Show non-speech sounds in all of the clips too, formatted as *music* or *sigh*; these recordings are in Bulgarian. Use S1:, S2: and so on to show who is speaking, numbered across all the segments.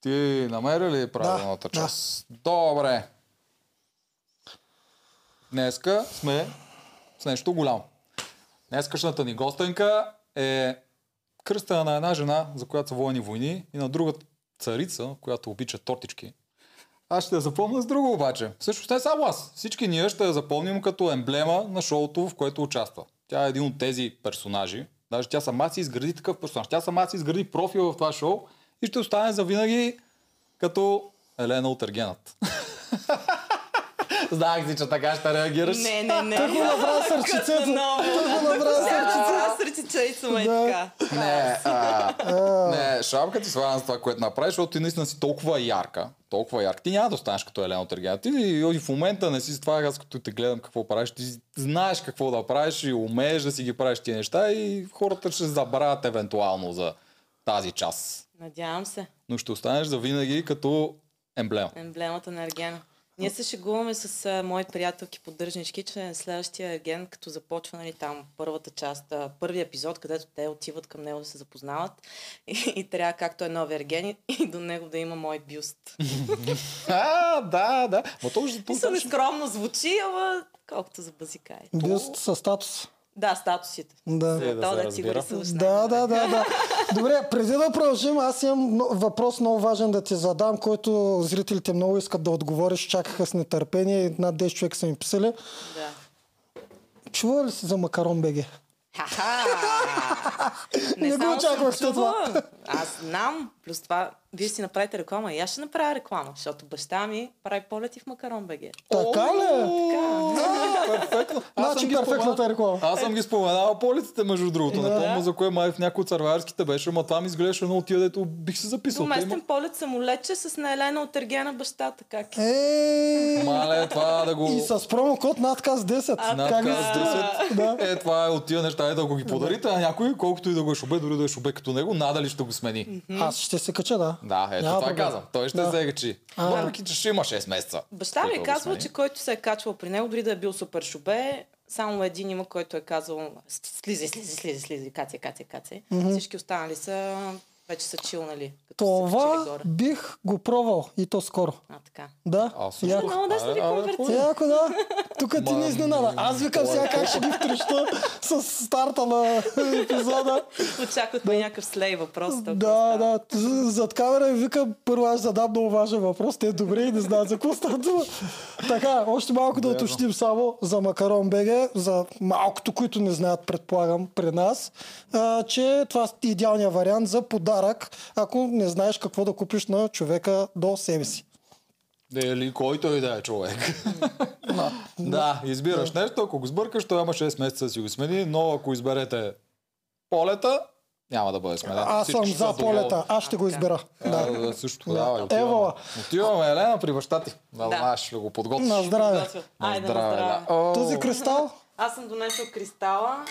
S1: Ти намери ли правилната
S2: Да,
S1: част? Добре. Днеска сме с нещо голямо. Днескашната ни гостенка е кръста на една жена, за която са воени войни, и на друга царица, която обича тортички. Аз ще я запомня с друго обаче. Всъщност не само аз. Всички ние ще я запомним като емблема на шоуто, в което участва. Тя е един от тези персонажи. Даже тя сама си изгради такъв персонаж. Тя сама си изгради профил в това шоу и ще остане завинаги като Елена от Ергенът. *laughs* Знаех си, че така ще реагираш.
S3: Не, не, не.
S2: Той го направи сърчицето. Той го направи сърчицето.
S3: Аз сърчицето е
S2: Да.
S3: така.
S1: Не, а, *laughs* не, шапка ти свалям с това, което направиш, защото ти наистина си толкова ярка. Толкова ярка. Ти няма да останеш като Елена от Ергена. Ти и в момента не си с това, аз като те гледам какво правиш, ти знаеш какво да правиш и умееш да си ги правиш тия неща и хората ще забравят евентуално за тази част.
S3: Надявам се.
S1: Но ще останеш завинаги като емблема.
S3: Емблемата на Ергена. Ние се шегуваме с а, мои приятелки поддръжнички, че следващия Ерген, като започва нали, там първата част, а, първи епизод, където те отиват към него да се запознават и, и трябва както е нови Ерген и, и до него да има мой бюст.
S1: А, да, да. Ма то ще
S3: Мисля, нескромно звучи, ама колкото за базикай.
S2: Бюст със статус.
S3: Да, статусите.
S2: Да.
S1: Е, да
S3: То
S1: се
S3: да си го
S1: разбира.
S3: рисуваш.
S2: Да, да, да, да. Добре, преди да продължим, аз имам но- въпрос много важен да ти задам, който зрителите много искат да отговориш. Чакаха с нетърпение и над 10 човека са ми писали.
S3: Да.
S2: Чува ли си за Макарон БГ?
S3: Ха-ха!
S2: *laughs* Не го
S3: само съм
S2: очаквахте това.
S3: чула, Аз знам. Плюс това, вие ще си направите реклама. И аз ще направя реклама, защото баща ми прави полети в Макарон БГ.
S2: Така ли?
S1: А, Перфектно. Аз съм
S2: Значи
S1: ги спомена-
S2: перфектната реклама.
S1: Аз съм ги споменавал полиците, между другото.
S2: Да.
S1: Не помня за кое май в някои от сървайерските беше, ама това ми изглеждаше едно от тия, дето бих се записал. Те
S3: Доместен полет самолетче с на Елена от Ергена бащата. Как? е?
S2: Е,
S1: има- Мале, това да го...
S2: и с промокод надказ 10.
S1: Над
S2: Как ви
S1: каз
S2: струва?
S1: 10. Е, това е от тия неща, е да го ги подарите на някой, колкото и да го е шубе, дори да е шубе като него, надали ще го смени.
S2: Аз ще се кача, да.
S1: Да, ето
S2: Няма
S1: това
S2: проблем.
S1: казвам. Той ще
S2: Да.
S1: се качи.
S2: А.
S1: Въпреки, че ще има 6 месеца.
S3: Баща ми
S1: Който
S3: е
S1: да
S3: казвал,
S1: смени.
S3: че който се е качвал при него, дори да е бил супер шубе, само един има, който е казал «С- слизай, слизай, слизай, слизай, кацай, кацай, кацай. Всички останали са вече са чилнали. Като са се качили
S2: Това
S3: е горе.
S2: бих го пробвал и то скоро.
S3: А, така.
S2: Да,
S1: Аз също.
S2: яко.
S3: Много да сте ви
S1: Абе, абе,
S3: конверти.
S1: хубаво.
S2: Яко, да. Тук ти не
S1: Ма,
S2: изненада. Аз викам сега как ще ги втреща с старта на епизода.
S3: Очаквахме някакъв слей въпрос. толкова
S2: Да,
S3: става.
S2: да. З- Зад камера ви викам, първо аз задам много важен въпрос. Те добре и не знаят за какво става дума. Така, още малко да уточним само за Макарон БГ, за малкото, които не знаят, предполагам, при нас, а, че това е идеалният вариант за подарък, ако не знаеш какво да купиш на човека до себе си.
S1: Или който и да е човек.
S2: *laughs*
S1: да, избираш нещо, ако го сбъркаш, той има 6 месеца да си го смени, но ако изберете полета, няма да бъде сменен.
S2: Аз
S1: Всички
S2: съм
S1: ще са
S2: за
S1: доволни.
S2: полета. Аз ще го избера.
S1: Да,
S2: Да.
S1: да, също да, да.
S2: Евала.
S1: Отиваме. отиваме, Елена, при баща ти. Да,
S3: Да.
S1: знаеш, ще го подготвиш.
S2: На здраве.
S3: Готвя.
S1: На
S3: Айде,
S1: здраве,
S3: на здраве.
S1: да. О,
S2: Този кристал
S3: Аз съм донесъл кристала,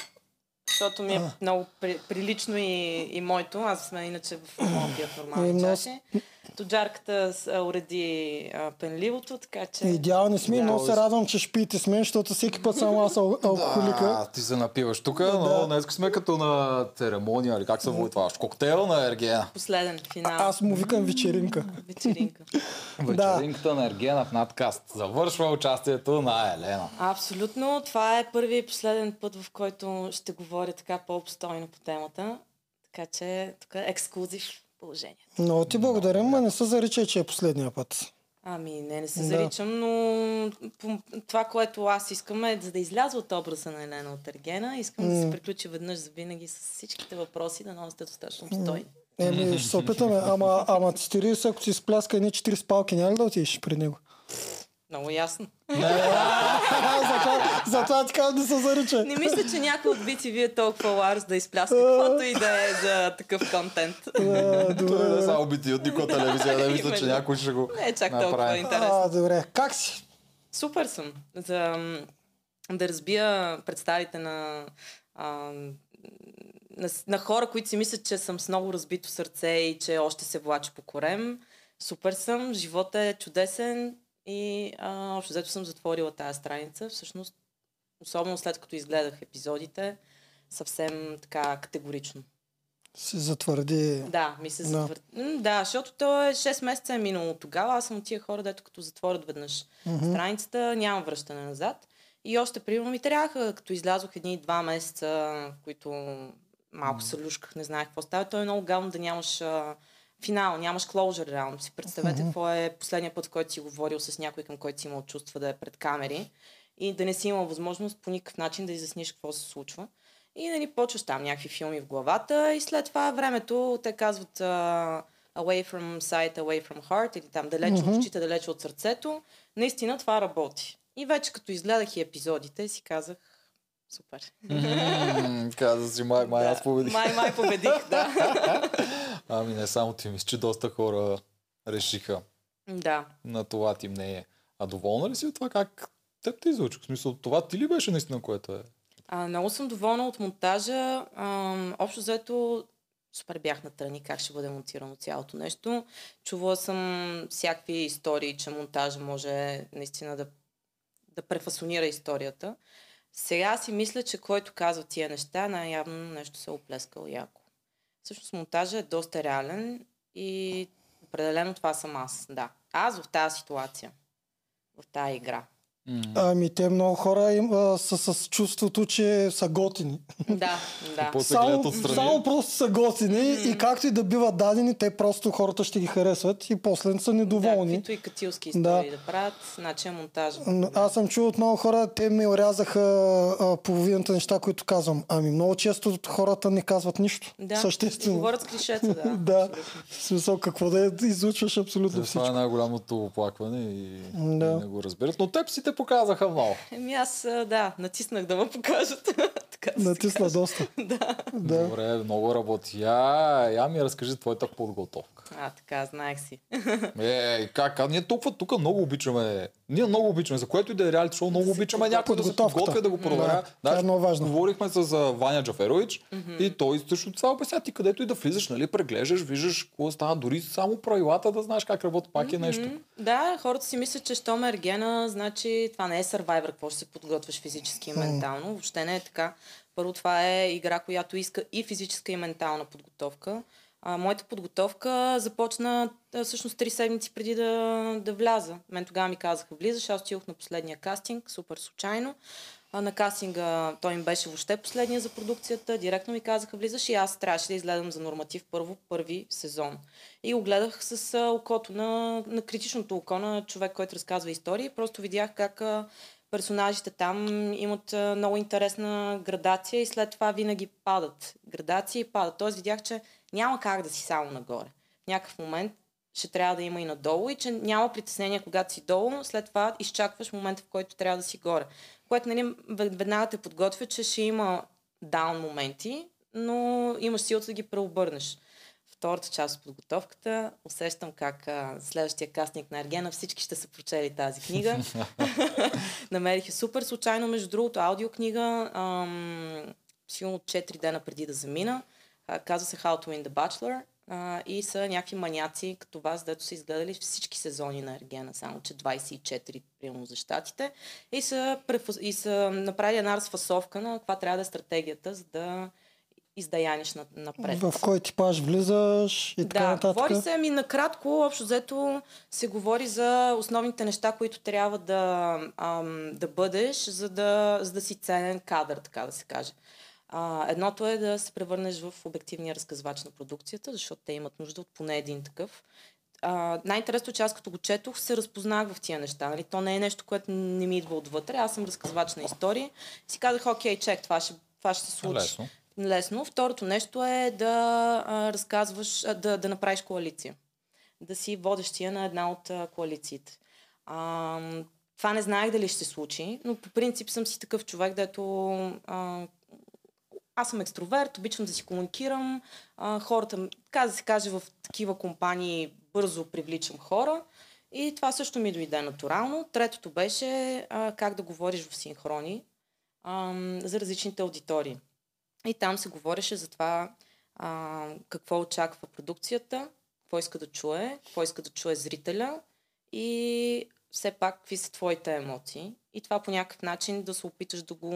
S3: защото ми е много при, прилично и, и моето. Аз сме иначе в малкия
S2: Ами,
S3: нормални
S2: но-
S3: чаши. Тоджарката с- а, уреди а, пенливото, така че...
S2: идеални сме,
S3: Да.
S2: но се радвам, че ще пиете с мен, защото всеки път само аз ал- алкохолика.
S1: А, ти се напиваш тук, но
S2: Да.
S1: днес сме като на церемония, или как се води това? Коктейл на Ергена.
S3: Последен финал.
S2: Аз му викам вечеринка.
S3: Вечеринка.
S2: Да.
S1: Вечеринката на Ергена в надкаст. Завършва участието на Елена.
S3: Абсолютно. Това е първи и последен път, в който ще говоря така по-обстойно по темата. Така че тук е ексклюзив положение.
S2: Но ти благодарим, ма не се заричай, че е последния път.
S3: Ами, не, не се
S2: Да.
S3: заричам, но по- това, което аз искам е за да изляза от образа на Елена от Ергена. Искам да се приключи веднъж за винаги с всичките въпроси, да носите достатъчно обстойни.
S2: Еми, ще се опитаме. Ама, ама 40, ако си спляска едни 40 палки, няма ли да отидеш при него? *laughs*
S3: Много ясно.
S2: Затова- Затова ти казвам да се зарича.
S3: Не мисля, че някой от BTV е толкова ларс да изпляска каквото и да е за такъв контент.
S2: Е,
S1: Той не
S2: Добре.
S1: е само бити от никога телевизия, да мисля, че
S3: Именно.
S1: някой ще го
S3: Не е чак толкова
S1: направи.
S3: интересно.
S2: А, добре. Как си?
S3: Супер съм. За, м, да разбия представите на, а, на, с- на хора, които си мислят, че съм с много разбито сърце и че още се влача по корем. Супер съм, живота е чудесен и а, общо взето съм затворила тази страница. Всъщност, особено след като изгледах епизодите, съвсем така категорично.
S2: се затвърди.
S3: Да, ми се
S2: Да.
S3: затвърди. М, Да, защото то е 6 месеца е минало от тогава. Аз съм от тия хора, дето като затворят веднъж
S2: Мгм.
S3: страницата, няма връщане назад. И още примерно ми трябваха, като излязох едни два месеца, в които малко се люшках, не знаех какво става. То е много гално да нямаш а, финал, нямаш клоужър реално. Си представете
S2: Мгм.
S3: какво е последния път, в който си говорил с някой, към който си имал чувства да е пред камери и да не си имал възможност по никакъв начин да изясниш какво се случва. И да ни почваш там някакви филми в главата и след това времето те казват а, away from sight, away from heart или там далеч
S2: Мгм.
S3: от очите, далеч от сърцето. Наистина това работи. И вече като изгледах и епизодите си казах супер.
S1: М, Каза си, май, май,
S3: Да.
S1: аз победих.
S3: Май,
S1: *laughs*
S3: май победих, да.
S1: Ами не само ти, мисля, че доста хора решиха
S3: да.
S1: на това ти мнение. А доволна ли си от това как теб те излучих? В смисъл, това ти ли беше наистина, което е?
S3: А, много съм доволна от монтажа. Ам, общо взето, супер бях на тръни как ще бъде монтирано цялото нещо. Чувала съм всякакви истории, че монтажа може наистина да, да префасонира историята. Сега си мисля, че който казва тия неща, най-явно нещо се е оплескал яко. Всъщност монтажа е доста реален и определено това съм аз. Да. Аз в тази ситуация. В тази игра.
S1: М.
S2: Ами те много хора им, а, са с чувството, че са готини.
S3: Да, да.
S1: После гледат
S2: Само,
S1: отстрани.
S2: само просто са готини
S3: Мгм.
S2: и както и да биват дадени, те просто хората ще ги харесват и после са
S3: Да,
S2: недоволни.
S3: каквито и катилски
S2: Да.
S3: истории да, да правят, значи е монтаж.
S2: М, Аз съм чул от много хора, те ми орязаха а, половината неща, които казвам. Ами много често хората не казват нищо.
S3: да.
S2: Съществено.
S3: И говорят с клишета, да.
S2: *laughs* Да.
S3: абсолютно.
S2: В смисъл, какво да е- излучваш абсолютно
S1: Това е
S2: всичко.
S1: най-голямото оплакване и,
S2: Да.
S1: и не го разбират. Но теб си те показаха много.
S3: Еми аз, а, да, натиснах да ме покажат. *laughs* така да се
S2: Натисна доста.
S3: каже. *laughs* да.
S2: Да.
S1: е- Добре, много работи. Я, я ми разкажи твоята подготовка.
S3: А, така, знаех си.
S1: Е, как? А ние толкова тук много обичаме. Ние много обичаме, за което и да е реалити шоу, много обичаме някой да се
S2: Подготовката.
S1: подготвя да го проверя.
S2: Да, тя е много важна.
S1: Говорихме с а, Ваня Джаферович и той също това обясня. Ти където и да влизаш, нали, преглеждаш, виждаш какво става, дори само правилата да знаеш как работи, пак е нещо.
S3: М, Да, хората си мислят, че щом е ергена, значи това не е Survivor, какво ще се подготвяш физически и ментално. Въобще не е така. Първо това е игра, която иска и физическа и ментална подготовка. А, моята подготовка започна а, всъщност три седмици преди да, да вляза. Мен тогава ми казаха, влизаш, аз отидох на последния кастинг, супер случайно. А, на кастинга той им беше въобще последния за продукцията. Директно ми казаха, влизаш и аз трябваше да изгледам за норматив първо, първи сезон. И го гледах с а, окото на, на критичното око на човек, който разказва истории. Просто видях как а, персонажите там имат а, много интересна градация и след това винаги падат. Градация и падат. Тоест видях, че няма как да си само нагоре. В някакъв момент ще трябва да има и надолу и че няма притеснение, когато си долу, след това изчакваш момента, в който трябва да си горе. Което нали, вед- веднага те подготвя, че ще има даун моменти, но имаш силата да ги преобърнеш. Втората част от подготовката усещам как а, следващия кастник на Ергена всички ще са прочели тази книга. Намерих я супер случайно, между другото, аудиокнига, ам, сигурно 4 дена преди да замина. А, казва се How to Win the Bachelor а, и са някакви маняци като вас, дето са изгледали всички сезони на Ергена, само че 24 примерно за щатите. И са, префас... и са направили една разфасовка на каква трябва да е стратегията, за да издаяниш на- напред.
S2: В кой типаж влизаш и така
S3: Да, говори
S2: нататък.
S3: се, ами накратко, общо взето се говори за основните неща, които трябва да, ам, да бъдеш, за да, за да си ценен кадър, така да се каже. А, едното е да се превърнеш в обективния разказвач на продукцията, защото те имат нужда от поне един такъв. А, най-интересното, че аз като го четох, се разпознах в тия неща. Нали? То не е нещо, което не ми идва отвътре. Аз съм разказвач на истории. Си казах, окей, чек, това ще, това ще се случи
S1: Лесно.
S3: лесно. Второто нещо е да а, разказваш, а, да, да направиш коалиция. Да си водещия на една от а, коалициите. А, това не знаех дали ще се случи, но по принцип съм си такъв човек, дето а, аз съм екстроверт, обичам да си комуникирам. А, хората, м- така да се каже, в такива компании бързо привличам хора. И това също ми дойде натурално. Третото беше а, как да говориш в синхрони а, за различните аудитории. И там се говореше за това а, какво очаква продукцията, какво иска да чуе, какво иска да чуе зрителя и все пак какви са твоите емоции. И това по някакъв начин да се опиташ да го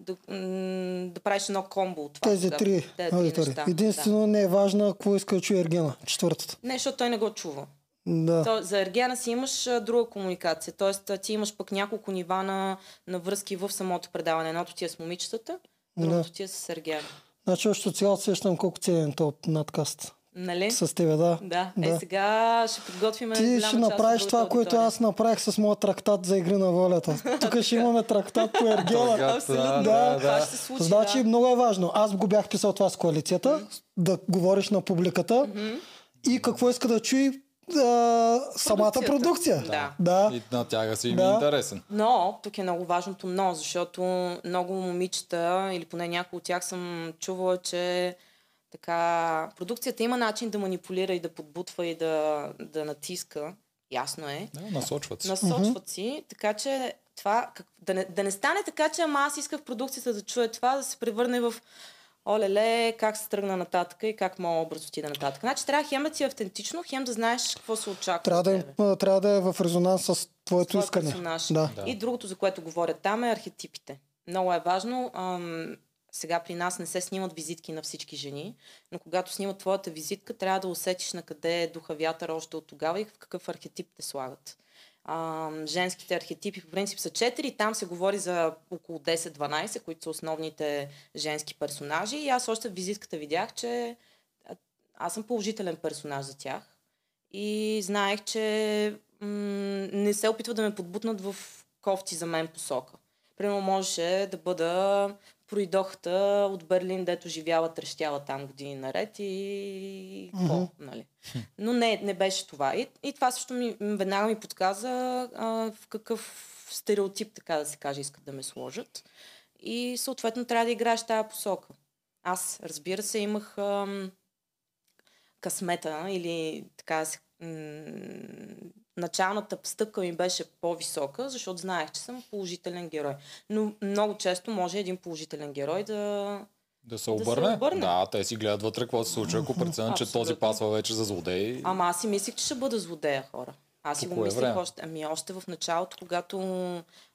S3: да, м, да правиш едно комбо от това.
S2: Тези
S3: тогава.
S2: три.
S3: Тези
S2: аудитори.
S3: неща,
S2: Единствено не е важно какво иска да чуе Ергена. Четвъртата.
S3: Да. Не, защото той не го чува.
S2: Да.
S3: То, за Ергена си имаш а, друга комуникация. Тоест, а, ти имаш пък няколко нива на, на връзки в самото предаване. Едното ти е с момичетата, другото ти е с Ергена.
S2: Значи още цяло сещам колко ценен топ надкаст.
S3: Нали?
S2: С тебе, да.
S3: Да.
S2: Да.
S3: Е, сега ще подготвим
S2: Ти ще направиш това, което аз направих с моя трактат за игри на волята. Тук ще имаме трактат по Ергена.
S1: Трактат.
S3: Абсолютно.
S1: Да,
S3: Да,
S1: да.
S3: да. Това ще се случи,
S2: Значи
S3: да.
S2: много е важно. Аз го бях писал това с коалицията, да говориш на публиката и какво иска да чуи а, самата продукция.
S3: Да.
S2: да.
S1: И на тяга си им е
S2: Да.
S1: интересен.
S3: Но, тук е много важното но, защото много момичета, или поне някои от тях съм чувала, че така, продукцията има начин да манипулира и да подбутва и да, да натиска. Ясно е.
S1: Да, насочват се.
S3: Насочват си, така че това, как, да, не, да не стане така, че ама аз исках продукцията да чуе това, да се превърне в оле-ле, как се тръгна нататък и как моят образ отида нататък. Значи трябва хем да ти е автентично, хем да знаеш какво се очаква.
S2: Трябва,
S3: от
S2: да,
S3: тебе.
S2: им- трябва да е в резонанс с твоето
S3: Твоя
S2: искане.
S3: персонаж.
S2: Да.
S1: Да.
S3: И другото, за което говоря там е архетипите. Много е важно. Ам, сега при нас не се снимат визитки на всички жени, но когато снимат твоята визитка, трябва да усетиш на къде е духа вятър още от тогава и в какъв архетип те слагат. Ам, женските архетипи по принцип са 4, там се говори за около 10-12, които са основните женски персонажи и аз още в визитката видях, че а, аз съм положителен персонаж за тях и знаех, че м- не се опитват да ме подбутнат в кофти за мен посока. Примерно можеше да бъда пройдохта от Берлин, дето живяла, трещяла там години наред и- и какво,
S2: Мгм.
S3: нали? Но не, не беше това. И, и това също ми, м, веднага ми подказа а, в какъв стереотип, така да се каже, искат да ме сложат. И съответно трябва да играеш тази посока. Аз, разбира се, имах ам, късмета или така да се- м, началната стъпка ми беше по-висока, защото знаех, че съм положителен герой. Но много често може един положителен герой да...
S1: Да се
S3: се
S1: обърне.
S3: обърне.
S1: Да, те си гледат вътре какво се случва, ако преценят, че този
S3: Абсолютно.
S1: пасва вече за злодей.
S3: Ама аз си мислих, че ще бъда злодея, хора. Аз си
S1: По
S3: го
S1: кое
S3: мислих
S1: време?
S3: още, ами още в началото, когато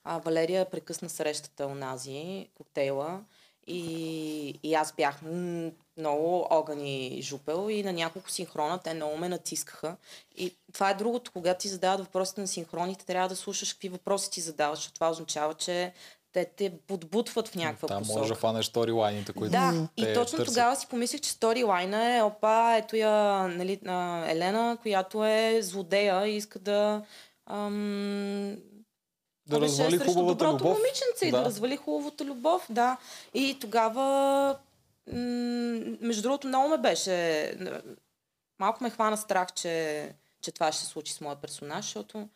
S3: а, Валерия прекъсна срещата унази, коктейла, и, и аз бях м- много огън и жупел и на няколко синхрона те много ме натискаха. И това е другото, когато ти задават въпросите на синхроните, трябва да слушаш какви въпроси ти задават, защото това означава, че те те подбутват в някаква
S1: Там
S3: посока.
S1: може да фанеш сторилайните, които
S3: Да,
S1: те
S3: и точно
S1: търсят.
S3: тогава си помислих, че сторилайна е опа, ето я нали, а, Елена, която е злодея и иска да... Ам...
S1: Да
S3: абе, ще е
S1: развали
S3: срещу
S1: хубавата
S3: доброто
S1: любов.
S3: момиченце и
S1: Да.
S3: да развали хубавата любов, да. И тогава, м, между другото, много ме беше... Малко ме хвана страх, че, че това ще се случи с моя персонаж, защото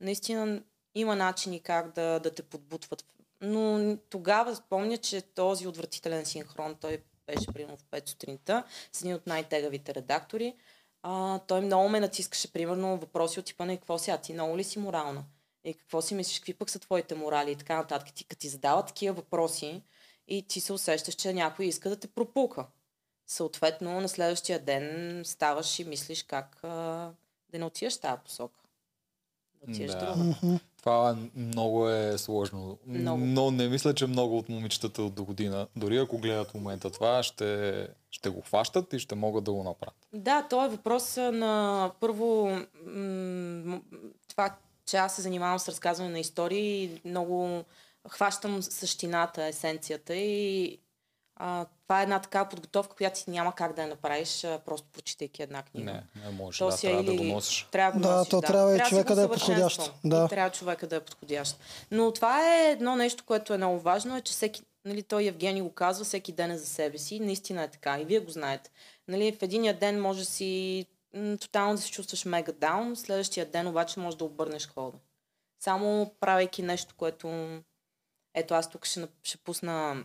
S3: наистина има начини как да, да те подбутват. Но тогава спомня, че този отвратителен синхрон, той беше примерно в 5 сутринта, с един от най-тегавите редактори. А, той много ме натискаше, примерно, въпроси от типа на «И какво си, а ти много ли си морална? И какво си мислиш, какви пък са твоите морали и така нататък. Ти като ти задава такива въпроси и ти се усещаш, че някой иска да те пропука. Съответно, на следващия ден ставаш и мислиш как а, да не отидеш в тази посока. Да отидеш
S1: Да.
S3: да. друга.
S2: Мгм.
S1: Това е- много е сложно.
S3: Много.
S1: Но не мисля, че много от момичетата от до година, дори ако гледат в момента това, ще, ще го хващат и ще могат да го направят.
S3: Да, то е въпрос а, на първо м- м- това, че аз се занимавам с разказване на истории и много хващам същината, есенцията и а, това е една такава подготовка, която ти няма как да я направиш, а, просто прочитайки една книга.
S1: Не, не можеш.
S3: То
S1: Да,
S3: си е
S1: трябва да
S3: или-
S1: го носиш.
S3: Трябва да,
S2: Да,
S3: го носиш,
S2: то
S3: да.
S2: трябва и
S3: си
S2: човека
S3: го
S2: да е подходящ.
S3: усъвършенствам.
S2: Да.
S3: И трябва човека да е подходящ. Но това е едно нещо, което е много важно, е, че всеки, нали, той Евгений го казва, всеки ден е за себе си. И Наистина е така. И вие го знаете. Нали, в единия ден може си м, тотално да се чувстваш мега даун, следващия ден обаче може да обърнеш хода. Само правейки нещо, което... Ето аз тук ще, нап- ще пусна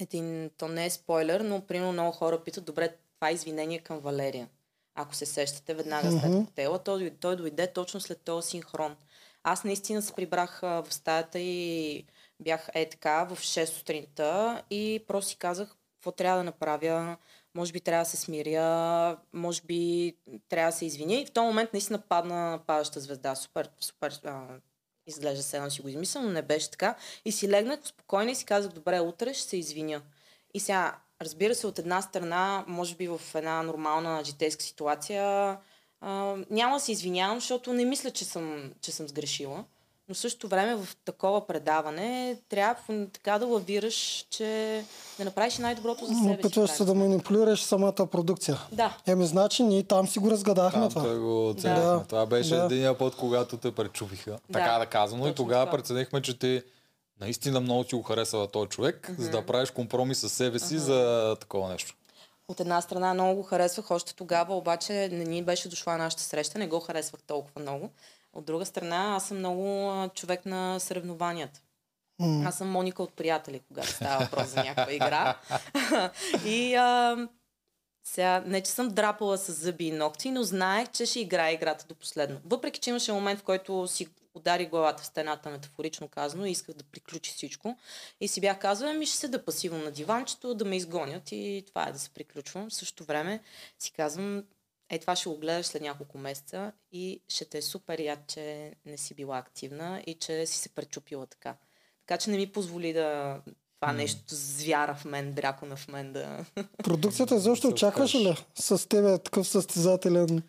S3: един, то не е спойлер, но примерно много хора питат, добре, това е извинение към Валерия. Ако се сещате, веднага след
S2: Мгм.
S3: коктейла, той, дой- той дойде точно след този синхрон. Аз наистина се прибрах а, в стаята и бях е така в 6 сутринта и просто си казах, какво трябва да направя, може би трябва да се смиря, може би трябва да се извиня. И в този момент наистина падна падаща звезда. Супер, супер а, изглежда се едно си го измисля, но не беше така. И си легнах спокойно и си казах, добре, утре ще се извиня. И сега, разбира се, от една страна, може би в една нормална житейска ситуация, а, няма да се извинявам, защото не мисля, че съм, че съм сгрешила. Но в същото време в такова предаване трябва така да лавираш, че да направиш най-доброто за себе си.
S2: Опитваш се
S3: в
S2: да манипулираш самата продукция.
S3: крайна. Да.
S2: Еми, значи ние там си го разгадахме
S1: Там
S2: това.
S1: той е. го оценихме.
S2: Да.
S1: Това беше
S2: Да.
S1: да. единия път, когато те пречупиха.
S3: Да.
S1: Така да казано. И
S3: Точно
S1: тогава
S3: така.
S1: преценихме, че ти наистина много ти го харесва този човек, за да правиш компромис с себе си
S3: Мгм.
S1: за такова нещо.
S3: От една страна много го харесвах още тогава, обаче не ни беше дошла нашата среща, не го харесвах толкова много. От друга страна, аз съм много а, човек на съревнованията.
S2: М.
S3: Аз съм Моника от приятели, когато става въпрос за някаква игра. *laughs* и а, сега, не че съм драпала с зъби и ногти, но знаех, че ще играя играта до последно. Въпреки, че имаше момент, в който си удари главата в стената, метафорично казано, и исках да приключи всичко. И си бях казала, ми ще се да пасивам на диванчето, да ме изгонят и това е да се приключвам. В същото време си казвам, е, това ще го гледаш след няколко месеца и ще те е супер яд, че не си била активна и че си се пречупила така. Така че не ми позволи да това
S1: М.
S3: нещо, звяра в мен, дракона в мен да...
S2: Продукцията изобщо
S1: Се
S2: очакваше ли с тебе такъв състезателен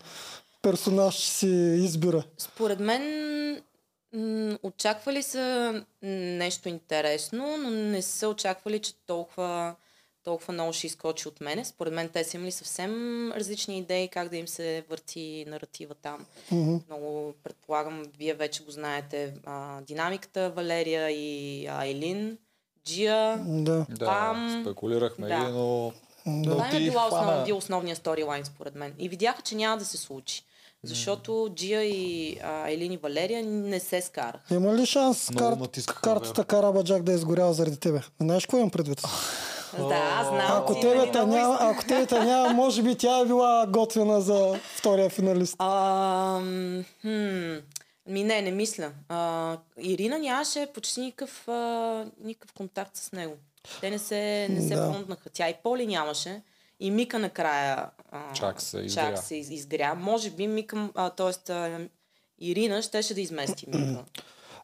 S2: персонаж ще си избира?
S3: Според мен м, очаквали са нещо интересно, но не са очаквали, че толкова, толкова много ще изкочи от мене. Според мен те са имали съвсем различни идеи как да им се върти наратива там.
S2: Мгм.
S3: Много предполагам, вие вече го знаете, а, динамиката Валерия и Айлин, Джия.
S2: Да.
S1: Да,
S3: Ам,
S1: спекулирахме
S3: да.
S1: ги, но...
S2: да.
S1: Но
S3: Това им е
S1: ти
S3: била основна,
S1: хвана...
S3: бил основния сторилайн, според мен. И видяха, че няма да се случи. Защото Джия и а, Елин и Валерия не се скараха.
S2: Има ли шанс
S1: Много
S2: карт,
S1: натискаха,
S2: картата Карабаджак да е изгоряла заради тебе? Знаеш какво имам предвид?
S3: Да, аз знам.
S2: Ако
S3: ти
S2: тебе
S3: нали
S2: те
S3: много
S2: няма,
S3: иска-
S2: ако тебе те няма, може би тя е била готвена за втория финалист.
S3: Ам, хм, Ми не, не мисля. А, Ирина нямаше почти никакъв, а, никакъв контакт с него. Те не се, не се
S2: Да.
S3: фунтнаха. Тя и Поли нямаше. И Мика накрая а,
S1: Чак се изгря.
S3: чак се из, изгря. Може би Мика, а, т.е. а, Ирина щеше да измести Мика.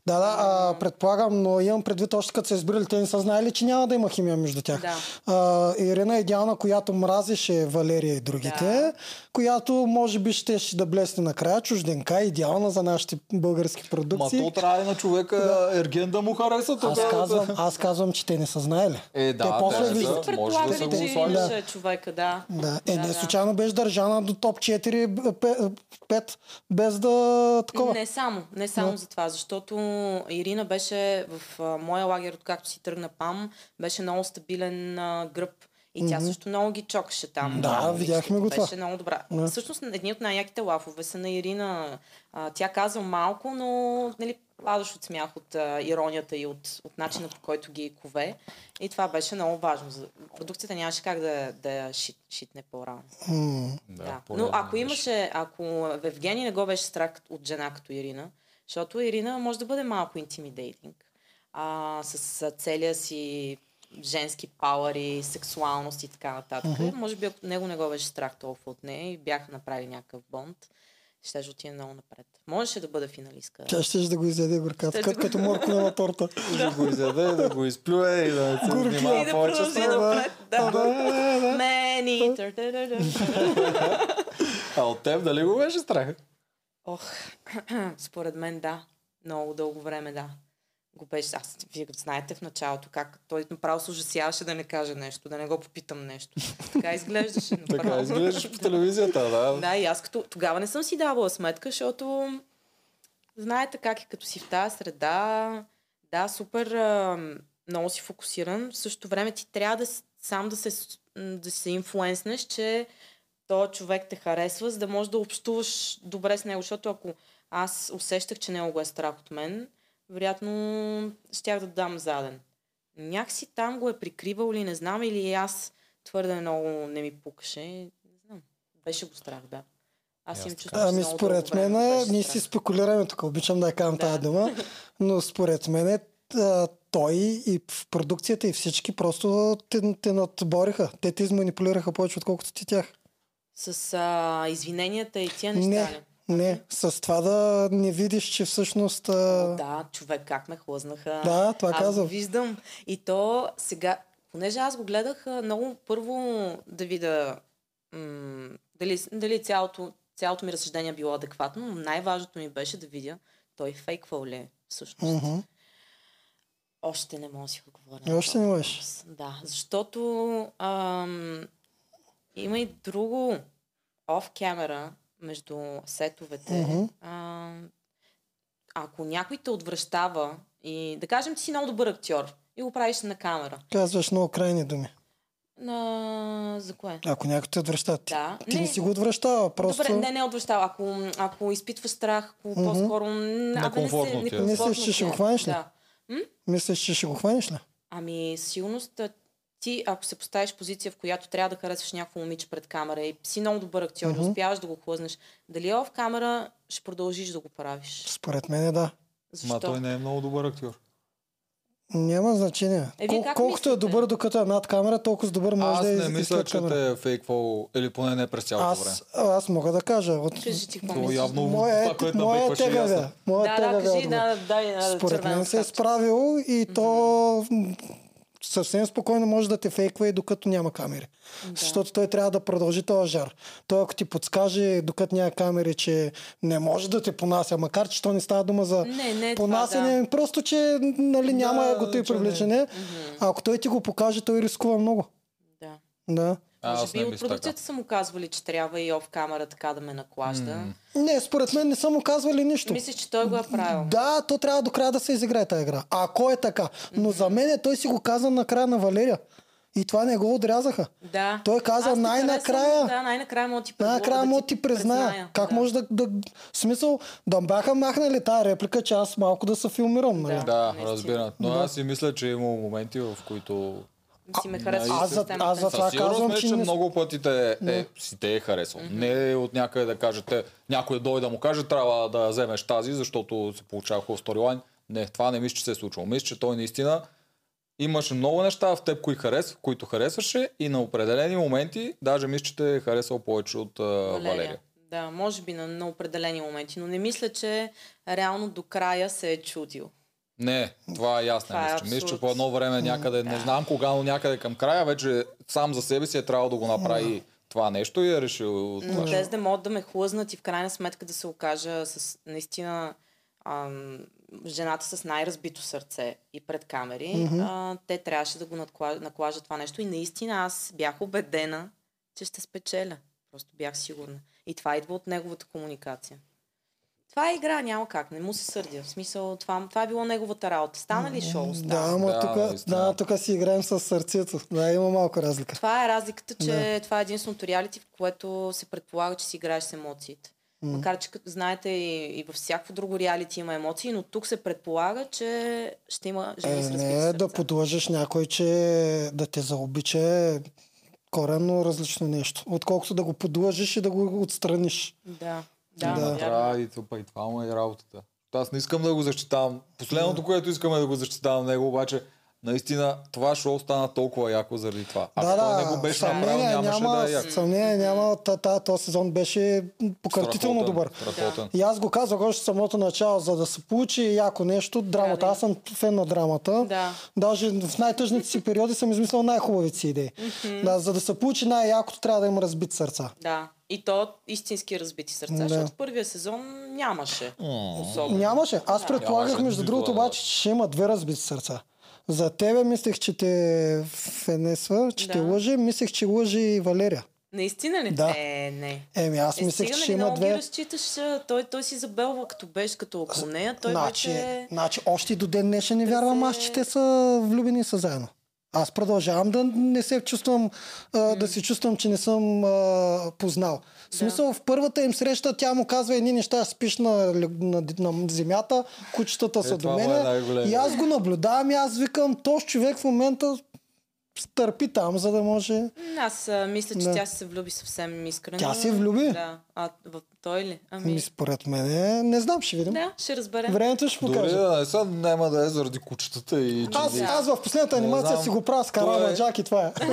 S2: Да, да, а, предполагам, но имам предвид още като са избирали, те не са знаели, че няма да има химия между тях.
S3: да.
S2: А, Ирина е идеална, която мразеше Валерия и другите,
S3: Да.
S2: която може би щеше да блесне накрая. Чужденка е идеална за нашите български
S1: Ма
S2: продукции.
S1: то трябва и на човека ерген да му хареса. то
S2: аз,
S1: да-
S2: казвам, аз казвам, че те не са знаели.
S1: Е, да,
S2: те после
S1: те не
S2: виждат.
S1: са.
S3: Предполагали,
S1: може да са го
S3: че
S1: слагали.
S3: имаше човека, да.
S2: Да. Е,
S3: Да,
S2: не
S3: да.
S2: случайно беше държана до топ 4, 5, без да такова.
S3: Не само, не само
S2: Да.
S3: за това, защото Ирина беше в а, моя лагер, откакто си тръгна пам, беше много стабилен а, гръб. И тя
S2: Мгм.
S3: също много ги чокаше там.
S2: Да,
S3: а,
S2: видяхме
S3: момичетата.
S2: го това.
S3: Беше много добра.
S2: Да.
S3: Всъщност, едни от най-яките лафове са на Ирина. А, тя казва малко, но нали, падаш от смях, от а, иронията и от, от начина по който ги кове. И това беше много важно. за- Продукцията нямаше как да, да я шит, шитне по-рано.
S2: М,
S3: Да. Но
S1: полезно
S3: ако
S1: беше.
S3: имаше, ако в Евгений не го беше страх от жена като Ирина, защото Ирина може да бъде малко интимидейтинг. А, с а, целия си женски пауър и сексуалност и така нататък.
S2: Мгм.
S3: Може би ако него не го беше страх толкова от нея и бяха направили някакъв бонд, ще ще отиде много напред. Можеше да бъде финалистка.
S2: Тя ще да го изяде горката,
S3: Щеше
S2: като,
S3: да
S2: като морко на торта.
S1: И да го изяде, да го изплюе и да не се
S2: Горкия.
S1: занимава
S3: И да
S1: е повече
S3: продължи
S1: с това.
S3: напред.
S1: Да,
S3: Да.
S1: да.
S3: Мени. тър-тър-тър-тър.
S1: А от теб дали го беше страх?
S3: Ох, *clears throat* според мен да. Много дълго време, да. Го беше. Аз, вие го знаете в началото как той направо се ужасяваше да не каже нещо, да не го попитам нещо.
S1: *laughs*
S3: Така изглеждаше направо.
S1: Така изглеждаш по телевизията, да.
S3: Да, и аз като... Тогава не съм си давала сметка, защото знаете как е като си в тази среда. Да, супер ам, много си фокусиран. В същото време ти трябва да с- сам да се, с- м, да се инфлуенснеш, че то човек те харесва, за да можеш да общуваш добре с него. Защото ако аз усещах, че него го е страх от мен, вероятно щях да дам заден. Някакси там го е прикривал или не знам, или аз твърде много не ми пукаше. Не знам. Беше го страх, да. Аз им
S1: Ясно.
S3: чувствам.
S2: Ами според мен, ние си спекулираме тук, обичам да казвам
S3: Да.
S2: тази дума, но според мен той и в продукцията и всички просто те, те надбориха. Те те изманипулираха повече, отколкото ти тях.
S3: С а, извиненията и тия неща. нали?
S2: Не.
S3: ли?
S2: Не, с това да не видиш, че всъщност...
S3: О,
S2: А...
S3: Да, човек, как ме хлъзнаха.
S2: Да, това
S3: аз го
S2: казвам.
S3: виждам. И то сега, понеже аз го гледах а, много първо да видя м- дали, дали цялото, цялото ми разсъждение е било адекватно, но най-важното ми беше да видя той фейквал ли е всъщност.
S2: Мгм.
S3: Още не мога да си отговоря.
S2: И
S3: на
S2: още не
S3: този
S2: можеш.
S3: въпрос. Да, защото ам, има и друго оф камера между сетовете.
S2: Мгм.
S3: Ам, ако някой те отвръщава и да кажем ти си много добър актьор и го правиш на камера.
S2: Казваш много крайни думи.
S3: На... За кое?
S2: Ако някой те отвръща, ти,
S3: Да.
S2: ти не, си го отвръщава, просто...
S3: Добре, не, не отвръщава. Ако, ако изпитваш страх, ако
S2: Мгм.
S3: по-скоро... м, ако не се-
S1: Некомфортно ти е.
S3: некомфортно
S2: Мислиш, че
S3: ти
S2: ще
S3: е.
S2: го хванеш ли?
S3: Да.
S2: Мислиш, че ще го хванеш ли?
S3: Ами, със сигурност а, ти, ако се поставиш в позиция, в която трябва да харесваш някакво момиче пред камера и си много добър актьор и
S2: Мгм.
S3: успяваш да го хлъзнеш, дали е в камера, ще продължиш да го правиш.
S2: Според мен е да.
S3: Защо?
S1: Ма той не е много добър актьор.
S2: Няма значение.
S3: Е, вие
S2: Кол-
S3: как
S2: колкото е
S3: мислите?
S2: добър, докато е над камера, толкова с добър може
S1: Аз
S2: да е
S1: не
S2: из-
S1: мисля,
S2: изслед
S1: че
S2: камера.
S1: те е фейквал или поне не през цялото време.
S2: Аз, аз мога да кажа. От...
S3: Кажи ти какво
S1: То
S3: мислиш.
S1: явно-
S2: Моя,
S1: това, което
S2: моя
S1: набъкваше, е
S2: тегавя.
S1: ясно.
S2: Моя
S3: Да, да,
S2: тегавя
S3: кажи,
S2: отговор.
S3: да, дай на
S2: Според
S3: червена
S2: мен се е
S3: картичка.
S2: справил и то м, съвсем спокойно може да те фейква и докато няма камери.
S3: Да.
S2: Защото той трябва да продължи този жар. Той ако ти подскаже, докато няма камери, че не може да те понася, макар че то не става дума за
S3: Не, не е
S2: понасене,
S3: това,
S2: просто че нали, няма
S1: Да,
S2: да, егото и
S1: че не.
S2: привлечение.
S3: да. Мгм,
S2: Ако той ти го покаже, той рискува много.
S3: да.
S2: Да.
S1: А,
S3: Може
S1: аз
S3: би
S1: не
S3: от
S1: мисля така.
S3: продукцията са му казвали, че трябва и оф камера така да ме наклажда.
S1: М.
S2: Не, според мен не са му казвали нищо.
S3: Мислиш, че той го е правил.
S2: Да, то трябва до края да се изиграе тази игра. Ако е така. Но за мен е, той си го каза на края на Валерия. И това не го отрязаха.
S3: Да.
S2: Той каза
S3: Аз те
S2: най-накрая.
S3: харесвам, Да, най-накрая мога да ти предложа
S2: Накрая
S3: да
S2: му ти призная.
S3: призная.
S2: Как
S3: Да.
S2: може да, да... в Смисъл, да бяха махнали тази реплика, че аз малко да се филмирам. Нали?
S3: Да.
S1: Да,
S3: Наистина.
S1: разбирам. Но аз си мисля, че е имало моменти, в които
S3: Си ме харесва.
S1: аз
S2: за- аз за това
S1: Със сигурност
S2: казвам,
S1: мисля,
S2: че
S1: че
S2: не-
S1: много пъти те, е, си те е харесал. Не е от някъде да кажете, някой дойде да му каже, трябва да вземеш тази, защото се получава хубав сторилайн. Не, това не мисля, че се е случило. Мисля, че той наистина имаше много неща в теб, кои харес, които харесваше и на определени моменти, даже мисля, че те е харесал повече от а, Валерия. Валерия.
S3: Да, може би на, на определени моменти, но не мисля, че реално до края се е чудил.
S1: Не, това и аз не
S3: Това е
S1: мисля. Мисля, че
S3: абсурд.
S1: по едно време някъде, не знам кога, но някъде към края, вече сам за себе си е трябвало да го направи това нещо и е решил
S3: Но
S1: това.
S3: те за да могат да ме хлъзнат и в крайна сметка да се окажа с наистина ам, жената с най-разбито сърце и пред камери,
S2: Мгм.
S3: а, те трябваше да го надкла, наклажа това нещо и наистина аз бях убедена, че ще спечеля. Просто бях сигурна. И това идва от неговата комуникация. Това е игра, няма как. Не му се сърдя. В смисъл, това, това е било неговата работа. Стана ли шоу? Стана.
S2: Да, ама
S1: Да,
S2: тук,
S1: наистина.
S2: да, тук си играем с сърцето. Да, има малко разлика.
S3: Това е разликата, че
S2: Да.
S3: това е единственото реалити, в което се предполага, че си играеш с емоциите.
S2: М.
S3: Макар, че като знаете и, и във всяко друго реалити има емоции, но тук се предполага, че ще има
S2: Е,
S3: жени с разбити
S2: не е
S3: сърца.
S2: да подлъжеш някой, че да те заобича е коренно различно нещо. Отколкото да го подлъжиш и да го отстраниш.
S3: Да,
S2: Да.
S3: да,
S1: Ма
S3: да.
S1: трябва и това, и това му е работата. Аз не искам да го защитавам. Последното, което искаме е да го защитавам него, обаче наистина това шоу стана толкова яко заради това. Ако
S2: да,
S1: той
S2: да,
S1: не го беше направил,
S2: съмнение
S1: нямаше
S2: няма,
S1: да е яко.
S2: съмнение няма, та, та, този сезон беше пократително
S1: Страхотен,
S2: добър.
S1: Страхотен.
S2: И аз го казах още в самото начало, за да се получи яко нещо, драмата.
S3: Да, да.
S2: Аз съм фен на драмата.
S3: Да.
S2: Даже в най-тъжните си периоди съм измислял най-хубавите си идеи. Да, за да се получи най-якото, трябва да им разбит сърца.
S3: да. И то истински разбити сърца,
S2: Да.
S3: защото първия сезон нямаше.
S1: М.
S3: Особено.
S2: Нямаше. Аз
S3: Да.
S2: предполагах,
S1: Нямаше,
S2: между
S1: не
S2: другото,
S1: предполагах.
S2: обаче, че ще има две разбити сърца. За тебе мислех, че те фенесва, че
S3: Да.
S2: те лъже. Мислех, че лъже и Валерия.
S3: Наистина ли?
S2: Да.
S3: Е, не.
S2: Еми, аз
S3: Е,
S2: мислех, че
S3: стига,
S2: ще
S3: нали,
S2: има
S3: много
S2: две.
S3: ги разчиташ, а, той, той си забелва като беше, като около нея, той
S2: значи,
S3: вече... е-
S2: значи, още и до ден днешен не
S3: Да
S2: вярвам
S3: се-
S2: аз, че те са влюбени и са заедно. Аз продължавам да не се чувствам, а, да се чувствам, че не съм а, познал. В
S3: Да.
S2: смисъл, в първата им среща тя му казва едни неща, спиш на, лю- на, на земята, кучетата
S1: Е,
S2: са до
S1: това му е
S2: мене.
S1: най-големия.
S2: и аз го наблюдавам и аз викам, този човек в момента търпи там, за да може...
S3: Аз а, мисля, че
S2: Да.
S3: тя се влюби съвсем искрено.
S2: Тя се влюби?
S3: Да. А в той ли?
S2: Ми,
S3: Ами,
S2: според мен, не знам, ще видим.
S3: да, ще разберем.
S2: Времето ще
S1: Дори
S2: покаже.
S1: да не са, няма да е заради кучетата и
S2: Аз,
S3: Да.
S2: аз в последната
S1: Не
S2: анимация
S1: знам.
S2: си го правя с Карама
S1: Той е-
S2: Джак и това е.
S3: така.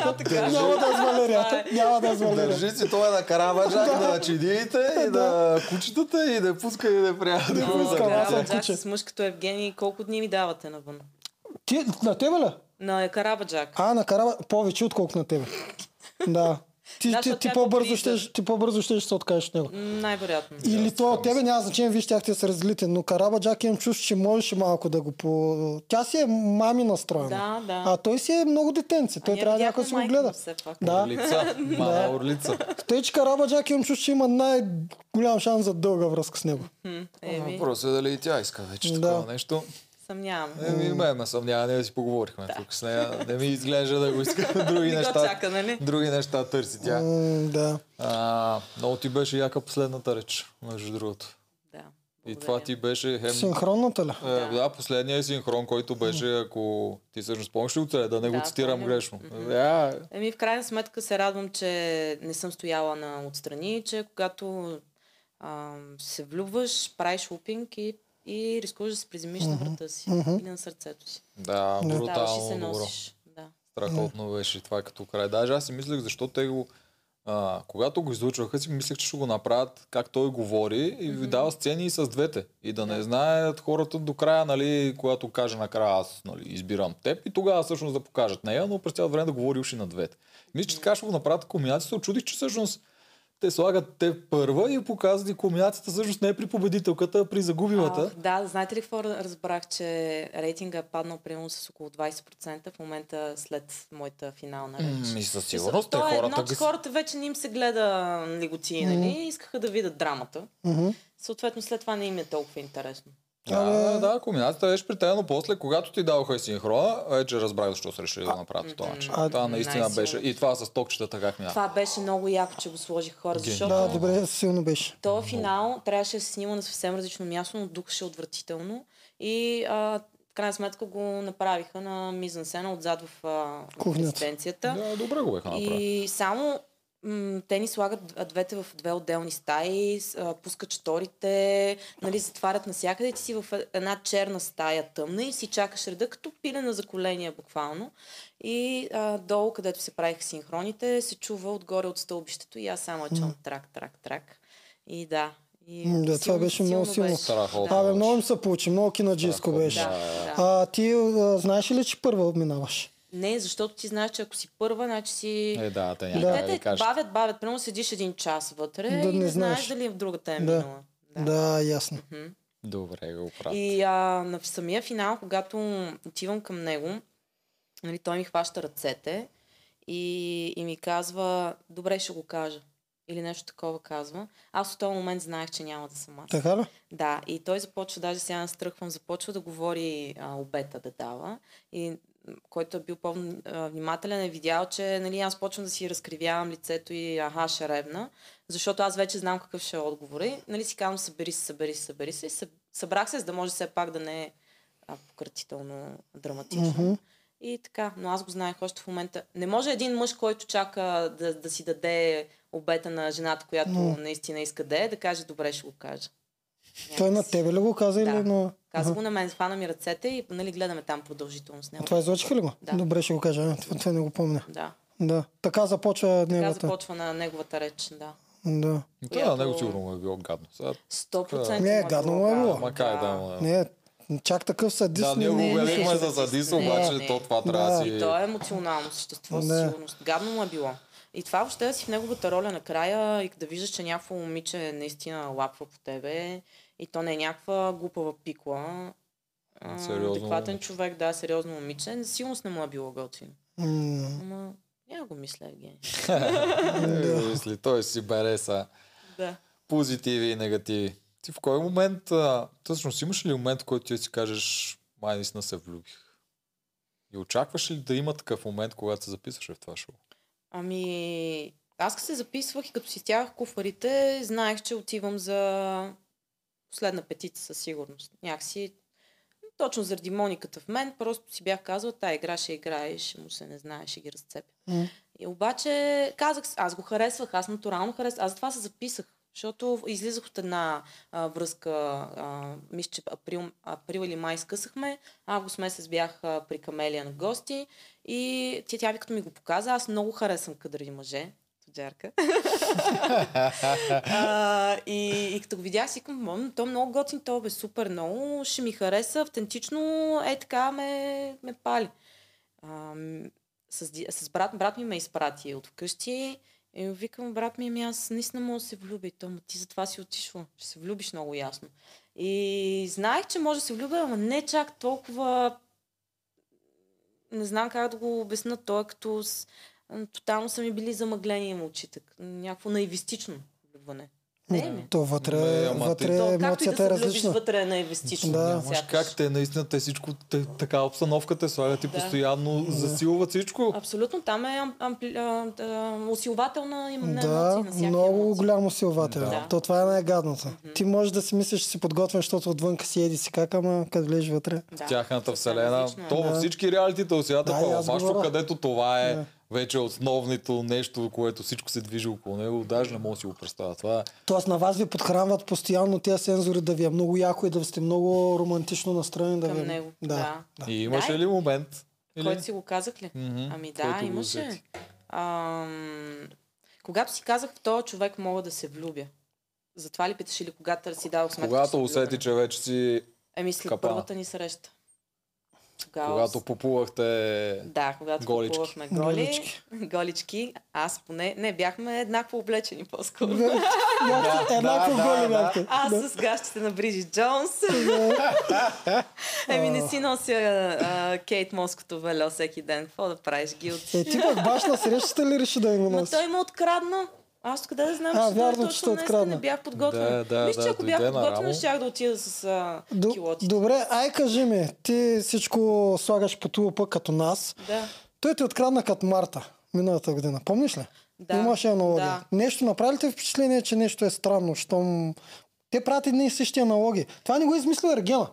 S2: Няма да е с
S3: Това е.
S2: Валерия. Няма да е с Валерия.
S1: Държи си това на караваджак, на чидиите и на кучетата и да пуска и да пря да
S2: О,
S1: го
S2: да.
S1: забравя.
S2: аз съм
S3: Карабаджак
S2: куче.
S3: с мъж като Евгений, колко дни ви давате навън?
S2: Ти, на тебе ли?
S3: На Карабаджак.
S2: А, на Карама повече, отколкото на тебе. Да. Ти,
S3: Да,
S2: ти,
S3: защото
S2: ти,
S3: тя го
S2: по-бързо
S3: вижда.
S2: ще, ти по-бързо ще, ще се откажеш от него.
S3: М, Най-вероятно.
S2: Или
S1: аз
S2: това от
S1: така
S2: тебе няма значение, вие щяхте да се разделите, но Карабаджак им чуш, че можеше малко да го по... Тя си е мами настроена.
S3: Да, да.
S2: А той си е много детенце, той
S3: ние
S2: трябва
S3: видяхме
S2: някой да си го
S3: майка
S2: гледа.
S3: му все пак.
S2: Да.
S1: Орлица, мама орлица.
S2: Тъй, че Карабаджак им чуш, че има най-голям шанс за дълга връзка с него.
S3: М, Еми,
S1: Просто е дали и тя иска вече
S2: Да.
S1: такова нещо.
S3: съмнявам.
S1: Еми, ме ме съмнява, ние си поговорихме тук с нея. Не ми изглежда да го иска други
S3: *laughs* Не го
S1: неща.
S3: чака, нали?
S1: Други неща търси тя.
S2: М, да.
S1: А, много ти беше яка последната реч, между другото.
S3: Да.
S1: И
S3: благодаря.
S1: това ти беше хем
S2: Синхронната ли?
S1: Е, да. последния синхрон, който беше, ако ти всъщност помниш ли оцеле, да не го
S3: Да,
S1: цитирам
S3: помня.
S1: грешно. Е, Да,
S3: Еми, в крайна сметка се радвам, че не съм стояла на отстрани, че когато а, се влюбваш, правиш лупинг и, и рискуваш да се приземиш на врата си и на сърцето си.
S1: да,
S3: Ставаш и се
S1: брутално добро.
S3: носиш. Да.
S1: Страхотно беше това е като край. Даже аз си мислех, защо те го... А, когато го излучваха, си мислех, че ще го направят как той говори и ви дава сцени и с двете. И да не знаят хората до края, нали, когато каже накрая аз нали, избирам теб и тогава всъщност да покажат нея, но през цялото време да говори уши на двете. Мисля, че така ще го направят комбинацията. Очудих, че всъщност те слагат те първа и показват и комбинацията всъщност не е при победителката, а при загубилата.
S3: Ах, да, знаете ли какво разбрах, че рейтинга е паднал примерно с около 20% в момента след моята финална реч.
S1: М, и със сигурност те
S3: То е
S1: хората...
S3: едно,
S1: ги
S3: че
S1: с-
S3: хората вече не им се гледа лиготия, нали? Искаха да видят драмата.
S2: Мгм.
S3: Съответно, след това не им е толкова интересно.
S1: Да, да, комбинацията беше при теб, но после, когато ти даваха и синхрона, вече разбрах защо са решили да направят това начин.
S2: А,
S1: Това наистина
S3: най-силно.
S1: беше. И това с токчетата как мина.
S3: Това беше много яко, че го сложих хора,
S1: Гениално.
S3: защото
S2: Да, добре, силно беше.
S3: То финал трябваше да се снима на съвсем различно място, но духаше отвратително. И а, в крайна сметка го направиха на мизансена отзад в а,
S2: Кухнята.
S3: резиденцията.
S1: Да, добре го бяха направили.
S3: И само м- те ни слагат д- двете в две отделни стаи, с- а, пускат шторите, нали, затварят навсякъде. Ти си в е- една черна стая тъмна и си чакаш реда, като пилена за коления буквално. И а, долу, където се правиха синхроните, се чува отгоре от стълбището и аз само чувам трак, трак, трак. И да. И
S2: М, да, това беше много силно.
S3: беше.
S1: Страхотно.
S3: Да,
S2: Абе, много им се получи, много кинаджийско
S1: Страхотно.
S2: беше.
S3: да, да.
S2: А ти а, знаеш ли, че първа минаваш?
S3: Не, защото ти знаеш, че ако си първа, значи си...
S1: Е, да, те
S3: И
S1: някак да.
S3: те
S1: ви
S3: те
S1: кажат.
S3: бавят, бавят. Примерно седиш един час вътре
S2: Да
S3: да, и
S2: не
S3: не знаеш
S2: знаеш.
S3: дали в другата е
S2: Да.
S3: минала.
S2: Да, ясно.
S1: Добре го прави.
S3: И а, на в самия финал, когато отивам към него, нали, той ми хваща ръцете и, и ми казва, добре ще го кажа. Или нещо такова казва. Аз от този момент знаех, че няма да съм аз.
S2: Така ли?
S3: Да, и той започва, даже сега настръхвам, започва да говори а, обета да дава. И м, който е бил по-внимателен е видял, че нали, аз почвам да си разкривявам лицето и аха, ще ревна, защото аз вече знам какъв ще е отговор. И, нали, си казвам, събери се, събери се, събери се. И съб... събрах се, за да може все пак да не е а, пократително драматично.
S2: Мгм.
S3: И така, но аз го знаех още в момента. Не може един мъж, който чака да, да си даде обета на жената, която
S2: М.
S3: наистина иска да е, да каже, добре, ще го кажа.
S2: Той на
S3: Някакси.
S2: тебе ли го каза
S3: Да.
S2: или на...
S3: Каза
S2: Аха.
S3: го на мен, хвана ми ръцете и нали, гледаме там продължително с него.
S2: Това излъчиха ли го?
S3: Да.
S2: Добре, ще го кажа. а, Това, това не го помня.
S3: Да.
S2: Да. Така започва
S3: Така
S2: неговата.
S3: започва на неговата реч, да.
S2: Да.
S1: Да, на него
S3: Която-
S1: сигурно му е било гадно. Сега,
S3: 100%
S2: Не,
S3: му
S2: гадно му е
S3: гадно.
S2: било.
S1: ама как да му е.
S2: Не, чак такъв садист.
S1: Да,
S2: не-
S1: ние го
S2: не-
S3: не, е
S1: обявихме
S3: не,
S1: за
S3: не,
S1: садист,
S3: не,
S1: обаче
S3: не.
S1: то това трябва да
S2: Да.
S1: си...
S3: И то е емоционално същество, със
S2: Да.
S3: сигурност. Гадно му е било. И това въобще да си в неговата роля накрая и да виждаш, че някакво момиче наистина лапва по тебе и то не е някаква глупава пикла. А,
S1: Сериозно
S3: Адекватен
S1: момиче.
S3: човек, да, сериозно момиче. Сигурно не му е било готино.
S2: М,
S3: Ама няма го мисля, Евгений.
S1: Е, Мисли, той си бере са.
S3: Да.
S1: позитиви и негативи. Ти в кой момент, а, всъщност имаш ли момент, в който ти си кажеш, май наистина се влюбих? И очакваш ли да има такъв момент, когато се записваш в това шоу?
S3: Ами, аз като се записвах и като си стягах куфарите, знаех, че отивам за последна петица със сигурност. Някакси точно заради Мониката в мен, просто си бях казала, тая игра ще играеш, му се не знаеш, ще ги разцепя.
S2: М.
S3: И обаче казах, с- аз го харесвах, аз натурално харесвах, аз затова се записах. Защото излизах от една а, връзка, а, мисля, че април, април или май скъсахме, август месец бях а, при Камелия на гости и тя, тя ви като ми го показа, аз много харесвам кадри мъже, Тоджарка. *laughs* а, и, и като го видях, си към, но то е много готин, то бе супер много, ще ми хареса, автентично, е така ме, ме пали. Ам, с, ди- с брат, брат ми ме изпрати от вкъщи и му викам, брат ми, ами аз наистина мога да се влюби. Той му ти затова си отишла. Ще се влюбиш много ясно. И знаех, че може да се влюбя, ама не чак толкова... Не знам как да го обясна. Той е като... С... м, Тотално са ми били замъглени му очите. к- Някакво наивистично влюбване. Не, ми.
S2: То вътре,
S1: Не, ама
S2: вътре
S1: ти-
S3: То, както и да
S2: емоцията
S3: се
S2: е
S3: влюбиш
S2: различна.
S3: вътре е наивистично.
S2: Да.
S3: Да.
S1: Може как те, наистина те всичко, те, така обстановка те слагат и
S3: Да.
S1: постоянно засилват всичко.
S3: Абсолютно, там е ам, ампли, а, а, усилвателна им на
S2: Да,
S3: емоции, на всякакви
S2: много
S3: емоции.
S2: голямо силвател. Да.
S3: Да.
S2: То това е най-гадното. Ти можеш да си мислиш, че си подготвен, защото отвънка си еди си как, ама като влезеш вътре.
S3: Да,
S1: тяхната
S3: съвсем
S1: вселена.
S3: различно е.
S1: То във
S2: Да.
S1: всички реалитита, освята
S2: Да, и аз
S1: палавашто,
S2: говоря.
S1: където това е
S2: Да.
S1: вече основното нещо, което всичко се движи около него, даже не мога да си го представя. Това е
S2: Тоест на вас ви подхранват постоянно тези сензори да ви е много яко и да сте много романтично настроени. Да
S3: към
S2: ви... е-
S3: него.
S2: Да.
S3: Да.
S1: И имаше
S3: Да,
S1: ли момент?
S3: Или...
S1: Или?
S3: Който си го казах ли?
S1: Мгм,
S3: Ами да,
S1: който го
S3: имаше.
S1: усети.
S3: Ам... Когато си казах, в този човек мога да се влюбя. Затова ли питаш или когато си дадох сметка? че съм
S1: Когато
S3: влюбена?
S1: усети, че вече си,
S3: Еми след
S1: капана.
S3: първата ни среща. Тогава...
S1: когато попувахте...
S3: Да, когато
S1: Голички.
S3: купувахме голи,
S2: Голички.
S3: голички. *laughs* голички, аз поне, не, бяхме еднакво облечени по-скоро.
S2: *laughs* Бяхте Еднакво
S1: да,
S2: Е, голи
S1: да.
S2: бяхте.
S3: Аз с гащите на Бриджит Джонс. Еми не си нося а, Кейт Моското вело всеки ден. Какво да правиш, Гилти?
S2: Е, ти пък баш на срещата ли реши да им го
S3: Ма
S2: Е, носи?
S3: той ме открадна. Аз откъде да знам,
S2: А,
S3: че той
S2: вярно, че те
S3: точно днес
S2: открадна.
S3: не бях
S1: Да,
S3: подготвена.
S1: да,
S3: Мисля,
S1: да,
S3: че ако бях
S1: дойде на
S3: подготвена,
S1: рамо.
S3: щях да отида с а,
S2: Д-
S3: килотите.
S2: Добре, ай кажи ми, ти всичко слагаш по тулупа като нас.
S3: Да.
S2: Той ти открадна като Марта миналата година. Помниш ли?
S3: Да.
S2: Имаше аналогия.
S3: Да.
S2: Нещо направи ли те впечатление, че нещо е странно, щом... Те правят едни и същи аналогии. Това не го е измислил Ергена.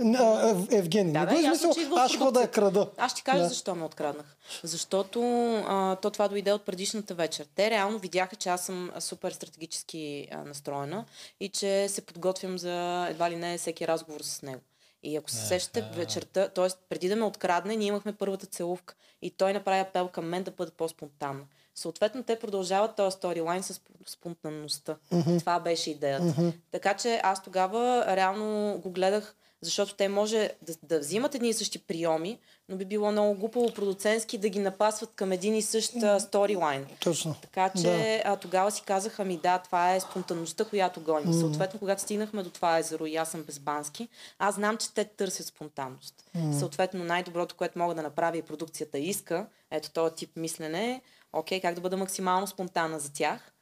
S2: Н- а, Ев- Евгений.
S3: Да,
S2: не
S3: да,
S2: го е
S3: ясно,
S2: измислил,
S3: че идва от
S2: аз ще хода я крада.
S3: Аз ще кажа
S2: Да.
S3: да. защо ме откраднах. Защото а, то това дойде от предишната вечер. Те реално видяха, че аз съм а, супер стратегически а, настроена и че се подготвям за едва ли не всеки разговор с него. И ако се сещате вечерта, т.е. преди да ме открадне, ние имахме първата целувка и той направи апел към мен да бъда по-спонтанна. Съответно, те продължават този сторилайн с спон- спонтанността. Mm-hmm. Това беше идеята. Mm-hmm. Така че аз тогава реално го гледах, защото те може да, да взимат едни и същи приеми, но би било много глупаво продуцентски да ги напасват към един и същ а, сторилайн.
S2: Точно.
S3: Така че
S2: Да.
S3: да. а, тогава си казаха ми да, това е спонтанността, която гоним. Mm. Съответно, когато стигнахме до това езеро и аз съм безбански, аз знам, че те търсят спонтанност. Mm. Съответно, най-доброто, което мога да направя и продукцията иска, ето този тип мислене, е, окей, как да бъда максимално спонтанна за тях.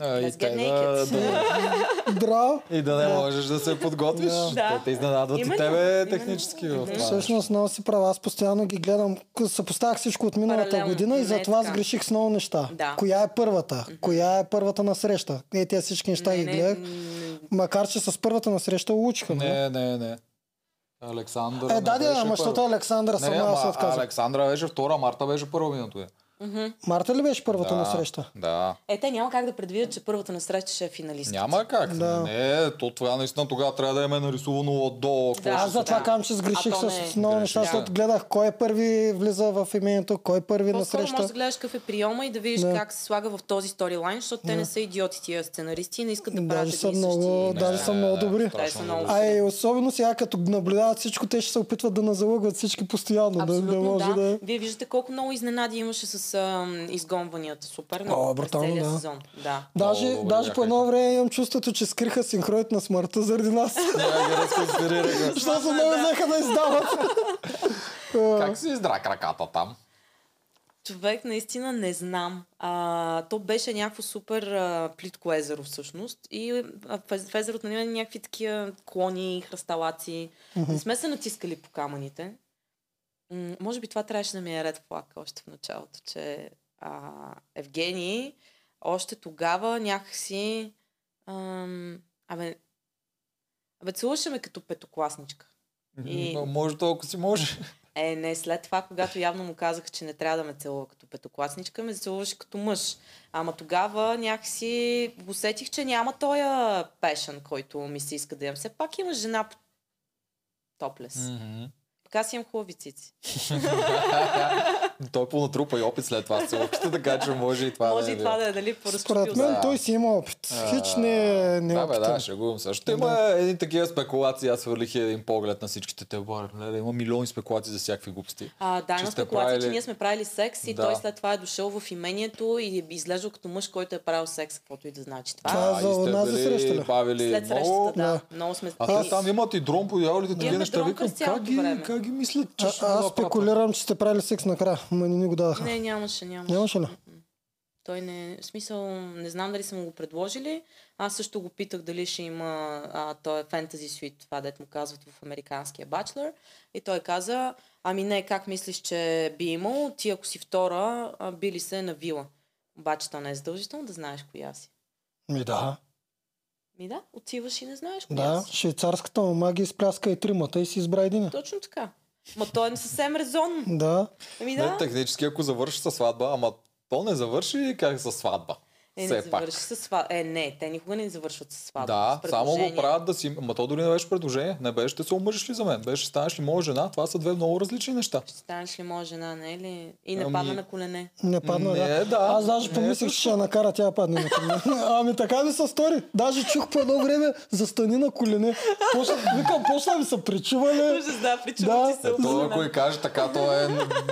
S1: А, и,
S3: Let's
S1: те
S3: get
S1: да,
S3: naked.
S1: да,
S2: Браво!
S1: и да не
S2: Да.
S1: можеш да се подготвиш.
S2: Да.
S1: Те, те изненадват
S3: Именно,
S1: и тебе
S3: именно.
S1: технически в
S3: Мгм.
S1: това.
S2: Всъщност много си права. Аз постоянно ги гледам. К- Съпоставях всичко от миналата
S3: Паралелно.
S2: година и
S3: Не е
S2: затова
S3: така.
S2: сгреших с много неща.
S3: Да.
S2: Коя е първата? Коя е първата на среща? Е, тези всички неща ги гледах.
S3: м,
S2: Макар, че с първата на среща улучиха. нали?
S1: Не, не, не. Александър.
S2: Е,
S1: не
S2: да, да,
S1: беше
S2: ама защото
S1: първа.
S2: Александра
S1: Не,
S2: сама аз се
S1: ама
S2: отказах.
S1: Александра беше втора, Марта беше първа минуто. Е.
S2: Марта ли беше първата на
S1: Да,
S2: среща?
S1: Да.
S3: Е, те няма как да предвидят, че първата на среща ще е финалист.
S1: Няма как.
S2: Да.
S1: Не, то това наистина тогава трябва да им е нарисувано отдолу. какво
S3: Да.
S1: ще
S2: Аз
S1: се
S2: затова
S3: Да.
S2: казвам, че сгреших
S3: А то
S2: с
S3: не.
S2: много неща,
S1: Грешиш, да.
S2: защото гледах кой е първи влиза в имението, кой е първи на
S3: По-скоро можеш да
S2: среща.
S3: гледаш какъв е приема и да видиш
S2: Да.
S3: да. как се слага в този сторилайн, защото те не са идиоти тия сценаристи и не искат да правят
S2: Даже
S3: едни
S2: са
S3: и същи...
S2: много,
S1: Не,
S2: даже са много добри.
S1: страшно
S3: Те са много
S2: А и особено сега, като наблюдават всичко, те ще се опитват да назалъгват всички постоянно. Да, да
S3: Абсолютно,
S2: нали? може
S3: да.
S2: да... е.
S3: Вие виждате колко много изненади имаше с ам, изгонванията. Супер
S2: О,
S3: много през
S2: брутално,
S3: целия
S2: да.
S3: сезон. Да.
S2: Даже,
S1: Много добри
S2: даже по
S1: бяха
S2: едно
S1: и
S2: време имам чувството, че скриха синхроните на смъртта заради нас.
S1: Да ги
S2: *laughs*
S1: разконспирираха.
S2: Защото се много взеха да издават.
S1: Как си издра краката там?
S3: Човек, наистина не знам. А, то беше някакво супер а, плитко езеро всъщност. И а, в ез- в езерото нали, има някакви такива клони, хръсталаци. Не сме се натискали по камъните. М- може би това трябваше да ми е ред флаг още в началото, че а, Евгений още тогава някакси... Ам, абе, абе целуваше ме като петокласничка. И-
S1: Но може толкова си може.
S3: Е, не, след това, когато явно му казах, че не трябва да ме целува като петокласничка, ме целуваше като мъж. Ама тогава някакси усетих, че няма този пешен, който ми се иска да имам. Все пак има жена по- топлес. Mm.
S1: Мгм.
S3: Пък аз имам хубави цици.
S1: Той понатрупа и опит след това с целоките, така че може и това
S3: Може
S1: да
S3: и
S1: е
S3: това
S1: било.
S3: да е дали по
S2: Според мен
S1: Да.
S2: той си има опит.
S1: А,
S2: Хич не е
S1: Да, бе,
S2: неопитен.
S1: да, шегувам се. Ще има едни такива спекулации. Аз свърлих един поглед на всичките те бар. Гледай, има милиони спекулации за всякакви глупости.
S3: А, да,
S1: че
S3: има
S1: сте
S3: спекулация, правили... че
S1: правили-
S3: ние сме правили секс и
S1: Да.
S3: да. той след това е дошъл в имението и е излежал като мъж, който е правил секс, каквото и да значи това.
S2: Това е
S1: и
S2: за
S1: сте
S2: нас за
S1: били
S2: среща ли?
S1: бавили
S3: След
S1: много.
S3: срещата, да.
S2: Да.
S3: Много сме...
S1: е А те
S3: И-
S1: там имат и дрон по дяволите, такива
S3: Имаме
S1: неща.
S3: дрон
S1: Викам,
S3: през цялото
S1: как ги,
S3: време.
S1: как ги мислят, че
S2: А,
S1: ще
S2: аз
S1: направят?
S2: спекулирам, че сте правили секс накрая, но не ни го дадаха.
S3: Не, нямаше, нямаше.
S2: Нямаше ли?
S3: М-м. Той не, в смисъл, не знам дали са му го предложили. Аз също го питах дали ще има а, той е фентази суит, това дет му казват в американския бачлер. И той каза, ами не, как мислиш, че би имал? Ти ако си втора, а, били се на вила. Обаче то не е задължително да знаеш коя си.
S2: Ми да.
S3: Ми да, отиваш и не знаеш коя
S2: Да,
S3: си.
S2: швейцарската мама ги изпляска и тримата и си избра един.
S3: Точно така. Ма той е съвсем резонно.
S2: Да.
S3: Ами
S1: Не,
S3: да.
S1: технически, ако завърши със сватба, ама то не завърши как със сватба.
S3: Е, не
S1: Все пак.
S3: завърши със сватба. Е, не, те никога не завършват със сватба.
S1: Да,
S3: с
S1: само го
S3: предложение.
S1: правят да си... Ма то дори не беше предложение. Не беше, ще се омъжиш ли за мен? Беше, ще станеш ли моя жена? Това са две много различни неща.
S3: Ще станеш ли моя жена, не е ли? И не
S1: Ами-
S3: падна на колене.
S2: Не падна,
S1: Не,
S2: да.
S1: да.
S2: Аз даже
S1: Не,
S2: помислих, че ще я накара тя да падне на колене.
S1: *laughs*
S2: Ами така ми се стори. Даже чух по едно време, застани на колене. Почна, викам, почна ми се причували.
S3: Ужас, да,
S2: Да.
S3: причува ти се
S1: Е, то,
S3: обърна.
S1: ако и каже така, то е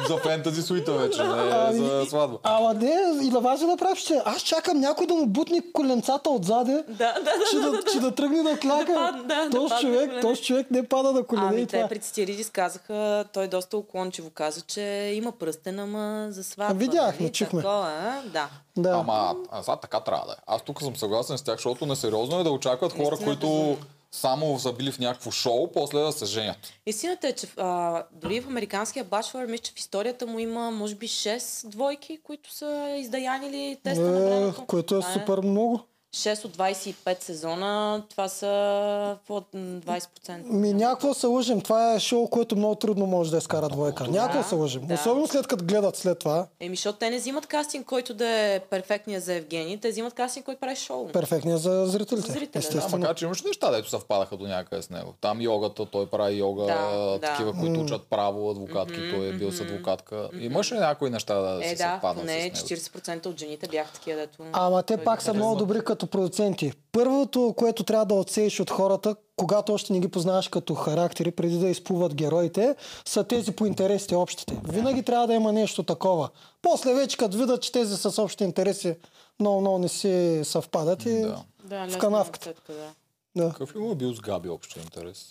S1: за фентази суита вече, не е
S2: Ами,
S1: за сватба.
S2: Ама не, и на вас ви направиш, че аз чакам някой да му бутне коленцата отзаде,
S3: Да, да, да.
S2: че да, че да тръгне да кляка.
S3: падне, *laughs* да, да
S2: Този
S3: падне
S2: човек,
S3: колене.
S2: този човек не пада на колене и
S3: Ами те
S2: това. е.
S3: при Цитиридис казаха, той доста уклончиво каза, че има пръстен, ама за сватба.
S2: Ами, Видяхме,
S3: нали?
S2: чухме.
S3: Такова, а? да.
S2: Да.
S1: Ама, а, сега така трябва да е. Аз тук съм съгласен с тях, защото несериозно е да очакват хора,
S3: Наистина,
S1: които
S3: безумно.
S1: само са били в някакво шоу, после да се женят.
S3: Истината е, че а, дори в американския бачлър, мисля, че в историята му има, може би, 6 двойки, които са издаянили теста на
S2: Е,
S3: времето.
S2: което е
S3: Това
S2: супер много.
S3: 6 от 25 сезона, това са под 20%.
S2: Ми някакво се лъжим. Това е шоу, което много трудно може да изкара двойка. Някакво се лъжим.
S3: да.
S2: Особено след като гледат след това.
S3: Еми, защото те не взимат кастинг, който да е перфектният за Евгений, те взимат кастинг, който прави шоу.
S2: Перфектния за
S3: За
S2: зрителите.
S3: зрителя, да.
S1: Да,
S2: Естествено.
S1: макар че имаше неща, дето съвпадаха до някъде с него. Там йогата, той прави йога,
S3: Да, да.
S1: такива, които учат право, адвокатки, той е бил с адвокатка. Имаше някои неща да
S3: Е,
S1: си
S3: да,
S1: съвпаднат с
S3: поне
S1: него.
S3: 40% от жените бяха такива, дето...
S2: Ама те
S3: Той
S2: пак
S3: ги
S2: са
S3: харесва.
S2: много добри като продуценти. Първото, което трябва да отсееш от хората, когато още не ги познаваш като характери, преди да изплуват героите, са тези по интересите общите. Винаги трябва да има нещо такова. После вече, като видят, че тези с общи интереси много, много не си съвпадат и...
S1: Да.
S3: да, лесно е
S2: канавката.
S3: отсетка, да.
S2: Да.
S1: Какъв ли му е бил с Габи общо интерес?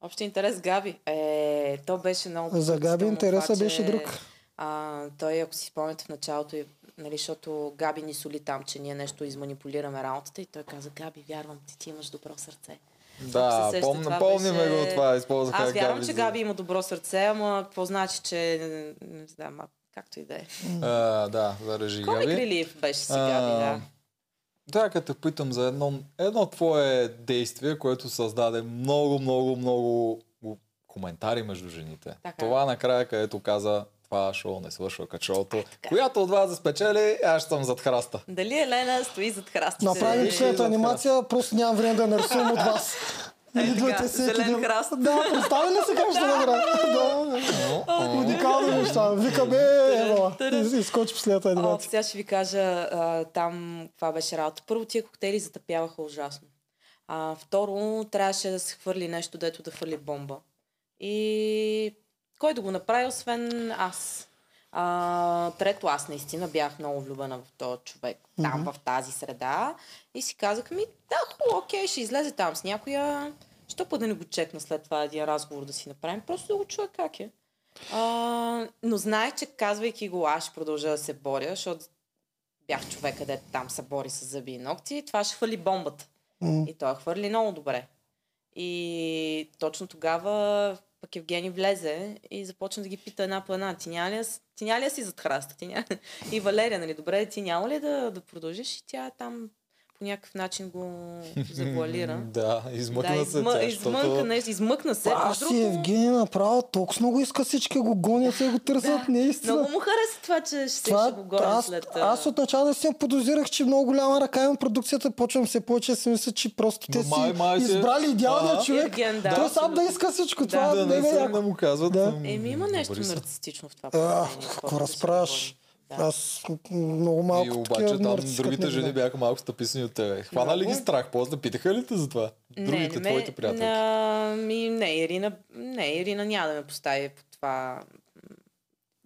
S3: Общи интерес Габи. Е, то беше много...
S2: За Габи
S3: потрясително
S2: интереса
S3: това,
S2: беше
S3: че,
S2: друг.
S3: А, той, ако си спомняте в началото, и- нали, защото Габи ни соли там, че ние нещо изманипулираме работата и той каза, Габи, вярвам ти, ти имаш добро сърце.
S1: Да,
S3: сеща,
S1: помня,
S3: това
S1: помниме
S3: беше-
S1: го това, използваха
S3: Аз вярвам, че
S1: за-
S3: Габи има добро сърце, ама какво значи, че... Не знам, а както и да е.
S1: А, да, за режи
S3: Комик
S1: Габи.
S3: релив беше си
S1: А,
S3: Габи, да.
S1: Трябва да те питам за едно, едно твое действие, което създаде много, много, много коментари между жените.
S3: Така.
S1: Това накрая, където каза, това шоу не свършва като
S3: Е,
S1: шоуто. Която от вас да спечели, аз ще съм зад храста.
S3: Дали Елена стои зад храста?
S2: Направим
S1: Е,
S2: след
S1: за
S2: анимация, просто нямам време да нарисувам от вас.
S3: Е,
S2: Идвате всеки
S3: зелен
S2: ден.
S3: храст.
S2: Да, представи ли се как ще направя? Да, уникални неща. Викаме, ева, из- изкочи по след
S3: О,
S2: анимация.
S3: сега ще ви кажа а, там каква беше работа. Първо, тия коктейли затъпяваха ужасно. А, второ, трябваше да се хвърли нещо, дето да хвърли бомба. И кой да го направи, освен аз. А, трето, аз наистина бях много влюбена в този човек, там, в тази среда. И си казах ми, да, хубаво, окей, ще излезе там с някоя. Що па да не го чекна след това един разговор да си направим? Просто да го чуя как е. А, но знаех, че казвайки го, аз ще продължа да се боря, защото бях човека, където там се бори с зъби и ногти, това ще хвърли бомбата.
S2: М.
S3: И той я хвърли много добре. И точно тогава пък Евгений влезе и започна да ги пита една по една. Ти няма ли, да с- ти няма ли да си зад храста? Ти няма... И Валерия, нали, добре, ти няма ли да, да продължиш? И тя там по някакъв начин го
S1: *laughs*
S3: завуалира.
S1: Да, измъкна се
S3: измъ...
S1: тя,
S3: измъкна,
S1: защото...
S3: нещо, измъкна се.
S2: Аз
S3: Между
S2: си
S3: другото,
S2: Евгений направо толкова много иска всички го гонят и го търсят,
S3: Много
S2: наистина.
S3: му хареса това, че ще се ще го горе
S2: аз,
S3: след... а,
S2: аз отначало наистина подозирах, че много голяма ръка има продукцията, почвам все повече да си мисля, че просто те
S1: Но
S2: си
S1: май- май се-
S2: избрали идеалния
S1: Ага.
S2: човек.
S3: Евген,
S2: Той
S3: да,
S2: сам да
S3: абсолютно.
S2: иска всичко
S3: Да.
S2: това.
S3: аз-
S1: Да, не,
S2: ме
S1: се,
S2: яко.
S1: не му казват.
S2: Да.
S1: м,
S3: Еми има нещо
S1: добри са.
S3: нарцистично в това.
S2: А,
S3: поведение,
S2: какво
S3: колкото и да се
S2: разправяш?
S3: говори. Да.
S2: Аз м, много малко
S1: И
S2: такива
S1: обаче там
S2: нарцисък
S1: другите
S2: не
S1: жени
S2: знам.
S1: бяха малко стъписани от тебе. Хвана ли ги
S2: е.
S3: Много.
S1: страх? После питаха ли те за това? Другите,
S3: ме-
S1: твоите приятелки.
S3: на- Ми, не, Ирина, не, Ирина няма да ме постави по това.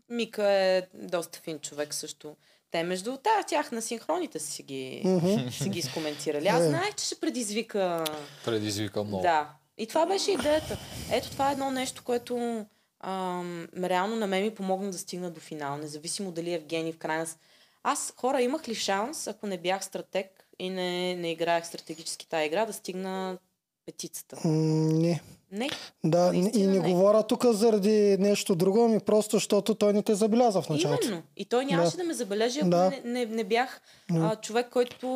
S3: Мика е доста фин човек също. Те между тях, тях на синхроните са си ги,
S2: Мгм.
S3: си ги скоментирали. Аз
S2: Е.
S3: знаех, че ще предизвика
S1: Предизвика много.
S3: Да. И това беше идеята. Ето това е едно нещо, което ам, реално на мен ми помогна да стигна до финал. Независимо дали Евгений в крайна... с- Аз, хора, имах ли шанс, ако не бях стратег и не, не играех стратегически тая игра, да стигна петицата?
S2: М, Не.
S3: Не.
S2: Да, и
S3: Наистина
S2: не
S3: не.
S2: говоря тук заради нещо друго, ми просто, защото той не те забеляза в началото.
S3: Именно. И той нямаше да, ме забележи, ако
S2: Да.
S3: да. не, не, не бях
S2: Да.
S3: а, човек, който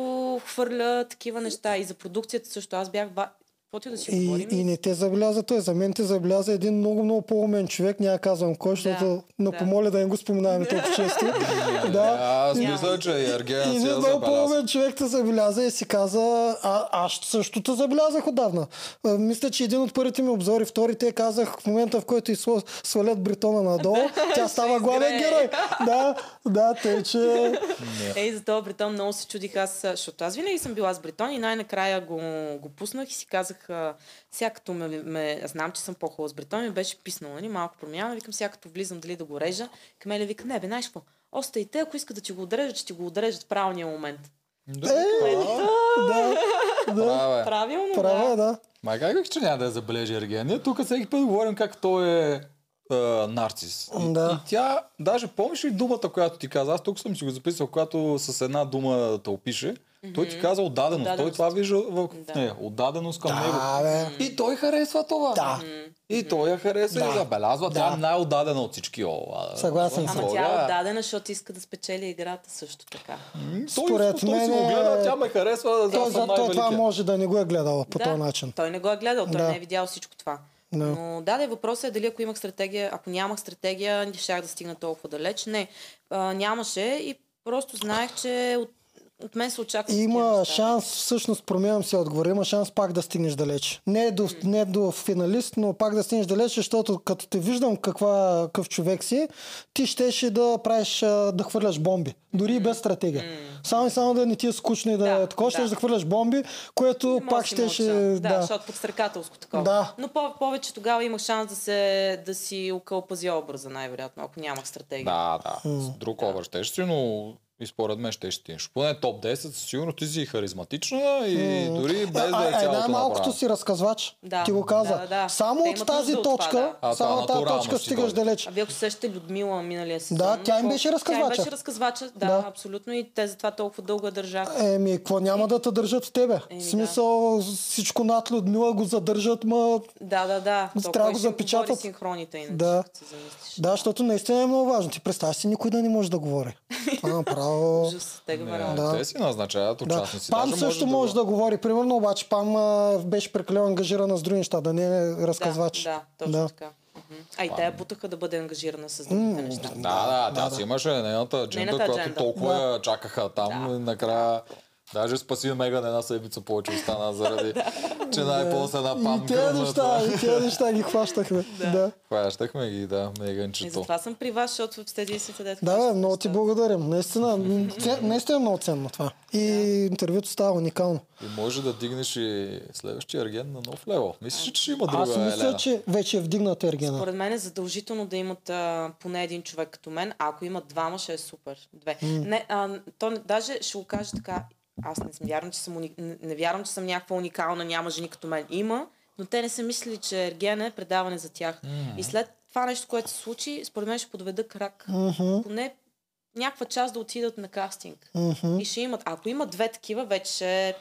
S3: хвърля такива неща. И за продукцията също. Аз бях... ба- Каквото и да си
S2: И,
S3: говорим.
S2: и не те забеляза той. За мен те забеляза един много, много по-умен човек. Няма казвам кой, защото да, но
S3: да.
S2: помоля да не го споменаваме толкова често. *laughs* да.
S1: Аз
S3: Няма.
S1: мисля, че и Ергена
S2: И
S1: си я
S2: един много
S1: забеляза.
S2: по-умен човек те забеляза и си каза, а, аз също те забелязах отдавна. А, мисля, че един от първите ми обзори, вторите, казах в момента, в който и сл- свалят Бритона
S3: *laughs*
S2: надолу, тя става главен
S3: изгрее.
S2: герой. Да, да, тъй, че...
S3: Ей, за този Бритон много се чудих аз, а, защото аз винаги съм била с Бритон и най-накрая го, го пуснах и си казах, а, сега като ме, ме, аз знам, че съм по-хубава с Бритон, ми беше писнала ни малко промяна, викам, сега като влизам дали да го режа, Камеля вика, не бе, знаеш какво, остайте, ако искат да ти го отрежат, ще ти го отрежат в правилния момент.
S2: Е, Да, да,
S1: Да, бе.
S3: Правилно,
S2: права е,
S3: да.
S2: да.
S1: Май как бих, че няма да я забележи Ерген? Ние тук всеки път говорим как той е а, нарцис. И,
S2: Да.
S1: и тя, даже помниш ли думата, която ти каза? Аз тук съм си го записал, която с една дума те опише. Той ти каза отдаденост. Той
S3: Отдаденост.
S1: това вижда в
S3: Да.
S1: нея. Отдаденост към него.
S2: Да, бе.
S1: И той харесва това.
S2: Да.
S1: И той я харесва
S2: Е, Да.
S1: и забелязва. Тя
S2: Да.
S1: е най-отдадена от всички. О, а,
S2: Съгласен съм.
S3: Ама
S1: Бога.
S3: тя е отдадена, защото иска да спечели играта също така.
S1: М, Той,
S2: Според
S1: той си
S2: мен
S1: го
S2: е-
S1: гледа, тя ме харесва.
S2: Той,
S1: Той,
S2: за,
S1: съм
S2: той това
S1: най-великия.
S2: може да не го е гледал по
S3: да,
S2: този начин.
S3: Той не го е гледал, той
S2: Да.
S3: да. не е видял всичко това.
S2: Да.
S3: Но да, да, въпросът е дали ако имах стратегия, ако нямах стратегия, щях да стигна толкова далеч. Не, а, нямаше и просто знаех, че от, от мен се очаква.
S2: Има шанс, всъщност променям си отговора, има шанс пак да стигнеш далеч. Не е до, не до финалист, но пак да стигнеш далеч, защото като те виждам каква, какъв човек си, ти щеше да правиш, а, да хвърляш бомби. Дори и без стратегия. Само и само да не ти е скучно и да,
S3: Да,
S2: такова,
S3: да.
S2: щеш да хвърляш бомби, което пак щеше...
S3: Да, да,
S2: Да,
S3: защото подстрекателско такова.
S2: Да.
S3: Но по- повече тогава имах шанс да, се, да си окълпази образа, най-вероятно, ако нямах стратегия.
S1: Да, да. С друг образ ще си, но и според мен ще е ще Поне топ 10, със сигурност ти си харизматична и дори без да е
S2: а, е
S1: цялото
S2: най-малкото
S1: направена.
S2: си разказвач.
S3: Да,
S2: ти го каза.
S3: да, да.
S2: Само
S3: Те
S2: от
S3: имат
S2: тази
S3: нужда от това,
S2: точка,
S3: да.
S1: А,
S2: само
S1: това
S2: от тази
S1: натурално
S2: точка
S1: си
S2: стигаш
S1: дойде.
S2: далеч.
S3: А вие ако се сещате Людмила миналия сезон.
S2: Да, тя им
S3: колко-
S2: беше
S3: Тя им
S2: разказвача.
S3: беше разказвача, да,
S2: Да.
S3: абсолютно. И те затова толкова дълго я държаха.
S2: Еми, какво няма да те държат в тебе?
S3: Еми,
S2: в смисъл, всичко над Людмила го задържат, ма...
S3: Да, да, да.
S2: Трябва
S3: Толкова
S2: да
S3: и ще
S2: запечатат.
S3: говори синхроните, иначе,
S2: Да.
S3: като се замислиш.
S2: Да, защото наистина е много важно. Ти представя си, никой да не може да говори. Това е
S1: *laughs*
S2: направо...
S3: Ужас, те го
S1: Не,
S3: върнат.
S2: Да.
S1: Те си назначават
S2: Да.
S1: участници.
S2: Пам
S1: Даже
S2: също може да... говори, примерно, обаче Пам а, беше прекалено ангажирана с други неща, да не е разказвач.
S3: Да, да точно
S2: Да.
S3: да. така. Мгм. А и те я бутаха да бъде ангажирана с другите неща.
S1: Да, да, тя си имаше нейната адженда,
S3: Нейната
S1: която
S3: адженда.
S1: толкова я чакаха там и накрая. Даже спаси Меган една седмица повече остана
S3: *laughs*
S1: заради, че най-после една
S2: И
S1: памка.
S2: тези неща, и тези неща ги хващахме. да.
S1: Хващахме ги, да,
S3: И
S1: Меганчето.
S3: затова съм при вас, защото в тези си дето.
S2: Да, бе,
S3: казвате
S2: много
S3: неща.
S2: ти благодарим. Наистина, м, те- наистина е много ценно това. И интервюто става уникално.
S1: И може да дигнеш и следващия ерген на нов лево. Мислиш, ли, че ще има друга
S2: Аз мисля,
S1: Елена?
S2: че вече е вдигната Ергена.
S3: Според мен е задължително да имат а, поне един човек като мен. А ако имат двама, ще е супер. Две. Не, а, то не- даже ще го кажа така. Аз не съм вярвам, че съм, уни... не, не вярвам, че съм някаква уникална, няма жени като мен. Има, но те не са мислили, че Ерген е предаване за тях. И след това нещо, което се случи, според мен ще подведа крак. Поне някаква част да отидат на кастинг.
S2: Мгм.
S3: И ще имат. Ако има две такива, вече ще е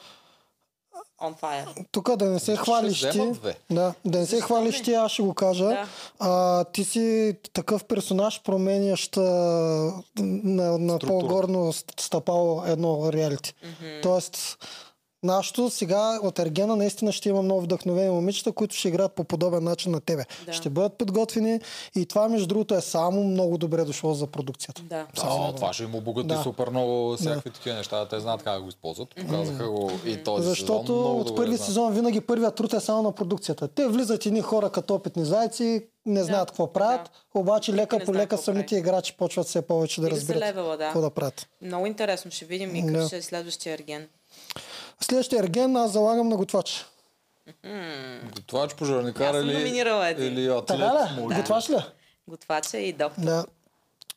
S3: on fire.
S2: Тук да не се
S1: Ще
S2: хвалиш ти.
S1: взема две.
S2: Да, да не се
S3: Защо
S2: хвалиш
S3: не?
S2: ти, аз ще го кажа.
S3: Да.
S2: А, ти си такъв персонаж, променящ а, на, на
S1: Структура.
S2: по-горно ст- стъпало едно реалити.
S3: Мгм.
S2: Тоест, нашето сега от Ергена наистина ще има много вдъхновени момичета, които ще играят по подобен начин на тебе.
S3: Да.
S2: Ще бъдат подготвени и това, между другото, е само много добре дошло за продукцията.
S3: Да.
S1: Да, това ще им обогати
S2: Да.
S1: супер много всякакви такива неща. да Те знаят как да го използват. Показаха го и този
S2: Защото
S1: сезон. много
S2: от
S1: добре е,
S2: първи
S1: знаят.
S2: сезон винаги първият труд е само на продукцията. Те влизат едни хора като опитни зайци, не знаят какво правят, обаче лека
S3: не
S2: по
S3: знаят
S2: лека
S3: какво
S2: самите играчи почват все повече да
S3: И да се
S2: разбират
S3: левела, да.
S2: какво да правят.
S3: Много интересно, ще видим и как
S2: Да.
S3: ще е следващия ерген.
S2: Следващия ерген аз залагам на готвач.
S1: Това, че пожарникар
S3: Аз съм
S1: или,
S3: номинирала един.
S1: или атлет.
S2: Така ли?
S1: може би.
S2: Готвач ли?
S3: Готвача и доктор.
S2: Да.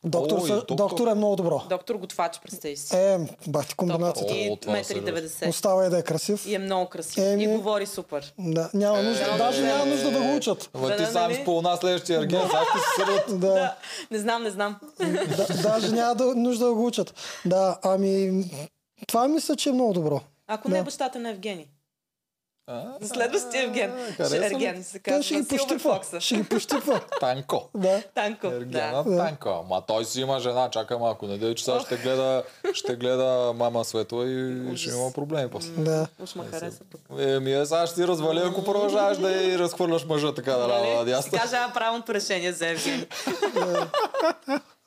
S2: Доктор,
S1: Ой,
S2: съ-
S1: доктор.
S2: доктор е много добро.
S3: Доктор готвач, представи си.
S2: Е, бати
S3: Топ
S2: комбинацията.
S1: О,
S3: и
S1: това е
S3: 1,90 м.
S2: Остава и да е красив.
S3: И е много красив.
S2: Еми.
S3: И говори супер.
S2: Да, няма нужда, даже няма нужда да го учат.
S1: Ама
S3: Да,
S1: ти
S3: да,
S1: сам
S3: нали?
S1: спомена следващия ерген, сега Е, ще се сърдат.
S2: Да,
S3: Не знам, не знам.
S2: да, даже няма да, нужда да го учат. Да, ами това мисля, че е много добро.
S3: Ако не е
S2: Да.
S3: бащата на Евгений.
S1: А,
S3: За следващия Евген.
S1: хареса
S3: Ще-
S1: ли?
S3: Ерген се
S2: Той
S3: казва.
S2: ще ги
S3: Силвър
S2: пощипва.
S3: Фокса.
S2: Ще ги
S3: *laughs*
S2: пощипва.
S1: Танко.
S2: Да.
S3: Танко.
S1: Ергена
S3: Да.
S1: да. Танко. Ама той си има жена, чакай малко. Не дей, че сега ще гледа, ще гледа мама Светла и
S3: Ужас.
S1: ще има проблеми после.
S2: Да.
S3: Уж ма хареса пък.
S1: Еми, е, сега ще ти развали, ако продължаваш да и разхвърляш мъжа така да
S3: Нали?
S1: лава
S3: Си
S1: надясно.
S3: кажа а, правилното решение за Евгений.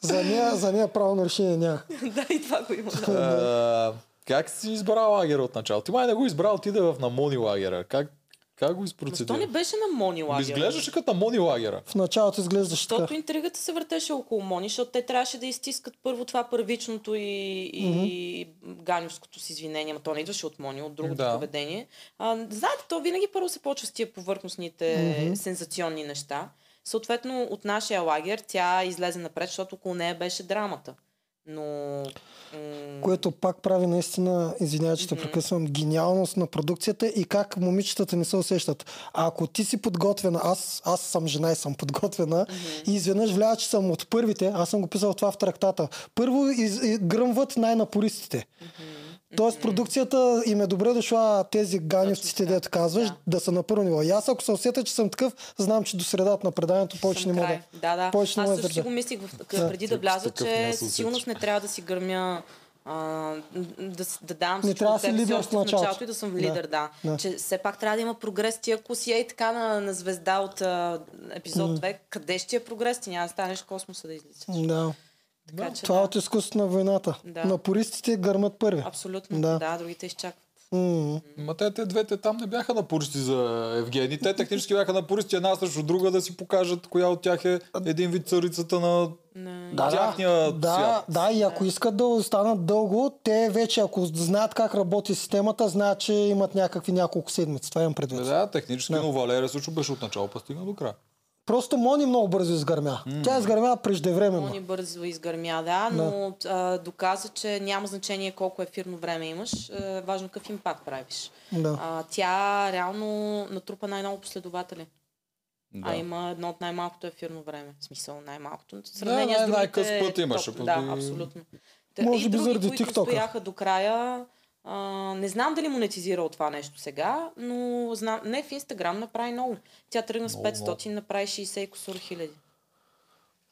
S2: За нея, за нея правилно решение няма.
S3: *laughs* да, и това го има. да.
S1: Е, Как си избрал лагера от началото? Ти май не го избрал, отиде в на Мони лагера. Как, как го
S3: Ма Защо не
S1: изпроцедира?
S3: беше на Мони лагер?
S1: Изглеждаше като на Мони лагера.
S2: В началото изглеждаше така.
S3: Защото интригата се въртеше около Мони, защото те трябваше да изтискат първо това първичното и, и mm-hmm. ганевското с извинение, ама то не идваше от Мони, от другото
S1: Да.
S3: да. поведение. А, знаете, то винаги първо се почва с тия повърхностните
S2: Мгм.
S3: mm-hmm. сензационни неща. Съответно, от нашия лагер тя излезе напред, защото около нея беше драмата. Но... м,
S2: Което пак прави наистина, извинявай, че те
S3: Мгм.
S2: прекъсвам, гениалност на продукцията и как момичетата не се усещат. А ако ти си подготвена, аз, аз съм жена и съм подготвена, и изведнъж влява, че съм от първите, аз съм го писал това в трактата. Първо из, и, гръмват най-напористите. Тоест продукцията им е добре дошла тези ганевците,
S3: така,
S2: дето казваш,
S3: да.
S2: да. са на първо ниво. И аз ако се усета, че съм такъв, знам, че до средата на преданието повече
S3: съм
S2: не мога.
S3: край.
S2: да-
S3: Да, да.
S2: повече не
S3: Аз
S2: мога да
S3: също си
S2: държа.
S3: го мислих в, к-
S2: Да.
S3: преди да
S1: Ти
S3: вляза,
S1: такъв няма
S3: че
S1: да се
S3: със сигурност не трябва да си гърмя а, м, да, с- да давам всичко
S2: трябва да
S3: от
S2: си
S3: себе си
S2: лидер
S3: още
S2: в началото.
S3: и да съм
S2: Да.
S3: лидер, да.
S2: Да.
S3: Че все пак трябва да има прогрес. Ти ако си ей така на, на звезда от а, епизод 2, къде ще ти е прогрес? Ти няма да станеш в космоса да излизаш.
S2: Да.
S3: Така че
S2: Това е
S3: да,
S2: от изкуството на войната.
S3: Да.
S2: Напористите гърмат първи.
S3: абсолютно. Да.
S2: Да.
S3: другите изчакват.
S2: М.
S1: Ма те, те двете там не бяха на пористи за Евгений. Те технически бяха на пористи една срещу друга да си покажат коя от тях е един вид царицата на
S3: Не.
S1: Да, тяхния
S2: да,
S1: свят.
S2: да, и ако искат да останат дълго, те вече, ако знаят как работи системата, знаят, че имат някакви няколко седмици. Това имам предвид.
S1: Да, да, технически,
S2: Да.
S1: но Валерия също беше от начало, па стигна до края.
S2: Просто Мони много бързо изгърмя. Тя изгърмя преждевременно.
S3: Мони бързо изгърмя, да, но а, доказа, че няма значение колко ефирно време имаш, а, важно какъв импакт правиш.
S2: Да.
S3: А, тя реално натрупа най-много последователи.
S1: Да.
S3: А има едно от най-малкото ефирно време. В смисъл най-малкото. В
S1: най-
S3: сравнение с
S1: най-къс
S3: другите
S1: път имаше,
S3: топ.
S1: пък
S3: Да,
S1: и-
S3: абсолютно. Та-
S2: Може
S3: и
S2: би
S3: други,
S2: заради
S3: които
S2: TikTok-а.
S3: Стояха до края. А, не знам дали монетизирал това нещо сега, но знам... Не, в Инстаграм направи много. Тя тръгна с
S1: Много,
S3: 500, направи 60 и кусор хиляди.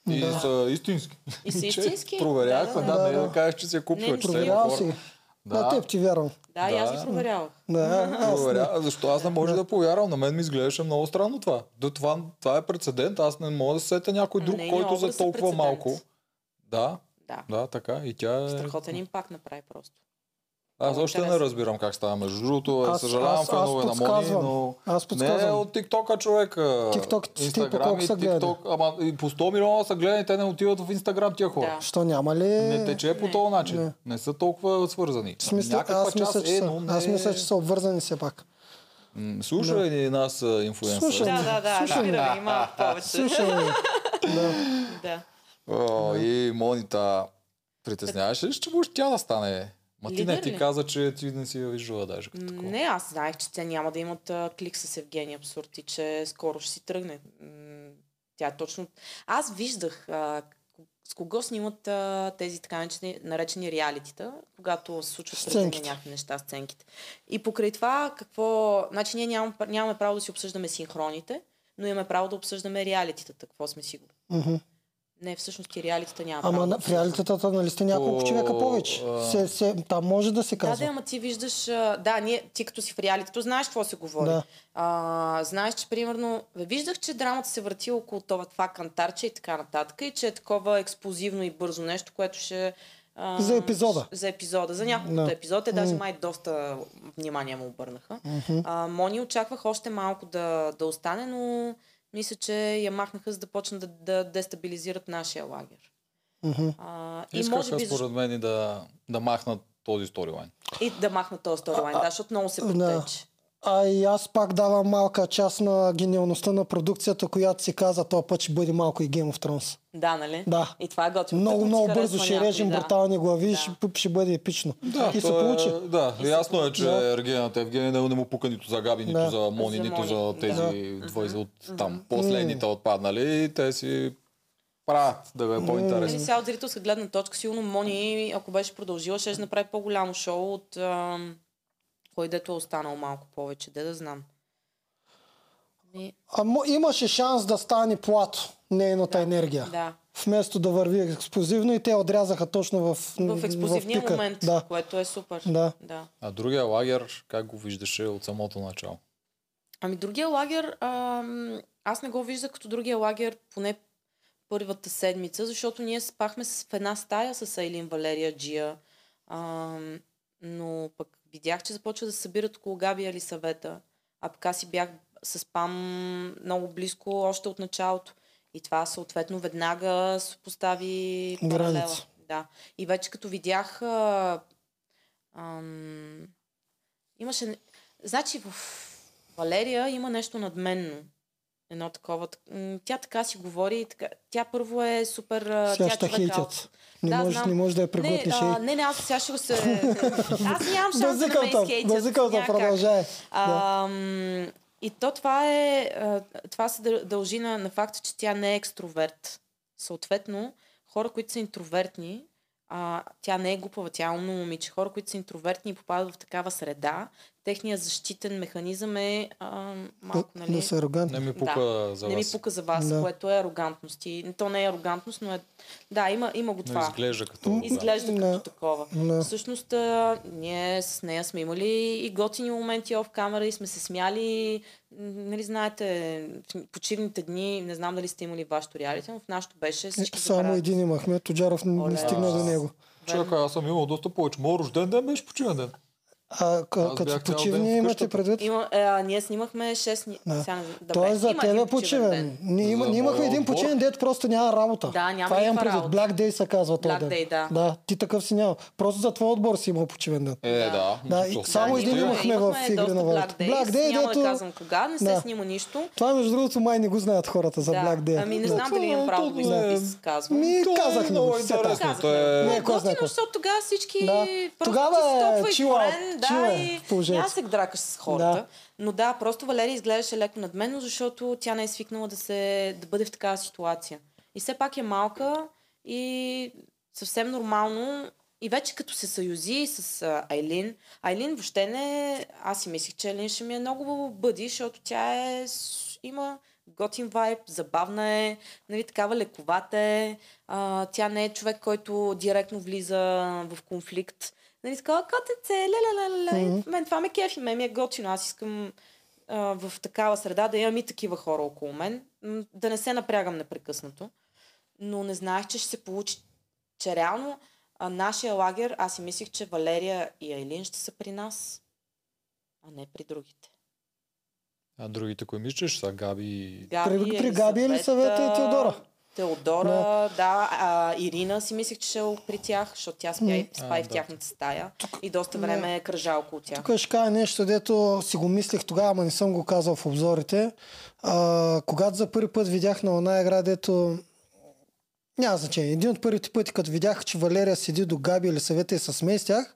S1: И
S2: Да.
S1: са истински.
S3: И са
S1: Че
S3: истински.
S1: Проверяхме, да,
S2: Да,
S1: не
S2: да.
S1: да кажеш, че си я
S3: Не,
S1: купила. че са я
S2: Проверял
S1: хора.
S2: си.
S1: Да.
S2: На теб ти вярвам.
S3: Да, да, и аз
S1: Да.
S3: ги проверявах.
S2: Да, аз не.
S1: Проверя... Защо аз не може да повярвам? На мен ми изглеждаше много странно това. До това, това е прецедент. Аз не мога да се сетя някой друг,
S3: Нейният
S1: който за
S3: образ е
S1: толкова
S3: прецедент.
S1: малко. Да,
S3: Да.
S1: да, така. И тя е...
S3: Страхотен импакт направи просто.
S1: Аз още не
S3: Интересно.
S1: разбирам как става. Между другото, аз,
S2: Аз-
S1: съжалявам
S2: аз-
S1: фенове
S2: аз
S1: на Мони,
S2: подсказвам.
S1: но...
S2: Аз
S1: Не е
S2: подсказвам.
S1: от TikTok-а човека.
S2: TikTok ти по
S1: Instagram
S2: колко
S1: и
S2: са гледани?
S1: TikTok. Ама и по 100 милиона са гледани, те не отиват в Instagram тия хора.
S3: Да.
S2: Що няма ли?
S1: Не тече по
S3: Не.
S1: този начин. Не.
S2: Не.
S1: са толкова свързани.
S2: В смисъл,
S1: Някаква
S2: аз мисля,
S1: част
S2: че
S1: е,
S2: са,
S1: но не...
S2: аз мисля, че са обвързани все пак.
S1: М, Слушай ни нас а, инфлуенсъри.
S2: Слушай.
S3: Да, да, да.
S2: Слушай.
S3: разбираме, и малко повече.
S2: Слушай, да.
S3: Да.
S1: О, и Монита, притесняваш ли, се, че може тя да стане? Ма ти не
S3: Лидер
S1: ти
S3: ли?
S1: каза, че ти не си я виждала даже като такова.
S3: Не, аз знаех, че те няма да имат а, клик с Евгения Абсурд и че скоро ще си тръгне. М, Тя точно... Аз виждах а, с кого снимат а, тези така наречени, наречени реалитита, когато се случват пред мен
S2: Сценките.
S3: някакви неща, сценките. И покрай това, какво... Значи ние нямам, нямаме право да си обсъждаме синхроните, но имаме право да обсъждаме реалититата, какво сме сигурни.
S2: Мгм.
S3: Не, всъщност и реалитата няма право.
S2: Ама
S3: да
S2: на- в
S3: обсъждаме.
S2: реалитетата, нали сте няколко
S1: О,
S2: човека повече?
S1: а.
S2: Се, се, там може да се
S3: Да, да,
S2: казва.
S3: ама ти виждаш, а, да, ние, ти като си в реалитето, знаеш какво се говори.
S2: Да.
S3: А, знаеш, че примерно, бе, виждах, че драмата се върти около това, това кантарче и така нататък, и че е такова експлозивно и бързо нещо, което ще... А,
S2: За епизода.
S3: ш- За епизода, за няколкото
S2: Да.
S3: да. епизода, даже
S2: М.
S3: май доста внимание му обърнаха.
S2: Мгм.
S3: А, Мони очаквах още малко да, да остане, но мисля, че я махнаха, за да почнат да, да дестабилизират нашия лагер.
S2: Мгм.
S3: А, и може
S1: Искаха
S3: би защо-
S1: според мен и да, да махнат този сторилайн.
S3: и да махнат този сторилайн, да, защото много се
S2: Да.
S3: потече.
S2: А и аз пак давам малка част на гениалността на продукцията, която си каза, този път ще бъде малко и Game of Thrones.
S3: Да, нали?
S2: Да.
S3: И това е готино.
S2: Много,
S3: Тъкмо ти
S2: много
S3: харесва
S2: бързо ще
S3: някой,
S2: режем
S3: да.
S2: брутални глави,
S3: Да.
S2: ще, ще бъде епично. и се
S1: то е-
S2: получи.
S1: Да,
S3: И се
S1: ясно е,
S3: получи.
S1: че
S2: Да.
S1: Ергената Евгения не, не му пука нито за Габи, нито
S2: Да.
S1: за Мони,
S3: За
S1: нито
S3: Мони,
S1: за
S3: да.
S1: тези два из- от там. Последните отпаднали и те си правят да е
S3: Нали,
S1: по-интересно.
S3: сега от зрителска гледна точка, сигурно Мони, ако беше продължила, ще ще направи по-голямо шоу от ам, кой дето е останал малко повече, де да знам. Ми,
S2: А мо- имаше шанс да стане плато нейната енергия.
S3: да.
S2: Вместо да върви експлозивно и те отрязаха точно в,
S3: В експлозивния
S2: пика.
S3: момент,
S2: Да.
S3: което е супер.
S2: Да.
S3: да.
S1: А другия лагер, как го виждаше от самото начало?
S3: Ами другия лагер, ам, аз не го виждах като другия лагер поне първата седмица, защото ние спахме с, в една стая с Айлин, Валерия, Джия. Ам, но пък видях, че започва да се събират около Габи или съвета. А пък аз си бях с Пам много близко още от началото. И това съответно веднага се постави
S2: Граница.
S3: паралела. Да. И вече като видях а, ам, Имаше... не- Значи в Валерия има нещо надменно. Едно такова. так- м, Тя така си говори. и Така... Тя първо е супер... а,
S2: Сега
S3: тя е
S2: ще
S3: човек
S2: хейтят. Не,
S3: Да,
S2: може,
S3: знам.
S2: не може да я
S3: Не,
S2: приготвиш.
S3: а,
S2: ей.
S3: не, не, аз сега ще
S2: *laughs*
S3: го се... аз нямам шанс да ме
S2: Базикълта,
S3: изхейтят.
S2: базикълта,
S3: някак.
S2: продължай.
S3: А, м, и то това е... а, Това се дъл- дължи на, на факта, че тя не е екстроверт. Съответно, хора, които са интровертни, а, тя не е глупава, тя е умно момиче. Хора, които са интровертни и попадат в такава среда, техният защитен механизъм е а, малко,
S2: Да,
S3: нали?
S2: да са арогантни.
S1: Не ми пука за
S3: не ми
S1: вас.
S3: пука за вас,
S2: Да.
S3: да. което е арогантност. И, то не е арогантност, но е... Да, има, има го
S1: Не
S3: това.
S1: изглежда като...
S2: М,
S1: да.
S3: Изглежда
S2: Да.
S3: като такова.
S2: Да.
S3: Всъщност, а, ние с нея сме имали и готини моменти оф камера и сме се смяли. М, Нали, знаете, в почивните дни, не знам дали сте имали вашето реалити, но в нашото беше всички
S2: Е, Само
S3: забравят.
S2: един имахме, Тоджаров не, не
S3: Оле.
S2: стигна до него.
S1: Чакай, аз съм имал доста повече. Моят рожден ден беше почивен ден.
S2: А к-
S1: Аз
S2: като
S1: бях цял ден
S2: почивни имате
S1: вкъщата.
S2: предвид?
S3: Има, а, ние снимахме 6 дни.
S2: Да.
S3: Сега не- добре,
S2: Той е за
S3: има един
S2: тебе почивен.
S3: ден.
S2: Ние, има,
S1: За
S2: ние имахме
S1: моя
S2: един
S1: отбор.
S2: почивен, дето просто няма работа.
S3: Да, няма
S2: Това имам
S3: никаква
S2: предвид.
S3: работа.
S2: Black Day се казва този
S3: Black
S2: ден.
S3: Day, да.
S2: да. ти такъв си няма. Просто за твой отбор си имал почивен ден.
S1: Е, да.
S3: Да.
S2: Да, и
S1: М, то-
S2: само
S1: то-
S2: един
S1: то-
S2: имах. имахме в
S3: имахме
S2: Игри
S3: доста
S2: на волята.
S3: Black Days.
S2: Black Day,
S3: Няма
S2: дето-
S3: да казвам кога, не се
S2: Да.
S3: снима нищо.
S2: Това между другото май не го знаят хората за
S3: да.
S2: Black Day.
S3: Ами не
S2: Да.
S3: знам дали
S1: то-
S3: имам право да го
S1: то е-
S3: изказвам.
S2: Ми,
S1: то е
S2: казах
S1: много
S2: му, все пак.
S1: интересно.
S3: Казах
S1: То е...
S2: Не,
S3: Не,
S2: кой
S3: е готино,
S2: знае какво.
S3: защото тогава всички
S2: Да.
S3: да.
S2: Тогава е
S3: просто ти
S2: chill
S3: стопва
S2: out, chill
S3: и корен, да,
S2: е
S3: и
S2: положението.
S3: няма да се дракаш с хората.
S2: Да.
S3: Да. Но да, просто Валерия изглеждаше леко над мен, защото тя не е свикнала да, се, да бъде в такава ситуация. И все пак е малка и съвсем нормално. И вече като се съюзи с а, Айлин, Айлин въобще не е... Аз си мислих, че Айлин ще ми е много бъди, защото тя е... с- има готин вайб, забавна е, нали, такава лековата е. А, тя не е човек, който директно влиза в конфликт. Нали, такава котеце, ля-ля-ля-ля.
S2: Мгм.
S3: Мен това ме кефи, мен ми е готино. Аз искам а, в такава среда да имам и такива хора около мен. М, Да не се напрягам непрекъснато. Но не знаех, че ще се получи, че реално а, нашия лагер, аз си мислих, че Валерия и Айлин ще са при нас, а не при другите.
S1: А другите, кои мислиш, са Габи и...
S2: При-
S3: е
S2: при Габи, Елисавета и Теодора.
S3: Теодора,
S2: Да.
S3: да. а, Ирина си мислих, че ще е при тях, защото тя спя,
S2: М.
S3: и- спа
S1: А,
S3: и в
S1: да.
S3: тяхната стая и доста време е кръжа около тях.
S2: Тук ще кажа нещо, дето си го мислех тогава, ама не съм го казал в обзорите. А, когато за първи път видях на една игра, дето... Няма значение. Един от първите пъти, като видях, че Валерия седи до Габи или съвета и се смее с тях,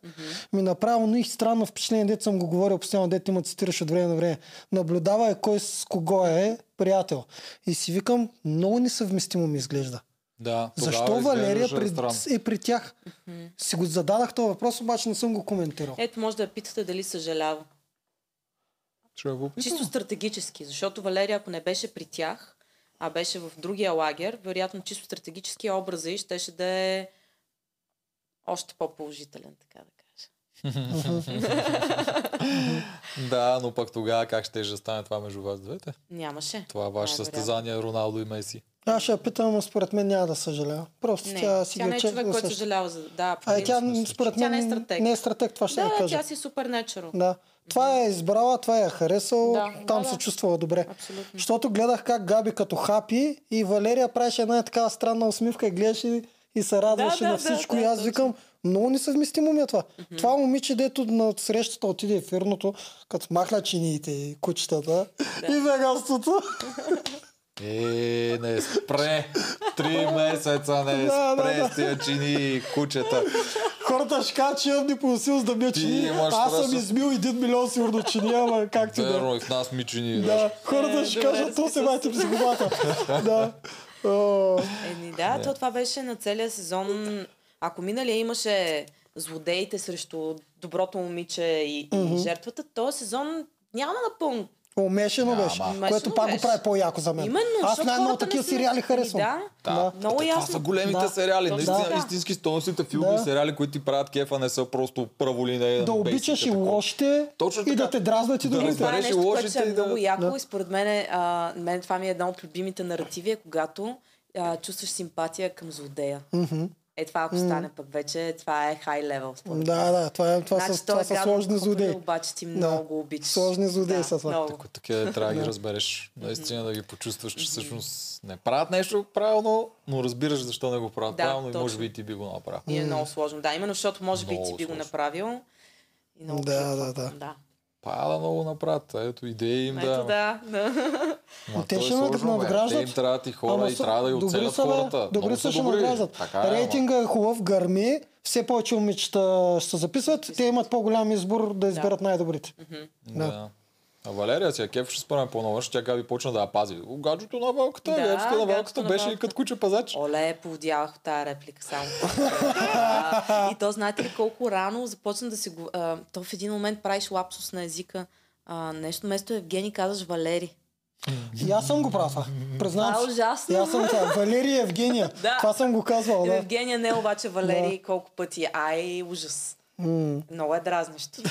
S2: ми направи но и странно впечатление, дето съм го говорил постоянно, дето има цитираш от време на време. Наблюдава е кой с кого е приятел. И си викам, много несъвместимо ми изглежда.
S1: Да, тогава
S2: Защо Валерия
S1: изглеждаше
S2: при...
S1: странно.
S2: е при тях? Си го зададах този въпрос, обаче не съм го коментирал.
S3: Ето, може да я питате дали съжалява.
S1: Ще я попитам.
S3: Чисто стратегически, защото Валерия, ако не беше при тях, а беше в другия лагер, вероятно чисто стратегически образа и щеше да е още по-положителен, така да кажа.
S1: *laughs* Да, но пък тогава как ще да стане това между вас двете?
S3: Нямаше.
S1: Това ваше
S3: Най-вероятно.
S1: състезание Роналдо и Меси.
S2: Аз ще я питам, но според мен няма да съжалява. Просто
S3: Не,
S2: тя
S3: тя,
S2: си
S3: тя
S2: го
S3: не е
S2: че-
S3: човек, който
S2: усеща.
S3: съжалява за... Да,
S2: А и
S3: абсолютно.
S2: тя,
S1: смисъл.
S2: според
S3: Тя
S2: мен,
S3: не е стратег.
S2: Не е стратег, това ще я
S3: да, да,
S2: кажа.
S3: тя си е супер нечерал.
S2: Да. Това е избрала, това я е харесало,
S3: Да,
S2: там
S3: да,
S2: се
S3: да.
S2: чувствала добре.
S3: Абсолютно.
S2: Защото гледах как Габи като хапи и Валерия правеше една такава странна усмивка и гледаше и се радваше
S3: Да, да,
S2: на всичко.
S3: да,
S2: и
S3: да,
S2: аз
S3: точно.
S2: викам, много несъвместимо ми е това. Това момиче, дето на срещата отиде в фирното, като махна чиниите и кучетата и веганството.
S1: Е, не спре!
S2: *laughs*
S1: Три месеца не
S2: Да, да,
S1: спре
S2: да.
S1: с тия чини и кучета.
S2: Хората ще кажат, че имам непоносимост да бия
S1: Ти
S2: чини.
S1: имаш
S2: Аз съм
S1: просто-
S2: измил един милион сигурно чини, ама как ти *laughs* да.
S1: Верно, и в нас ми чини.
S2: Да, хората
S3: Е,
S2: ще
S3: добре,
S2: кажат, то се
S3: разписал
S2: бати психопата. Да. О,
S3: Еми да, то това беше на целия сезон. Ако миналия имаше злодеите срещу доброто момиче и, и жертвата, този сезон няма напълно.
S2: Умешено
S1: Няма.
S2: беше,
S1: Умешено
S2: което пак го
S3: беше.
S2: прави по-яко за мен.
S3: Именно,
S2: Аз
S3: защото
S2: най-много
S3: хората не
S2: такива
S3: са-
S2: сериали харесвам.
S3: Ами да.
S1: Да.
S3: Много
S1: Та,
S3: ясно.
S1: Това са големите
S2: Да.
S1: сериали.
S3: Точно
S1: Наистина,
S3: така.
S1: истински столниците филми и
S2: Да.
S1: сериали, които ти правят кефа, не са просто праволинейни.
S2: Да обичаш и лошите
S1: е Точно
S2: и да
S1: така.
S2: те дразнат и
S1: Да.
S2: добрите.
S3: Това е
S1: Разбереш
S3: нещо, което
S1: лошите
S3: ще е
S1: и да-
S3: много яко
S2: да.
S3: и според мен, е, а, мен това ми е едно от любимите наративи, е когато а, чувстваш симпатия към злодея. Е това, ако стане пък вече, това е хай левел.
S2: Да, да, това, е, това, са, това
S3: той
S2: са
S3: гаден
S2: сложни
S3: купър,
S2: злодеи.
S3: Обаче ти
S2: Да. е
S3: много обичаш.
S2: Сложни злодеи
S3: Да,
S2: са това.
S3: много.
S1: Ако
S3: *laughs*
S1: такива трябва да ги разбереш. Наистина да ги почувстваш, че всъщност не правят нещо правилно, но разбираш защо не го правят
S3: Да,
S1: правилно и може
S3: точно.
S1: би и ти би го направил.
S3: И е много сложно. Да, именно защото може би и ти
S1: Много
S3: би го
S1: сложно.
S3: направил. И много
S2: Да,
S3: клюква.
S2: да, да.
S3: да.
S1: Пада много направят. Ето идеи им да.
S3: Ето да. да.
S1: Ма
S2: Те
S1: то е
S2: ще над-
S1: сложно, бе.
S2: надграждат.
S1: Те им трябват и хора
S2: Ама
S1: и
S2: са-
S1: трябва да ги
S2: добри
S1: оцелят
S2: са, бе.
S1: хората.
S2: Добри
S1: Много
S2: са,
S1: са
S2: ще
S1: добри.
S2: награждат.
S1: Така е, ама.
S2: Рейтинга е хубав, гърми. Все повече момичета ще се записват. Те имат по-голям избор да изберат най-добрите. Да.
S1: Да. А Валерия си, е кеф ще спомня по-ново, ще тя Габи почна да я пази. О, Гаджето на валката,
S3: Да,
S1: гаджето на
S3: гаджето
S1: валката
S3: на
S1: беше ли
S3: валката.
S1: като куче пазач.
S3: Оле, поводявах от тази
S2: *laughs*
S3: реплика само. Да. и то знаете ли колко рано започна да си го... А, то в един момент правиш лапсус на езика. А, нещо вместо Евгений казваш Валери.
S2: И аз съм го правил това. Признавам.
S3: Това е
S2: си.
S3: ужасно.
S2: И аз съм това. Валерия Евгения.
S3: Да.
S2: Това съм го казвал. Да.
S3: Евгения не е обаче Валери колко пъти. е. Ай, ужас.
S2: М,
S3: Много е дразнещо.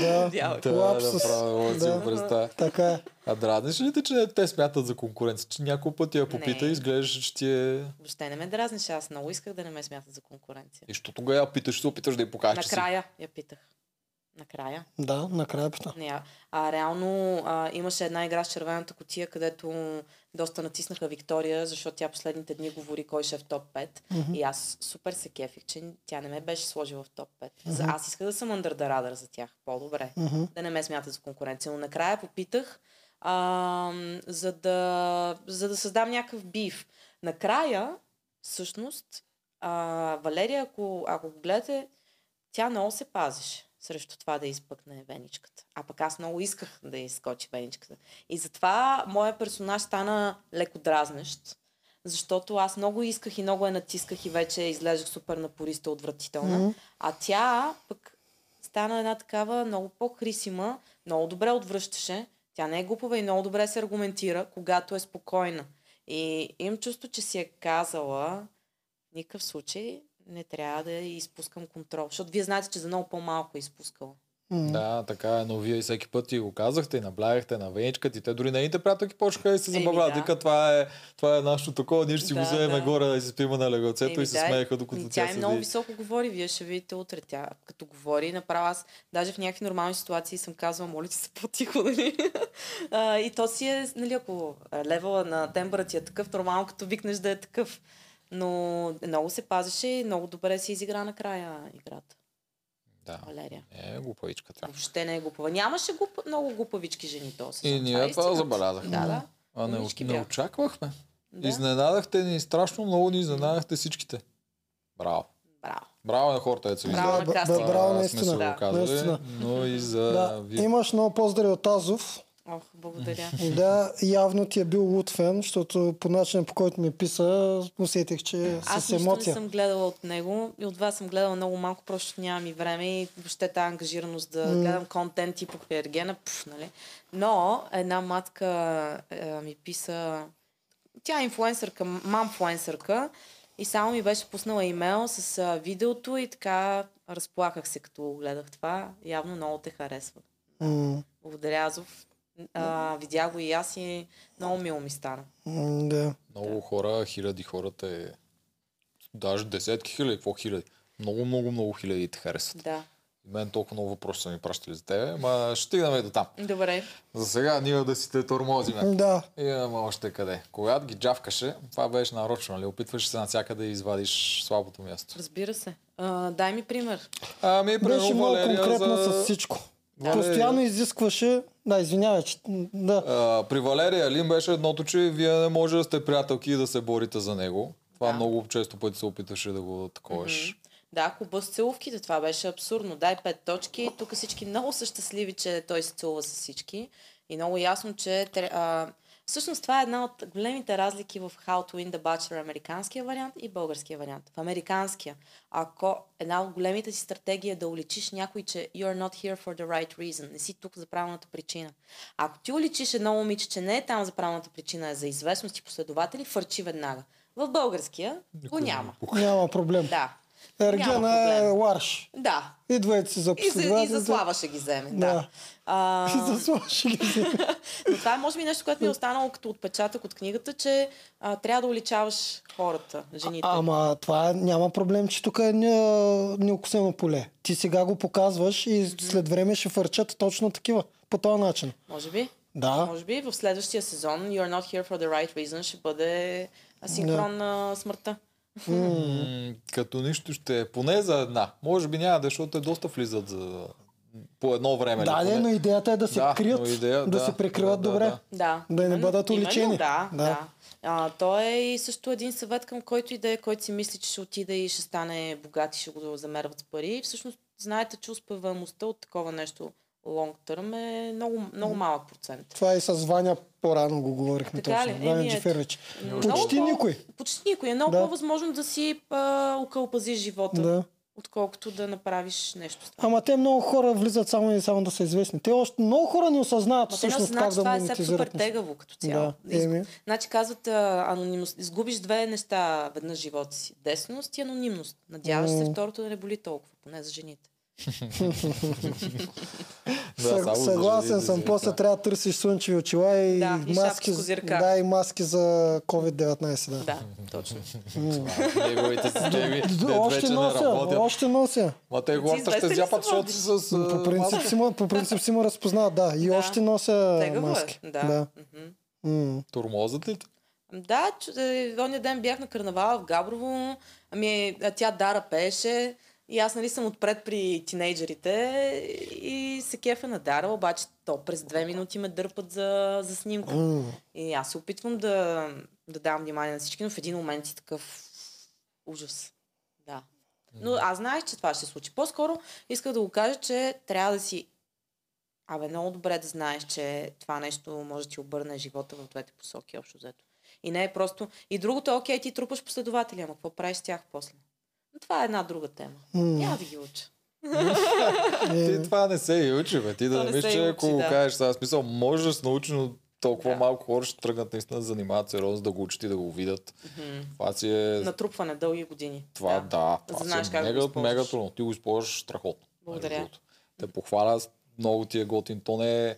S2: да.
S3: Дявай.
S1: Та,
S2: Лапсус.
S1: направо да. си го
S2: Да.
S1: представя.
S2: Така е.
S1: А дразниш ли те, че не те смятат за конкуренция? Че няколко пъти я попита
S3: Не.
S1: и изглеждаше, че ти е...
S3: Въобще не ме дразнеше. Аз много исках да не ме смятат за конкуренция.
S1: И що тогава я питаш, ще се опиташ да й покажеш, че си.
S3: Накрая я питах. Накрая.
S2: Да, накрая пита.
S3: Не, а- а реално а, имаше една игра с червената котия, където доста натиснаха Виктория, защото тя последните дни говори кой ще е в топ 5. Mm-hmm. И аз супер се кефих, че тя не ме беше сложила в топ 5. Mm-hmm. За, аз исках да съм under the radar за тях. По-добре. Mm-hmm. Да не ме смятат за конкуренция. Но накрая попитах, а, за, да, за да създам някакъв бив. Накрая, всъщност, а, Валерия, ако, ако го гледате, тя много се пазеше срещу това да изпъкне веничката. А пък аз много исках да изскочи веничката. И затова моя персонаж стана леко дразнещ, защото аз много исках и много я натисках и вече изглеждах супер напориста, отвратителна.
S2: Мгм.
S3: Mm-hmm. А тя пък стана една такава много по-хрисима, много добре отвръщаше. Тя не е глупава и много добре се аргументира, когато е спокойна. И имам чувство, че си е казала, в никакъв случай не трябва да изпускам контрол. Защото вие знаете, че за много по-малко е изпускала.
S2: М.
S1: Да, така е, но вие всеки път и го казахте, и наблягахте на веничката, и те дори нейните приятелки почнаха и се
S3: Еми,
S1: забавляват.
S3: да.
S1: Вика, това е, това е нашето такова, ние ще си го
S3: Да,
S1: вземем
S3: да.
S1: горе да си спима на легоцето и се
S3: да,
S1: смееха, докато
S3: и
S1: тя
S3: тя е много
S1: седи.
S3: високо говори, вие ще видите утре тя. Като говори, направо аз даже в някакви нормални ситуации съм казвала, моля ти се по-тихо, нали? *laughs* А, и то си е, нали, ако а, левела на тембъра ти е такъв, нормално като викнеш да е такъв. Но много се пазеше и много добре си изигра накрая играта,
S1: Да,
S3: Валерия.
S1: не е глупавичка тя.
S3: Въобще не е глупава. Нямаше глуп... много глупавички жени този сезон.
S1: И ние това
S3: истината.
S1: забелязахме.
S3: Да, да.
S1: А не,
S3: Умнички
S1: не
S3: бяха.
S1: очаквахме.
S3: да.
S1: Изненадахте ни, страшно много ни изненадахте всичките. Браво.
S3: Браво.
S1: Браво на хората, ето
S3: Браво
S2: Да,
S3: на
S2: б-
S3: кастинга.
S2: б- Браво
S1: сме се
S2: наистина.
S1: го
S3: Да.
S1: казали,
S2: Наистина.
S1: но и за
S2: Да,
S1: ви.
S2: имаш много поздрави от Азов.
S3: Ох, благодаря.
S2: Да, явно ти е бил лутфен, защото по начина по който ми е писа, усетих, че е
S3: Аз
S2: с
S3: нищо не
S2: емоция.
S3: съм гледала от него и от вас съм гледала много малко, просто нямам и време и въобще тази ангажираност да
S2: М.
S3: гледам контент и по Пергена, пф, нали? Но една матка е, ми писа, тя е инфлуенсърка, мамфлуенсърка и само ми беше пуснала имейл с а, видеото и така разплаках се като го гледах това. Явно много те харесва.
S2: М,
S3: Благодаря, Азов. А, видях го и аз и много мило ми стана.
S2: м, Да.
S1: Много хора, хиляди хората е... Даже десетки хиляди, какво хиляди? Много, много, много хиляди те харесват.
S3: Да.
S1: Мен толкова много въпроси са ми пращали за тебе, ма ще стигнем и до там.
S3: Добре.
S1: За сега ние да си те тормозиме.
S2: Да.
S1: И ама още къде. Когато ги джавкаше, това беше нарочно, нали? Опитваше се навсякъде да извадиш слабото място.
S3: Разбира се. А, дай ми пример.
S1: Ами,
S2: Беше
S1: примерно,
S2: много
S1: Валерия
S2: конкретна
S1: за...
S2: с всичко.
S1: Да.
S2: Постоянно изискваше... Да, извинявай, че... Да.
S1: А, при Валерия Лин беше едното, че вие не може да сте приятелки и да се борите за него. Това
S3: Да.
S1: много често пъти се опитваше да го таковаш.
S3: Да, клуба с целувките, това беше абсурдно. Дай пет точки. Тук всички много са щастливи, че той се целува с всички. И много ясно, че... тре- А, всъщност това е една от големите разлики в How to Win the Bachelor, американския вариант и българския вариант. В американския, ако една от големите си стратегии е да уличиш някой, че you're not here for the right reason, не си тук за правилната причина. Ако ти уличиш едно момиче, че не е там за правилната причина, а за известност и последователи, фърчи веднага. В българския го
S1: Никой не
S3: няма.
S2: Няма проблем.
S3: Да. Няма
S2: Ергена е
S3: проблем.
S2: ларш.
S3: Да.
S2: Идвайте си за
S3: И за, и за
S2: последователите.
S3: слава ще ги вземе. Да.
S2: Да. *laughs*
S3: А,
S2: И за слава ще ги взема.
S3: но това е може би нещо, което ми е останало като отпечатък от книгата, че а, трябва да уличаваш хората, жените.
S2: А, ама това е- няма проблем, че тук е не- неокосено поле. Ти сега го показваш и след време ще фърчат точно такива. По този начин.
S3: Може би.
S2: Да.
S3: Може би в следващия сезон You're not here for the right reason ще бъде асинхрон на смъртта.
S1: М, като нищо ще е поне за една. Може би няма, да, защото е доста влизат за по едно време.
S2: Да,
S1: или
S2: не,
S1: поне. *laughs*
S2: но идеята е да се
S1: Да,
S2: крият,
S1: но идея-
S2: да,
S1: да,
S2: се прикриват
S1: да, да,
S2: добре.
S1: да.
S3: Да.
S2: Да не
S3: Именно-
S2: бъдат уличени.
S3: Именно, да,
S2: Да.
S3: да. да. А, то е и също един съвет към който и да е, който си мисли, че ще отиде и ще стане богат и ще го замерват с пари. И всъщност знаете, че успеваемостта от такова нещо long term е много, много малък процент.
S2: Това и с Ваня по-рано го говорихме
S3: Така
S2: точно.
S3: ли?
S2: Ваня
S3: Еми, ето.
S2: Джеферович.
S3: Много
S2: Почти
S3: по-
S2: никой.
S3: Почти никой. Е много
S2: Да.
S3: по-възможно да си а, окълпази живота,
S2: Да.
S3: отколкото да направиш нещо. с това.
S2: Ама те много хора влизат само и само да са известни. Те още много хора не осъзнават
S3: Ма те не
S2: всъщност
S3: знаят,
S2: как
S3: че
S2: да
S3: това е сега супер
S2: монетизират. нещата.
S3: тегаво като цяло.
S2: Да, е,
S3: Из-
S2: еми.
S3: Значи казват а, анонимност. Изгубиш две неща веднъж в живота си. Десност и анонимност. Надяваш се
S2: М.
S3: второто да не боли толкова, поне за жените.
S1: само за
S2: Съ- съгласен
S1: жени,
S2: съм.
S1: за
S2: После
S1: жени.
S2: трябва да търсиш слънчеви очила и,
S3: Да, и
S2: маски,
S3: шапки с козирка.
S2: да, и маски за COVID-19. Да.
S3: Да, точно.
S1: Това,
S2: *laughs*
S1: Неговите системи,
S2: Д-
S1: дед
S2: още
S1: вече не
S2: нося,
S1: работят.
S2: още нося.
S1: Ма те хората
S3: известен
S1: ще
S3: ли
S1: зяпат,
S3: си,
S1: защото са с... а,
S2: По принцип,
S1: маска.
S2: си, ма- по принцип си му разпознават, да. И
S3: Да.
S2: още нося
S3: Тегаво
S2: маски.
S3: е. Да.
S2: Да.
S3: Мгм.
S2: М.
S1: Тормозът ли? те?
S3: Да, чу- е, оня ден бях на карнавала в Габрово, ами а тя Дара пееше и аз нали съм отпред при тинейджерите и се кефа на Дара, обаче то през две минути ме дърпат за, за снимка.
S2: М.
S3: И аз се опитвам да, да давам внимание на всички, но в един момент си такъв ужас. Да. Но аз знаех, че това ще се случи. По-скоро исках да го кажа, че трябва да си... Абе, много добре да знаеш, че това нещо може да ти обърне живота в двете посоки, общо взето. И не е просто... И другото е, окей, ти трупаш последователи, ама какво правиш с тях после? Но това е една друга тема.
S2: М.
S3: Няма да ги уча.
S1: Ти
S2: Е,
S1: това не се и учи, бе. Ти
S3: То
S1: да не
S3: не
S1: мислиш,
S3: се и
S1: че
S3: учи,
S1: ако го
S3: да.
S1: кажеш сега смисъл, може да се научи, но толкова
S3: Да.
S1: малко хора ще тръгнат наистина да се занимават сериозно, да го учат и да го видят.
S3: Мгм.
S1: Това си е...
S3: Натрупване дълги години.
S1: Това да. Това
S3: Знаеш
S1: си е
S3: как да го
S1: мега,
S3: използваш.
S1: мега трудно. Ти го използваш страхотно. между
S3: Благодаря.
S1: другото. Те похваля, много ти е готин. То не е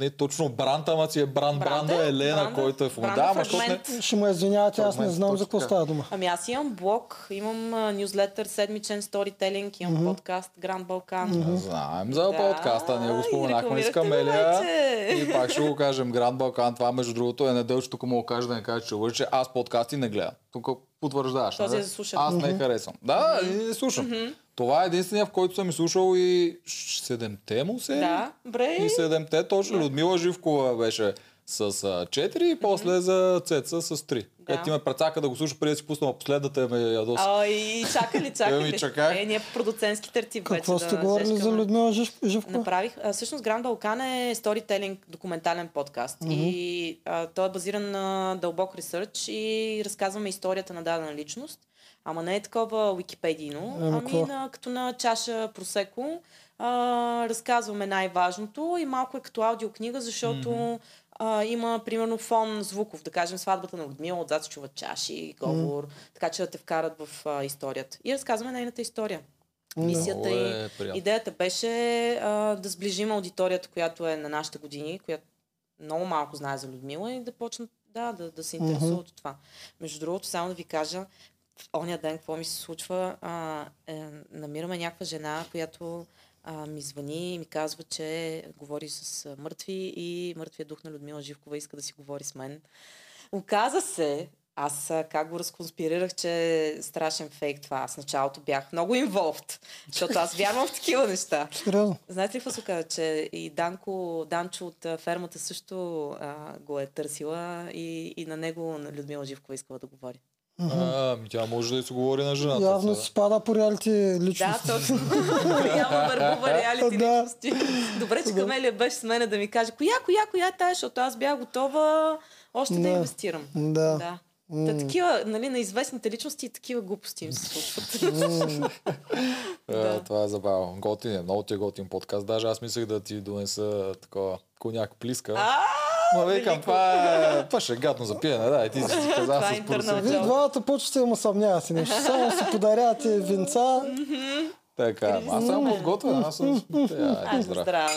S1: не е точно бранд, ама си е бранд,
S3: Бранд
S1: бранда
S3: е,
S1: Елена,
S3: бранд е,
S1: който е в момента.
S3: бранд е
S1: Да, ама защото не...
S3: фрагмент.
S2: Ще ме извинявате, аз не
S1: Фрагмент,
S2: знам за
S1: точно
S2: какво
S1: така.
S2: става дума.
S3: Ами аз имам блог, имам а, нюзлетър, седмичен сторителинг, имам
S2: Мгм.
S3: подкаст Гранд Балкан.
S1: Знаем за подкаста, ние го споменахме с Камелия.
S3: Камелия.
S1: И пак ще го кажем. Гранд Балкан, това между другото е недъл, че тук му го кажа да не кажа, че лъжи, че аз подкасти не гледам. Тук потвърждаваш.
S3: Този
S1: нали?
S3: е за слушане.
S1: Аз не харесвам. Да, и не слушам. Това е единствения, в който съм и слушал и ш- седемте му се.
S3: Да, бре.
S1: е И седемте, точно Людмила Живкова беше с а, 4 и после mm-hmm. за Цеца с 3. Да.
S3: Да.
S1: Където ти ме прецака да го слушаш преди да си пусна последната е и ме ядоса.
S3: А, и чакали, чакали.
S1: Еми, чаках.
S3: Е, ние по продуцентски тертип
S2: Какво
S3: вече
S2: сте
S3: да
S2: говорили за
S3: жешкаме.
S2: Людмила Жив... Живкова?
S3: Направих. А, всъщност Гранд Балкан е сторителинг, документален подкаст.
S2: Мгм.
S3: Mm-hmm. И а, той е базиран на дълбок ресърч и разказваме историята на дадена личност. Ама не е такова уикипедийно.
S2: Ами, какво?
S3: Ами на, като на чаша просеко а, разказваме най-важното и малко е като аудиокнига, защото
S1: Мгм.
S3: mm-hmm. а, има примерно фон звуков, да кажем сватбата на Людмила, отзад се чуват чаши, говор, mm-hmm. така че да те вкарат в а, историята. И разказваме нейната история. Мисията
S1: Много
S3: и
S1: е приятно.
S3: Идеята беше а, да сближим аудиторията, която е на нашите години, която много малко знае за Людмила и да почнат да, да, да се
S2: Мгм.
S3: интересуват от това. Между другото, само да ви кажа, в ония ден какво ми се случва, а, е, намираме някаква жена, която а, ми звъни и ми казва, че говори с а, мъртви и мъртвия дух на Людмила Живкова иска да си говори с мен. Оказа се, аз а, как го разконспирирах, че е страшен фейк това. Аз в началото бях много инволвд, защото аз вярвам в такива неща.
S2: Сериозно.
S3: Знаете ли какво се казва, че и Данко, Данчо от а, фермата също а, го е търсила и, и на него на Людмила Живкова искала да говори.
S2: Мгм.
S1: А, ми Ами тя може да и се говори на жената.
S2: Явно
S1: сега.
S2: си пада по реалити
S3: Да,
S2: личност.
S3: точно. Явно върбува реалити
S2: Да.
S3: личности. Добре, че
S2: Да.
S3: Камелия беше с мене да ми каже, коя, коя, коя е тая, защото аз бях готова още да
S2: Да.
S3: инвестирам.
S2: Да.
S3: Да.
S2: М.
S3: Та такива, нали, на известните личности и такива глупости им се случват.
S2: М.
S1: Е,
S3: *laughs* Да.
S1: Това е забавно. Готин е, много ти е готин подкаст. Даже аз мислех да ти донеса такова коняк плиска.
S3: А,
S1: Ма викам,
S3: велико.
S1: това е, това ще е гадно за пиене, да, и ти си каза
S3: Това
S1: с
S3: е
S1: пурса.
S3: интернал.
S2: Вие двамата почвате да му съмнявате нещо. Само
S3: *laughs*
S2: си подарявате винца.
S1: Така, ама аз съм подготвен, аз съм... Тя, е
S3: айде
S1: здрав.
S3: здраве.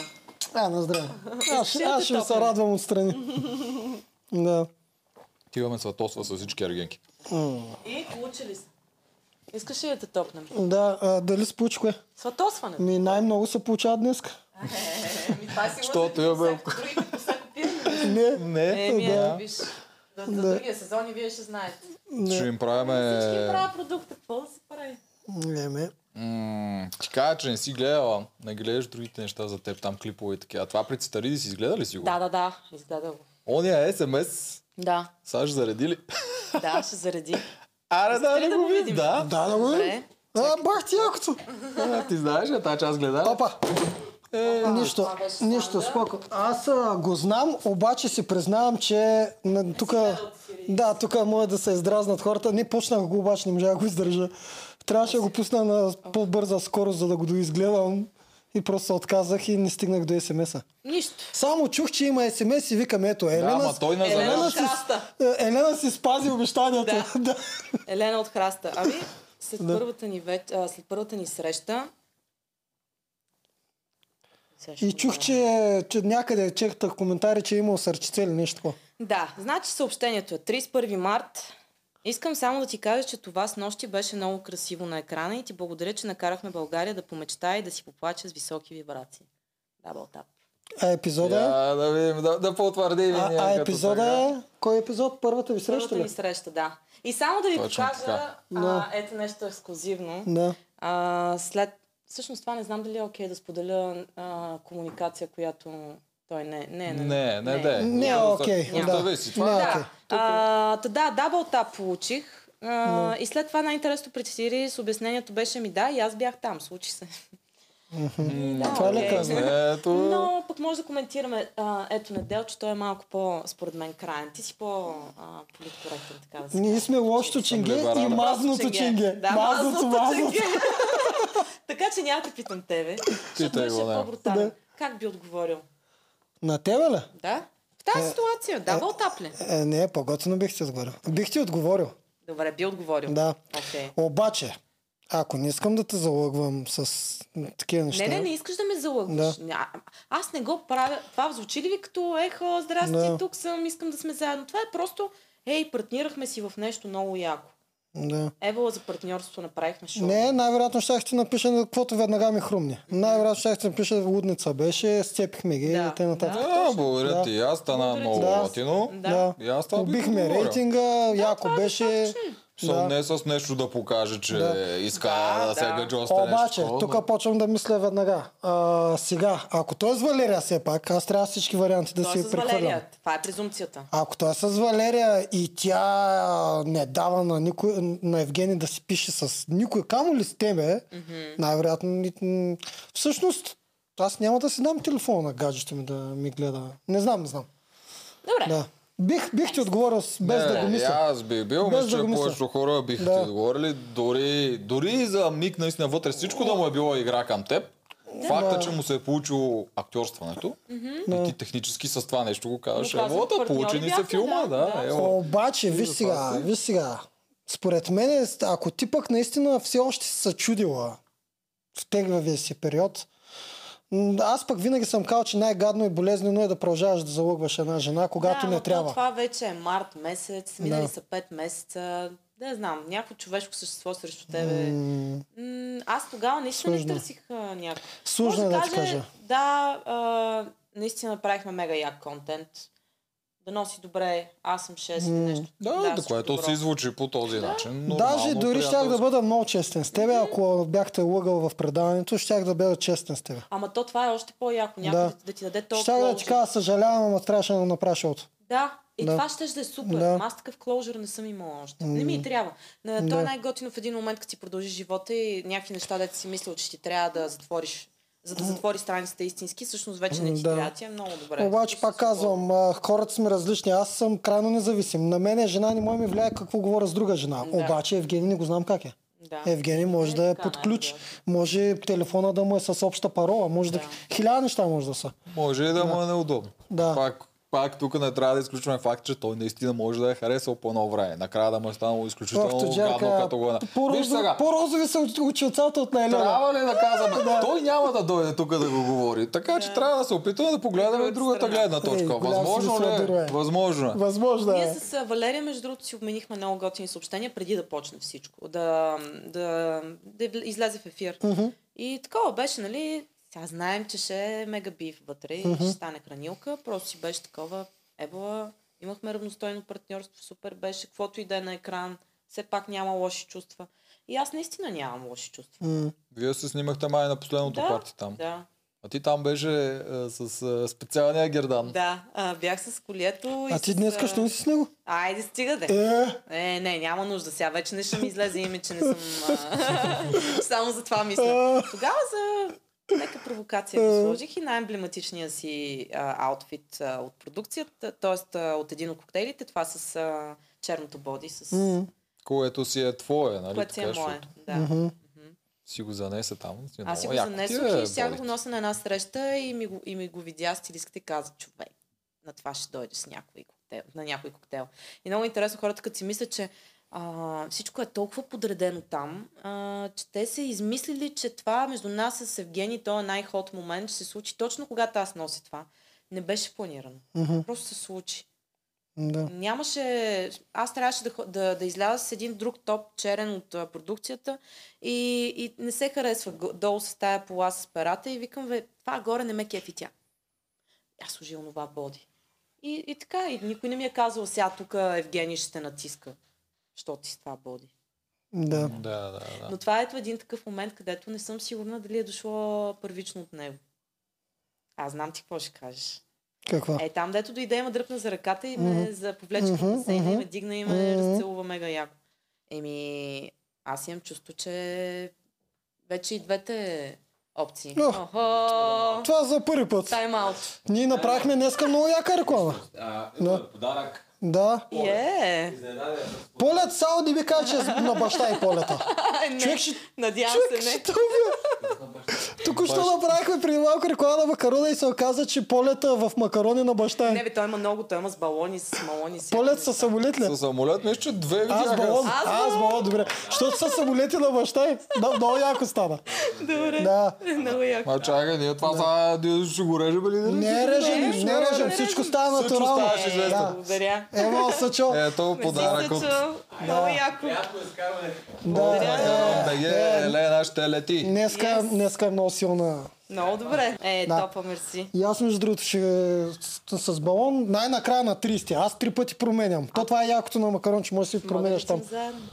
S2: А, на здраве.
S3: Е,
S2: Аз, ще- аз ще ви се
S3: Топли.
S2: радвам отстрани. Да.
S1: Ти имаме сватосва с всички ергенки.
S3: И получили се. Искаш ли да те топнем?
S2: Да, а, дали се получи кое?
S3: Сватосване.
S2: Ми най-много се получава днес.
S3: Еми, Ами това си
S1: Що
S3: мъжът,
S1: ти, бе?
S3: всяко други, по всяко пиране.
S2: Не,
S1: Не,
S3: Еми, ами,
S2: да.
S3: ето, е, виж. За, за
S2: Да. Е.
S3: другия сезон и вие ще знаете.
S1: ще
S2: не,
S1: им правиме...
S3: Всички правят продукта, какво да се прави?
S2: не, е, ме.
S1: М, Ти кажа, че не си гледала, не гледаш другите неща за теб, там клипове и така. А това при Цитариди си изгледа ли си го? е
S3: Да, да, да, изгледа го.
S1: Ония СМС,
S3: Да,
S1: сега ще зареди ли?
S3: да, ще зареди.
S1: Аре, да,
S3: Искате
S1: да
S3: ли да
S1: го
S3: го
S1: видим.
S3: видим?
S1: Да,
S2: Да, да го видим.
S3: Добре.
S2: А, бах ти якото.
S1: А, ти знаеш, а тази част гледа.
S2: Папа,
S1: Е,
S2: нищо,
S3: това беше
S2: нищо,
S3: санда.
S2: споко. Аз а, го знам, обаче си признавам, че тук... Да, тук може да се издразнат хората. Не почнах го, обаче не можах да го издържа. Трябваше да го пусна на по-бърза скорост, за да го доизгледам. И просто се отказах и не стигнах до смс-а.
S3: Нищо.
S2: Само чух, че има смс и викам, ето,
S1: да,
S2: Елена,
S1: ама
S2: с-
S1: той на
S3: Елена
S1: замена.
S2: Елена,
S3: от
S2: си,
S3: храста.
S2: Е, Елена си спази обещанието. *laughs* Да.
S3: Елена от храста. Ами, след,
S2: Да.
S3: първата, ни веч... а, след първата ни среща... Сега ще
S2: И
S3: го
S2: чух,
S3: гледам.
S2: че, че някъде чехтах коментари, че е имал сърчице или нещо такова.
S3: Да, значи съобщението е 31 март. Искам само да ти кажа, че това с нощи беше много красиво на екрана и ти благодаря, че накарахме България да помечта и да си поплаче с високи вибрации. Дабъл тап.
S2: А епизода е?
S1: Я, да видим, да, да потвърди ли
S2: А,
S1: ние
S2: а
S1: като
S2: епизода
S1: сега.
S2: е? Кой епизод? Първата ви среща
S3: Първата ни
S2: ли?
S3: среща, да. И само да ви
S1: Точно
S3: покажа,
S1: така.
S2: Да.
S3: а, ето нещо ексклюзивно.
S2: Да.
S3: А, след... Всъщност това не знам дали е окей да споделя а, комуникация, която той не, не е. нали?
S1: Не, не, не.
S2: Не е окей.
S3: Няма.
S1: Остави си това.
S2: Не е
S1: е-
S2: окей.
S3: Да, а, та да, дабл тап получих. А, И след това най-интересно при Сирис обяснението беше ми да, и аз бях там, случи се.
S1: М,
S3: Да,
S2: е
S1: Това
S3: окей.
S1: ли каза? Ето.
S3: Но пък може да коментираме, а, ето неделче, той е малко по, според мен, краен. Ти си по-политкоректен, така да се
S2: Ние сме лошото ченге и
S1: либерален.
S2: мазното ченге.
S3: Да,
S2: Мазното, мазното.
S3: *laughs* така че няма да питам тебе. защото
S1: Питай
S3: беше
S1: го, да.
S3: по-брутален.
S2: Да.
S3: Как би отговорил?
S2: На тебе ли?
S3: Да? В тази ситуация, дабл тап ли?
S2: Е, не, по-готино бих ти отговорил. Бих ти отговорил,
S3: Добре, би отговорил.
S2: да.
S3: Окей.
S2: Обаче, ако не искам да те залъгвам с м, такива неща...
S3: Не, не, не искаш да ме залъгваш. Да. А, аз не го правя. Това звучи ли ви като ехо, здрасти,
S2: Да.
S3: да. тук съм, искам да сме заедно. Това е просто, ей, партнирахме си в нещо много яко.
S2: Да.
S3: Евала за партньорство направихме шоу.
S2: Не, най-вероятно щях ти напиша на каквото веднага ми хрумне. Най-вероятно щях ти напиша лудница беше, сцепихме ги
S3: Да,
S2: и те нататък.
S3: да.
S1: А,
S2: Да.
S1: благодаря ти. Аз стана
S3: Благодаря ти.
S1: много
S2: Да.
S1: готино.
S3: Да.
S1: И аз Е, това бих
S2: Убихме
S1: отговорил.
S2: рейтинга, яко
S3: това е
S2: беше.
S3: достатъчно.
S1: Сон
S2: Да.
S1: не с нещо да покаже, че
S2: Да.
S1: иска
S3: Да,
S1: да,
S3: да.
S1: сега Джо стане
S2: Обаче,
S1: нещо такова,
S2: тук почвам да мисля веднага. А, сега, ако той е с Валерия все пак, аз трябва всички варианти да
S3: Да Той
S2: си
S3: е
S2: я
S3: с
S2: прехвърлям.
S3: Валерия. Това е презумцията.
S2: Ако той е с Валерия и тя а, не дава на, никой, на Евгений да си пише с никой, камо ли с тебе, mm-hmm. най-вероятно... ни- м, Всъщност, аз няма да си дам телефона на гаджето ми да ми гледа. Не знам, не знам.
S3: Добре.
S2: Да. Бих, бих ти отговорил с- без
S1: не,
S2: да го мисля.
S1: и Аз би бил,
S2: Без
S1: мисля, че
S2: да го мисля.
S1: повечето хора биха
S2: Да.
S1: ти отговорили. Дори, дори и за миг наистина вътре всичко да му е било игра към теб. Факта,
S2: Да.
S1: че му се е получило актьорстването, и ти технически с това нещо го казваш.
S3: Но казват,
S1: Ело, да,
S3: партньори
S1: получи ни се
S3: бяхме,
S1: филма,
S3: да,
S1: да.
S3: да.
S1: Ело.
S2: Обаче, виж
S1: за
S2: сега,
S1: това си.
S2: виж сега. Според мен, е, ако ти пък наистина все още си се чудила в тегавия си период, м, аз пък винаги съм казал, че най-гадно и болезнено е да продължаваш да залъгваш една жена, когато
S3: да,
S2: не
S3: но то
S2: трябва.
S3: Това вече е март месец, минали
S2: Да.
S3: са 5 месеца. Да знам, някакво човешко същество срещу тебе.
S2: М,
S3: М, аз тогава наистина не
S2: Сложно.
S3: търсих а, някакво.
S2: Сложно е
S3: Може
S2: да ти кажа.
S3: Да, а, наистина направихме мега як контент. Да носи добре, аз съм 6
S2: М.
S3: нещо.
S1: Да, да
S3: всичко
S1: което
S3: добро.
S1: си звучи по този начин.
S2: Даже
S1: нормално,
S2: дори щях да
S1: приятелско.
S2: бъда много честен с тебе, ако бяхте лъгал в предаването, щях да бъда честен с тебе.
S3: Ама то това е още по-яко. Някой да.
S2: Да.
S3: да, ти даде
S2: Щях
S3: толкова.
S2: да ти кажа, съжалявам, ама трябваше да направиш от.
S3: Да, и
S2: Да.
S3: да. това ще да е супер.
S2: Да.
S3: Да. Аз такъв кложър не съм имала още. Не ми и трябва. На, то
S2: Да.
S3: е най-готино в един момент, като си продължи живота и някакви неща, дето си мислил, че ти трябва да затвориш. За да затвори страницата истински, всъщност вече не ти
S2: Да.
S3: да. трябва. Ти е много добре.
S2: Обаче пак казвам, а, хората сме различни. Аз съм крайно независим. На мен жена не може ми влияе какво говоря с друга жена.
S3: Да.
S2: Обаче Евгений не го знам как е.
S3: Да.
S2: Евгений може
S3: Е,
S2: да е
S3: така,
S2: под ключ,
S3: най-вероятно.
S2: може телефона да му е с обща парола, може да...
S3: Да.
S2: Хиляда неща може да са.
S1: Може и да, му е неудобно.
S2: Да.
S1: Пак, пак тук не трябва да изключваме факт, че той наистина може да е харесал по едно време. Накрая да му е станало изключително
S2: Ох,
S1: гадно,
S2: Тоджарка,
S1: като го е. Виж
S2: по-розови,
S1: сега,
S2: по-розови са очи- очилцата от на Елена.
S1: трябва ли да казваме, той няма да дойде тук да го говори. Така че трябва да се опитаме да погледаме и
S3: Другата
S1: другата
S3: страна.
S1: гледна
S2: Ей,
S1: точка.
S2: голям
S1: Възможно
S2: си
S1: ли е?
S2: сладура е.
S1: Възможно е.
S2: Възможно
S3: Ние
S2: е.
S3: с а, Валерия, между другото, си обменихме много готини съобщения преди да почне всичко, да, да, да излезе в ефир.
S2: Мгм.
S3: И такова беше, нали? Сега знаем, че ще е мега бив вътре и ще стане хранилка. Просто си беше такова. Ебала, имахме равностойно партньорство, супер беше, каквото и да е на екран. Все пак няма лоши чувства. И аз наистина нямам лоши чувства.
S2: М.
S1: Вие се снимахте май на последното
S3: Да,
S1: парти там.
S3: Да,
S1: А ти там беше а, с а, специалния гердан.
S3: да. А, бях с колието. и
S2: А ти
S3: с,
S2: днес
S3: а,
S2: къща не си с него?
S3: Айде, стига де.
S2: Е,
S3: Е, не, няма нужда. Сега вече не ще ми излезе име, че не съм... а, *laughs* Само за това
S2: А.
S3: мисля. Тогава за лека провокация
S2: А.
S3: го сложих и най-емблематичния си а, аутфит а, от продукцията, т.е. от един от коктейлите, това с а, черното боди, с...
S2: м.
S1: Което си е твое, нали?
S3: което си е
S1: така,
S3: мое.
S1: защото
S3: Да.
S2: Мгм.
S1: Си го занесе там. е
S3: Аз си
S1: много
S3: го
S1: яко ти
S3: занесох
S1: е,
S3: и сега
S1: Боди.
S3: го нося на една среща и ми го, и ми го видя стилистката и каза, човек, на това ще дойде с някой коктейл, на някой коктейл. И много интересно хората, като си мислят, че а, всичко е толкова подредено там, а, че те са измислили, че това между нас с Евгений, то е най-хот момент, ще се случи точно когато аз нося това. Не беше планирано.
S2: Мгм.
S3: Просто се случи.
S2: Да.
S3: Нямаше... Аз трябваше да, хо- да, да изляза с един друг топ, черен от а, продукцията и, и не се харесва го- долу с тая пола с перата и викам, бе, това горе не ме кефи тя. Аз служи онова боди. И, и така, и никой не ми е казал, сега тук Евгений ще те натиска. Що ти с това боди?
S2: Да.
S1: Да, да, да.
S3: Но това е ето един такъв момент, където не съм сигурна дали е дошло първично от него. Аз знам ти какво ще кажеш.
S2: Каква?
S3: Е, там дето дойде, ме дръпна за ръката и ме
S2: Мгм.
S3: за повлече mm-hmm.
S2: Мгм,
S3: към басейна и
S2: мгм.
S3: ме дигна и ме
S2: Мгм.
S3: разцелува мега яко. Еми, аз имам чувство, че вече и двете опции.
S2: Ох.
S3: Охо!
S2: Това за първи път.
S3: Тайм аут.
S2: Ние направихме днеска много яка реклама.
S4: А,
S2: Да.
S4: да. е подарък.
S2: Да.
S3: Е! *laughs*
S4: Изненаде с
S2: Полет само не ми кажа, че е на баща и полета.
S3: Ай, не.
S2: Човек ще...
S3: Надявам
S2: Човек
S3: се,
S2: ще
S3: *laughs* не.
S2: те убие. Току-що направихме преди малко реклама на макарона и се оказа, че полета в макарони на баща
S3: Не,
S2: е.
S3: бе, той има много, той има с балони, с малони. с
S2: Полет
S3: всякакви
S2: със самолет ли?
S1: Със самолет, мисля, че две
S2: Аз
S1: видяха.
S2: балон,
S3: Аз
S2: аз балон, добре. Защото са самолети на баща е. Да, много яко стана.
S3: неща. Добре.
S2: Да.
S3: *laughs* Много яко.
S1: Ма чакай, ние това са... Ние ще го режем Е, ли?
S2: Не е режем,
S3: Не,
S2: не
S3: не
S2: режем,
S3: режем.
S2: всичко става
S1: Всичко
S2: натурално.
S1: ставаше Е,
S3: Е,
S1: жестоко.
S2: Да.
S3: Благодаря.
S2: Ево, Сачо.
S1: Ето подарък
S3: Мерси,
S1: от...
S3: Сечо. Много яко.
S4: приятно изкарване.
S2: Да.
S1: Макарон БГ,
S2: Е,
S1: Елена е, ще лети.
S2: Днеска,
S3: Yes.
S2: днеска е много силна
S3: Много добре. Е,
S2: Да.
S3: топа, мерси.
S2: И аз между другото ще с, с балон най-накрая на 30. Аз три пъти променям. То това е якото на макарон, че може да си променяш
S3: Мога да
S2: там.
S3: летим заедно.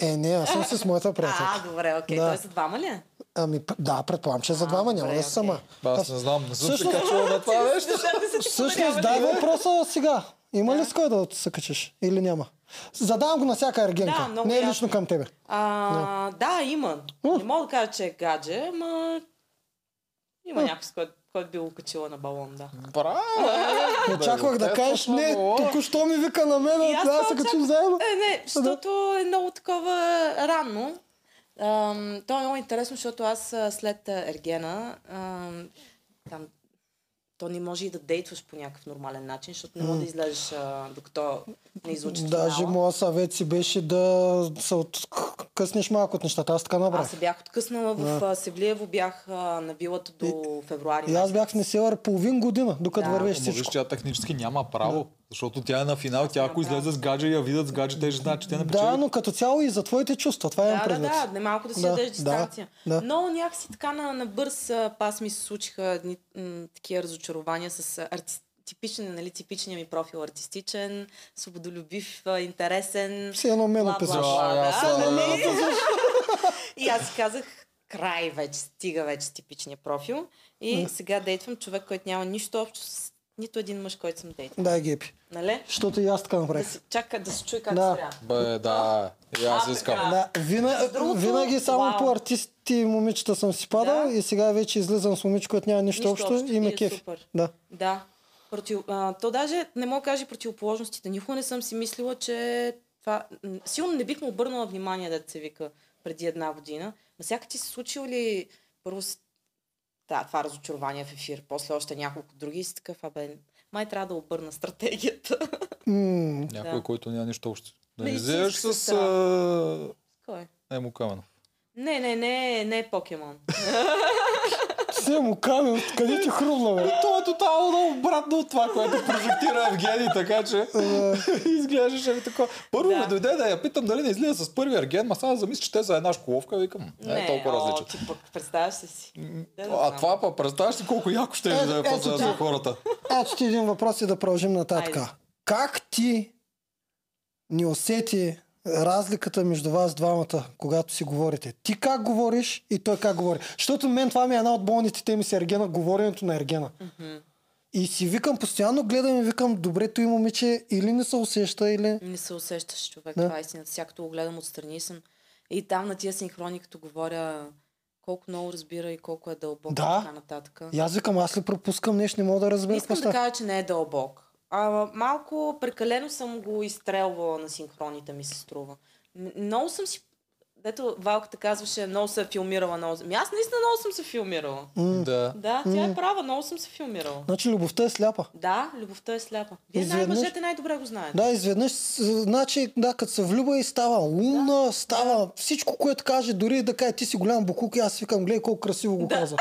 S2: Е, не, аз съм си с моята
S3: *laughs* А,
S2: приятелка.
S3: добре, окей.
S2: Да.
S3: Той е за двама ли е?
S2: Ами, п- да, предполагам, че за
S3: А,
S2: двама няма
S3: добре,
S2: да си сама.
S1: Ба, аз не знам, не съм се
S2: Всъщност-
S1: качвал на това нещо.
S3: Държавите се ти
S2: Всъщност,
S3: подарявали.
S2: дай въпроса сега. Има ли с кой да се качиш или няма? Задавам го на всяка
S3: Да,
S2: ергенка.
S3: много
S2: не е
S3: ясно.
S2: лично към тебе.
S3: А, да, има.
S2: О.
S3: Не мога да кажа, че е гадже, ма има
S2: О.
S3: някой, с който който би го качила на балон, да.
S1: Браво!
S2: *laughs*
S1: Е,
S2: Очаквах да
S1: те
S2: кажеш,
S1: точно
S2: не,
S1: било.
S2: току-що ми вика на мен,
S3: И
S2: а
S3: аз
S2: трябва да
S3: това
S2: се качим заедно.
S3: Е, не, защото е много такова рано. Ам, то е много интересно, защото аз а, след а, Ергена, ам, там, то не може и да дейтваш по някакъв нормален начин, защото не може да излезеш а, докато не излучиш
S2: Даже
S3: финала.
S2: моят съвет си беше да се откъснеш малко от нещата. Аз така
S3: Аз
S2: направих.
S3: се бях откъснала в а, Севлиево, бях а, на вилата до февруари.
S2: И аз бях в Несилър половин година, докато
S3: Да.
S2: вървеше
S1: Ама виж,
S2: всичко.
S1: тя технически няма право, защото тя е на финал, тя ако
S3: Няма
S1: излезе с гадже и я видят с гадже, те ще знаят, че тя не
S2: Да,
S1: печели.
S2: но като цяло и за твоите чувства. Това имам
S3: Да, да,
S2: предвид.
S3: да, не малко да си
S2: Да,
S3: дадеш
S2: да,
S3: дистанция.
S2: да.
S3: Но някакси така на, на бърз а, пас ми се случиха едни, м, такива разочарования с а, арти... типичен, нали, типичният ми профил артистичен, свободолюбив, а, интересен.
S2: Все едно мен
S3: бла, бла,
S2: описаш.
S3: бла,
S1: Да, аз
S3: да,
S1: съм-
S3: нали? И аз си казах, край вече, стига вече с типичния профил. И сега дейтвам човек, който няма нищо общо с нито един мъж, който съм дейтвал.
S2: Да, Гепи.
S3: Нали?
S2: Защото и аз така
S3: Да
S2: направих.
S3: се чака да се чуе как
S2: Да.
S3: спря.
S1: Бе, да, и аз
S3: А,
S1: искам.
S3: така.
S2: Да, вина,
S3: Между другото,
S2: винаги само
S3: вау.
S2: по артисти и момичета съм си падал
S3: Да.
S2: и сега вече излизам с момиче, което няма нищо,
S3: Нищо
S2: общо,
S3: общо
S2: и
S3: и
S2: ме
S3: е
S2: кефи.
S3: супер.
S2: Да.
S3: Да. Против, а, то даже не мога да кажа и противоположностите. Никога не съм си мислила, че това... м, Силно не бих му обърнала внимание да се вика преди една година. Но всяка ти се случило ли първо с... да, това разочарование в ефир, после още няколко други и си такъв, абе, май трябва да обърна стратегията.
S1: *laughs*
S2: М,
S1: Някой,
S3: Да.
S1: който няма нищо общо. Да не
S3: Медицинска
S1: излезеш с...
S3: сестра.
S1: а,
S3: Кой?
S1: Емо Каменов.
S3: Не, не, не, не е покемон.
S2: Все му камен, къде ти хрумна, бе?
S1: То е тотално обратно от това, което прожектира Евгений, така че *laughs* изглеждаше ми такова. Първо
S3: Да.
S1: ме дойде да я питам дали не излиза с първи Ерген, ма сега замисля, че те за една школовка, викам, не *laughs* е толкова
S3: о,
S1: различен.
S3: ти пък представяш ли си. Да, да
S1: А
S3: знам.
S1: това па, представяш ли колко яко ще
S2: Е,
S1: е да е
S2: ето
S1: пазар за
S2: да.
S1: хората?
S2: Ето ти един въпрос и да продължим нататък.
S3: Айде.
S2: Как ти не усети разликата между вас двамата, когато си говорите? Ти как говориш и той как говори? Защото мен това ми е една от болните теми с Ергена, говоренето на Ергена.
S3: Мгм.
S2: И си викам, постоянно гледам и викам, добре, той момиче или не се усеща, или...
S3: Не се усещаш човек,
S2: Да.
S3: да. това е истината. Сега като го гледам отстрани съм. И там на тия синхрони, като говоря колко много разбира и колко е дълбоко
S2: Да.
S3: да. така нататък.
S2: И аз викам, аз ли пропускам нещо, не мога да разбера
S3: Не искам
S2: какво
S3: да
S2: става.
S3: кажа, че не е дълбок. А, малко прекалено съм го изстрелвала на синхроните, ми се струва. М- Много съм си... Дето Валката казваше, много се е филмирала. Много... Ами аз наистина много съм се филмирала.
S2: М.
S1: Да.
S3: Да, тя е права, много съм се филмирала.
S2: Значи любовта е сляпа.
S3: Да, любовта е сляпа. Вие
S2: Изведнъж-
S3: най-мъжете най-добре го знаете.
S2: Да, изведнъж, с- значи, да, като се влюбва и става умна, става всичко, което каже, дори да каже, ти си голям букук, и аз викам, гледай колко красиво го каза.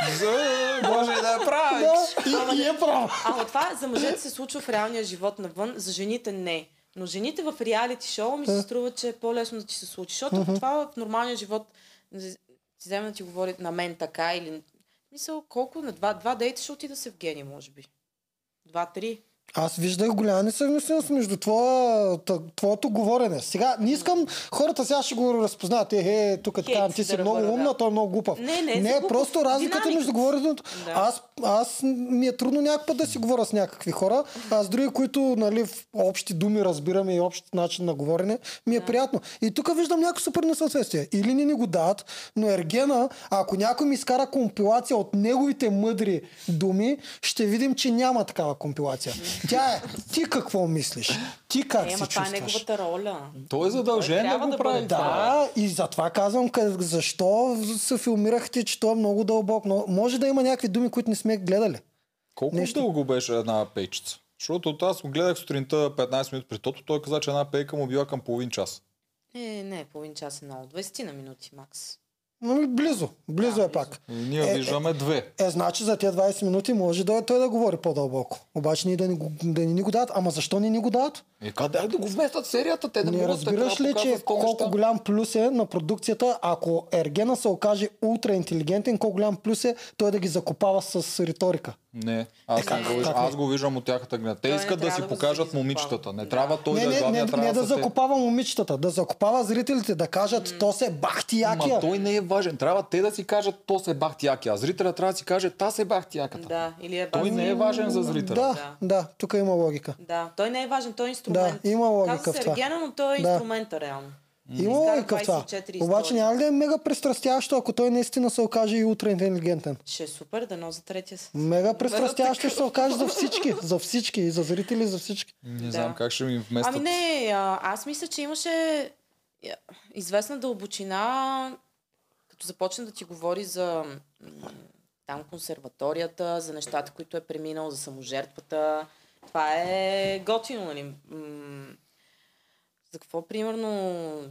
S1: Може и да е прави.
S2: Да, и, и е права.
S3: Ама това за мъжете се случва в реалния живот навън, за жените не. Но жените в реалити шоу ми се струва, че е по-лесно да ти се случи. Защото това в нормалния живот ти вземе да ти говори на мен така или... Мисъл, колко на два, два дейта ще отида с Евгения, може би. Два-три.
S2: Аз виждах голяма несъвместимост между твоя, та- твоето говорене. Сега не искам, хората сега ще го разпознаят. Е, е, тук е
S3: Хейт
S2: така, ти си
S3: да
S2: много
S3: разбера,
S2: умна,
S3: да.
S2: той е много глупав.
S3: Не, не,
S2: не
S3: си глупав.
S2: просто разликата
S3: Динамика.
S2: между говоренето.
S3: Да.
S2: Аз, аз ми е трудно някак път да си говоря с някакви хора, а с други, които нали, в общи думи разбираме и общ начин на говорене, ми е
S3: Да.
S2: приятно. И тук виждам някакво супер несъответствие. Или не ни го дадат, но Ергена, ако някой ми изкара компилация от неговите мъдри думи, ще видим, че няма такава компилация. Тя е ти какво мислиш, ти как
S3: Е,
S2: се
S3: ама това е
S2: чувстваш.
S3: неговата роля.
S1: Той е задължен
S3: Той
S1: да
S3: трябва
S1: го
S3: да
S1: прави.
S3: бъде
S1: това.
S2: Да, и затова казвам къ- защо се филмирахте, че то е много дълбоко. Но може да има някакви думи, които не сме гледали.
S1: Колко
S2: Нещо.
S1: дълго беше една пейчица? Защото от аз го гледах сутринта 15 минути при тото, той каза, че една пейка му била към половин час.
S3: Е, не, половин час е много. 20 на минути, макс.
S2: Ами, близо, близо
S3: Да,
S2: е
S3: близо.
S2: пак.
S1: И ние
S2: Е, е.
S1: виждаме две.
S2: Е, значи за тези 20 минути може да е той да говори по-дълбоко. Обаче ние да ни, го- да ни, ни го дадат. Ама защо ни ни го дадат?
S1: И ка, дай да го вместят в серията, те да
S2: Не
S1: могат така
S2: разбираш
S1: да
S2: ли, че
S1: показват то
S2: колко
S1: неща.
S2: голям плюс е на продукцията, ако Ергена се окаже ултра интелигентен, колко голям плюс е той да ги закопава с риторика.
S1: Не, аз,
S3: Така
S1: не,
S3: е.
S1: го виждам,
S2: Как не?
S1: аз го виждам от тяхната гледна. Те
S3: Той не
S1: искат да
S3: трябва
S1: си
S3: да го
S1: покажат
S3: се изисква.
S1: момичетата. Не
S3: Да.
S1: трябва той
S2: не,
S1: да е
S2: не,
S1: главния,
S2: не,
S1: трябва
S2: не да
S1: са те.
S2: закопава момичетата, да закопава зрителите, да кажат, то се бахтиякия.
S1: Ма той не е важен. Трябва те да си кажат, то се бахтияки, а зрителя трябва да си каже, та се бахтияката.
S3: Да, или е
S1: Той
S3: база.
S1: не е важен за зрителя.
S2: Да, да, тук има логика.
S3: Да, той не е важен, той е
S2: Да,
S3: инструмент.
S2: има логика
S3: Казва
S2: в
S3: се
S2: това.
S3: Ергена, но той е
S2: Да.
S3: инструмента реално.
S2: Има
S3: Изкара
S2: логика в това.
S3: 24
S2: Обаче
S3: истории.
S2: няма ли да е мега пристрастящо, ако той наистина се окаже и ултра интелигентен?
S3: Ще е супер, дано за третия с...
S2: Мега пристрастящо ще се окаже за всички. За всички. И за зрители, и за всички.
S1: Не
S3: Да.
S1: знам как ще ми вместят.
S3: Ами не, а, аз мисля, че имаше я, известна дълбочина, като започна да ти говори за м, там консерваторията, за нещата, които е преминал, за саможертвата. Това е готино, нали? М, За какво, примерно,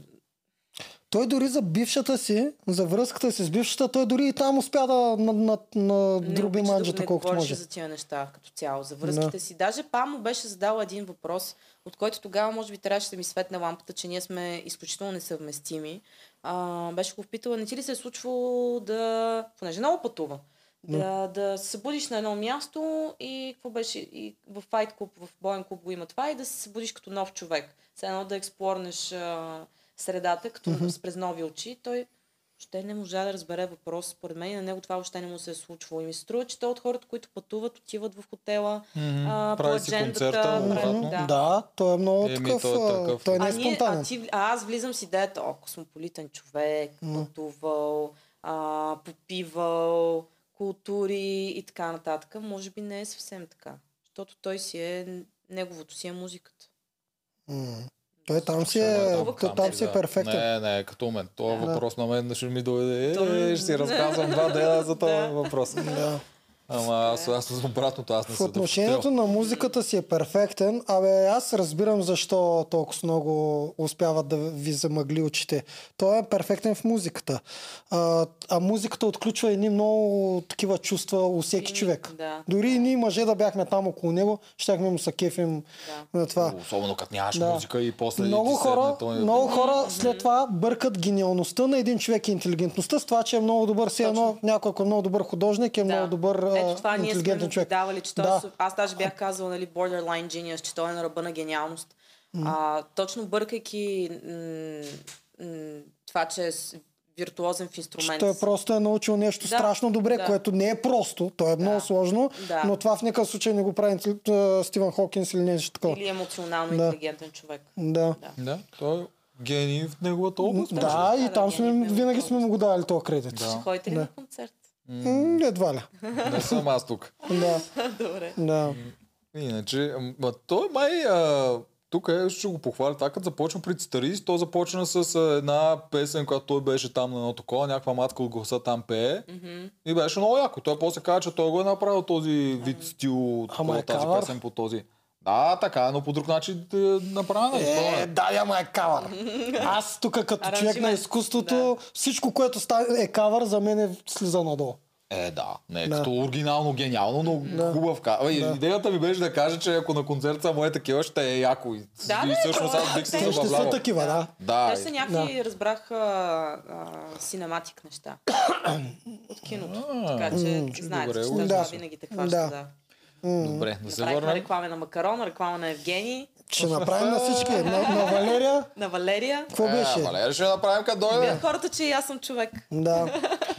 S2: Той дори за бившата си, за връзката си с бившата, той дори и там успя да на, на, на
S3: не
S2: друби
S3: обича да-
S2: манджата,
S3: не
S2: колкото
S3: говореше
S2: може.
S3: за тия неща като цяло, за връзките си. Даже Пам му беше задала един въпрос, от който тогава може би трябваше да ми светне лампата, че ние сме изключително несъвместими. А, беше го попитала, не ти ли се е случвало да... Понеже много пътува. Да, да се събудиш на едно място и какво беше и в файт клуб, в боен клуб го има това и да се събудиш като нов човек. Все едно да експлорнеш а, средата като mm-hmm. през нови очи. Той въобще не можа да разбере въпрос. Според мен и на него това въобще не му се е случвало. И ми се струва, че той е от хората, които пътуват, отиват в хотела,
S1: Мгм.
S3: а,
S1: Прави
S3: по
S1: си
S3: аджендата,
S1: концерта,
S3: прави-
S1: обратно.
S3: да.
S2: Да, той е много
S1: Еми,
S2: такъв.
S1: той е
S2: а,
S1: такъв.
S2: Той не е
S3: а, ние, а,
S2: спонтанен.
S3: ти, а аз влизам с идеята, о, космополитен човек,
S2: М.
S3: пътувал, а, попивал, култури и така нататък. Може би не е съвсем така. Защото той си е, неговото си е музиката.
S2: М. Той там си
S1: Ще
S2: е,
S1: бъде
S2: той там си е
S1: да.
S2: перфектен.
S1: Не, не, като мен. Това
S2: Да.
S1: въпрос на мен ще ми дойде. Е,
S3: Той-
S1: Ще си разказвам два дена за този
S3: Да.
S1: въпрос.
S2: Да.
S1: Ама аз, аз съм обратното, аз не
S2: В
S1: съм
S2: отношението на музиката си е перфектен. Абе, аз разбирам защо толкова много успяват да ви замъгли очите. Той е перфектен в музиката. А, а музиката отключва едни много такива чувства у всеки
S3: И-
S2: човек.
S3: Да,
S2: Дори и ние мъже да бяхме там около него, щяхме му се кефим
S3: да.
S2: на това.
S1: детектив. Особено като нямаш
S2: Да.
S1: музика и после и
S2: Много
S1: ти седне
S2: хора,
S1: той-
S2: много хора след това бъркат гениалността на един човек и интелигентността с това, че е много добър. Все едно някой, ако е много добър художник, е
S3: Да.
S2: много добър а,
S3: Ето това ние сме
S2: интелигентен
S3: му
S2: човек.
S3: давали, че той
S2: Да.
S3: да. аз даже бях казала, нали, borderline genius, че той е на ръба на гениалност. А, точно бъркайки м- м- това, че е с- виртуозен в
S2: Че
S3: инструмент.
S2: той просто е научил нещо
S3: Да.
S2: страшно добре,
S3: Да.
S2: което не е просто. То е много сложно,
S3: Да.
S2: но това в никакъв случай не го прави интел- а, Стивън Хокинс или нещо такова.
S3: Или емоционално
S2: Да.
S3: интелигентен човек.
S2: Да.
S3: Да.
S1: Да, той е гений в неговата област.
S2: Да,
S1: може би.
S2: и
S3: Да,
S2: там
S3: да,
S2: сме,
S3: ние сме му
S2: винаги
S3: давали.
S2: сме му го давали този кредит.
S1: Да.
S3: Ще ходите ли
S2: Да.
S3: на концерт?
S2: М, едва ли.
S1: Не съм аз тук.
S2: Да,
S3: *laughs* Добре.
S2: да.
S1: Иначе, ма той май а, тук е, ще го похваля. Така като започна при Цитарис, то започна с а, една песен, която той беше там на едно такова, някаква матка от гласа там пее.
S3: Мгм.
S1: И беше много яко. Той после каза, че той го е направил този вид стил,
S2: Ама
S1: такова,
S2: е
S1: тази
S2: кавър.
S1: песен по този. Да, така, но по друг начин е направена. Това
S2: Е,
S1: е.
S2: да, ама е
S3: *laughs*
S2: кавър. Аз тук като човек на
S3: Аранжимент.
S2: изкуството,
S3: Да.
S2: всичко, което става е кавър, за мен е слиза надолу.
S1: Е, да. Не е
S2: Да.
S1: като оригинално, гениално, но
S2: Да.
S1: хубав ка... Ай,
S2: Да.
S1: Идеята ми беше да кажа, че ако на концерт са мое такива, ще е яко. И,
S3: Да,
S1: и
S3: бе,
S1: всъщност
S3: това е.
S1: аз бих се
S2: Те ще са
S1: забавлявал.
S2: такива, да.
S1: Да,
S3: Те са
S1: и-
S3: някакви, разбрах, а, а,
S2: *coughs*
S3: синематик неща. От киното.
S1: А,
S3: Така че
S1: добре,
S3: знаете, че
S1: ужасно.
S3: да. винаги те хваща.
S2: Да.
S3: Да.
S1: Добре, да се
S3: Направихме
S1: върнем.
S3: реклама на Макарон, реклама на Евгений,
S2: Ще направим на всички. На, на Валерия,
S3: на Валерия.
S2: какво
S1: Е,
S2: беше?
S1: Валерия ще направим като
S2: Е.
S1: дойде.
S3: Видят хората, че и аз съм човек.
S2: Да.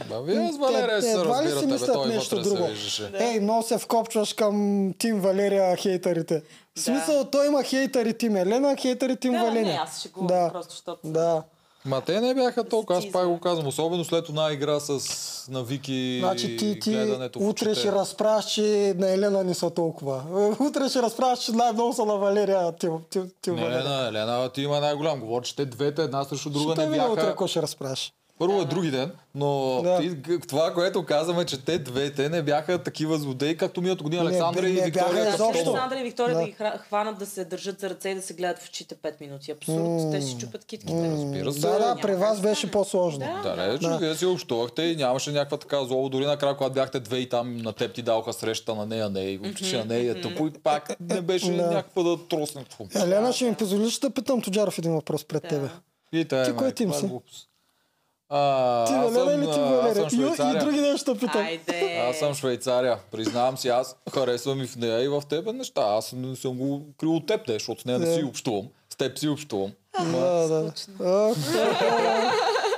S1: Ба, вие с
S2: Те-
S1: Валерия ще се
S2: едва ли си
S1: разбирате, бе,
S2: мислят
S1: той
S2: нещо
S1: вътре се
S2: друго?
S1: виждаше.
S2: Ей, много се вкопчваш към Тим Валерия хейтерите. В
S3: Да.
S2: смисъл, той има хейтери Тим Елена, хейтери Тим
S3: Да, не,
S2: Валерия.
S3: аз ще го
S2: Да.
S3: просто, защото...
S2: Да.
S1: Ма те не бяха толкова, аз
S3: Ти
S1: пак
S3: за-
S1: го казвам, особено след една игра с на Вики
S2: Значи ти,
S1: и
S2: ти
S1: гледането в
S2: утре
S1: очите.
S2: ще разправяш, че на Елена не са толкова. *laughs* Утре ще разправяш, че най-много са на Валерия Тим, тим, тим
S1: Не,
S2: Валерия.
S1: Елена, Елена, ти има най-голям. Говори, че те двете една срещу друга
S2: Ще те
S1: не
S2: видя утре,
S1: бяха.
S2: ако ще разправяш.
S1: Първо е
S3: Да.
S1: други ден, но
S2: Да.
S1: да. ти, г- това, което казваме, че те двете не бяха такива злодеи, както миналата година
S2: Не,
S1: Александра
S2: бе,
S1: и
S2: не бяха
S1: Виктория.
S3: Да,
S2: изобщо.
S1: Костова.
S3: Александър и Виктория
S2: Е, Да.
S3: да. ги хра- хванат да се държат за ръце и да се гледат в очите 5 минути.
S2: М.
S3: Абсурд. Те си чупат китките.
S1: Разбира се.
S2: Да, да, при
S3: Няма
S2: вас
S3: как
S2: беше
S3: стане.
S2: по-сложно.
S3: Да.
S1: Да, не, че
S2: Да.
S1: вие си общувахте и нямаше някаква така злоба. Дори накрая, когато бяхте две и там на теб ти даваха среща на нея, не и обича на нея, е тъпо и пак не беше
S2: Да.
S1: някаква да тросне. Фу.
S2: Елена, ще ми позволиш да питам Тоджаров един въпрос пред
S3: Да.
S2: тебе.
S1: И тая,
S2: Ти
S1: май,
S2: кой тим
S1: това е
S2: си?
S1: глупост. А,
S2: Ти,
S1: аз
S2: Елена
S1: съм,
S2: или ти,
S1: а, аз
S2: Валерия?
S1: съм
S2: И, и
S1: Швейцария.
S2: други нещо питам.
S3: Айде.
S1: Аз съм Швейцария. Признавам си, аз харесвам и в нея, и в тебе неща. Аз не съм го крил от теб, не, защото с нея не
S2: Да.
S1: си общувам. С теб си общувам.
S2: Да, да. Ох,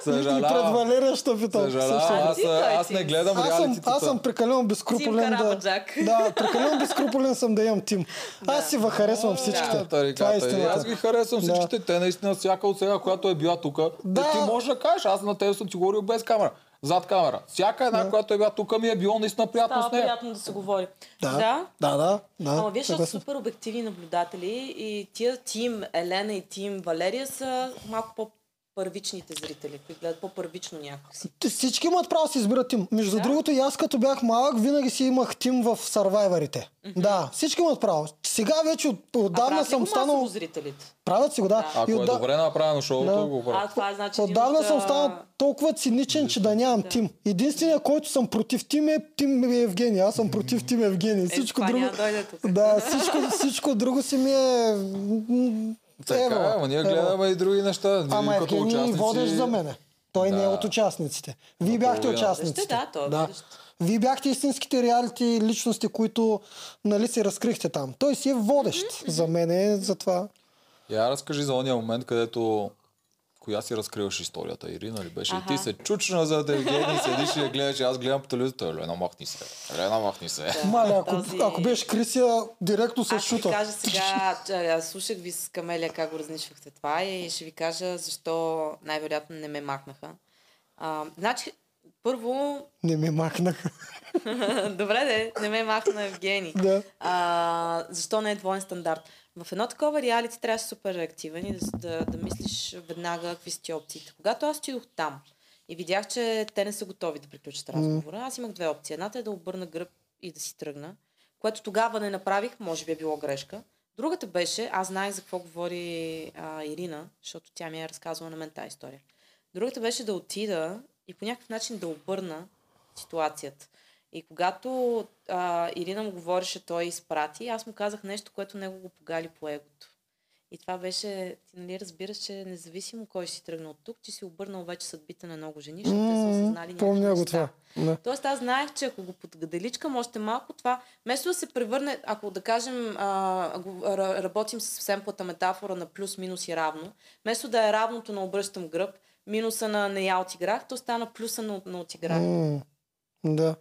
S2: И пред
S1: Съжалявам.
S2: Валерия ще питам.
S1: Съжалявам.
S2: всъщност.
S1: Аз,
S3: Ти е кой
S1: аз
S3: си?
S1: не гледам
S2: Аз съм,
S1: реалитетата.
S2: аз съм прекалено безкруполен
S3: Тим
S2: да...
S3: Карабаджак.
S2: Да, прекалено безкруполен съм да имам тим. Аз си въхаресвам всичките.
S1: Да, реката.
S2: Това е
S1: И Аз ги
S2: истината.
S1: харесвам
S2: Да.
S1: всичките. Те наистина всяка от сега, която е била тук.
S2: Да.
S1: Да. Ти можеш да кажеш, аз на теб съм ти говорил без камера. Зад камера. Всяка една, която е била тук, ми е било наистина приятно
S3: Става
S1: с нея.
S3: приятно да се говори.
S2: Да, да, да. да.
S3: Ама вие ще
S2: съгласен.
S3: супер обективни наблюдатели и тия тим Елена и тим Валерия са малко по-първичните зрители, които гледат по-първично някакси.
S2: Те Всички имат право да си избират тим. Между да? другото, и аз като бях малък, винаги си имах тим в сървайварите. Mm-hmm. Да, всички имат право. Сега вече от,
S3: а
S2: отдавна
S3: правят ли
S2: съм
S3: го
S2: станал...
S3: масово зрителите?
S2: Правят си го, да.
S1: Ако
S2: и
S1: е добре направено шоуто,
S2: Да.
S1: го правя.
S3: А, това е значи... един
S2: Отдавна
S3: от,
S2: съм
S3: а,
S2: станал толкова циничен, че да нямам тим. Единственият, който съм против тим е тим Евгений. Аз съм против тим е Евгений. Всичко
S3: Е, това
S2: друго...
S3: няма да дойде тук.
S2: Да, всичко, всичко друго си ми е... м,
S1: Така,
S2: ева,
S1: ама ние
S2: ева.
S1: гледаме и други неща. Ние
S2: Ама
S1: като
S2: Евгений
S1: участници-
S2: водеш за мене. той не е
S1: Да.
S2: от участниците. Вие бяхте
S1: Наполовина.
S2: участниците.
S3: Ще, да, той е водещ.
S2: Вие бяхте истинските реалити личности, които нали, си разкрихте там. Той си е водещ за мене, за това.
S1: Я разкажи за ония момент, където коя си разкриваш историята, Ирина ли беше? И ти
S3: Аха.
S1: се чучна за да Евгений, седиш и я гледаш, и аз гледам по телевизията. Елена, махни се. Елена, махни се.
S2: Мале, ако,
S3: този-
S2: ако беше Крисия, директно се
S3: Аз ще ви
S2: шута.
S3: кажа сега, че, а, слушах ви с Камелия как го разничвахте това и ще ви кажа защо най-вероятно не ме махнаха. А, значи, първо, *laughs*
S2: Не ми махнаха. *laughs*
S3: добре де, не ме махна Евгений.
S2: да.
S3: А, защо не е двоен стандарт? В едно такова реалити трябваше да си супер реактивен и да, да, да мислиш веднага какви са ти опциите. Когато аз отидох там и видях, че те не са готови да приключат разговора, аз имах две опции. Едната е да обърна гръб и да си тръгна, което тогава не направих, може би е било грешка. Другата беше, аз знаех за какво говори а, Ирина, защото тя ми е разказвала на мен тази история. Другата беше да отида и по някакъв начин да обърна ситуацията. И когато а, Ирина му говореше, той изпрати, аз му казах нещо, което него го погали по егото. И това беше, ти нали разбираш, че независимо кой ще си тръгнал от тук, че си обърнал вече съдбите на много жени, защото те са
S2: М,
S3: осъзнали
S2: Помня
S3: някакви
S2: го
S3: неща.
S2: това. Да.
S3: Тоест аз знаех, че ако го подгаделичкам още малко, това вместо да се превърне, ако да кажем, а, го- ра- работим с семплата метафора на плюс, минус и равно, вместо да е равното на обръщам гръб, минуса на не я отиграх, то стана плюса на, на отиграх.
S2: М, Да.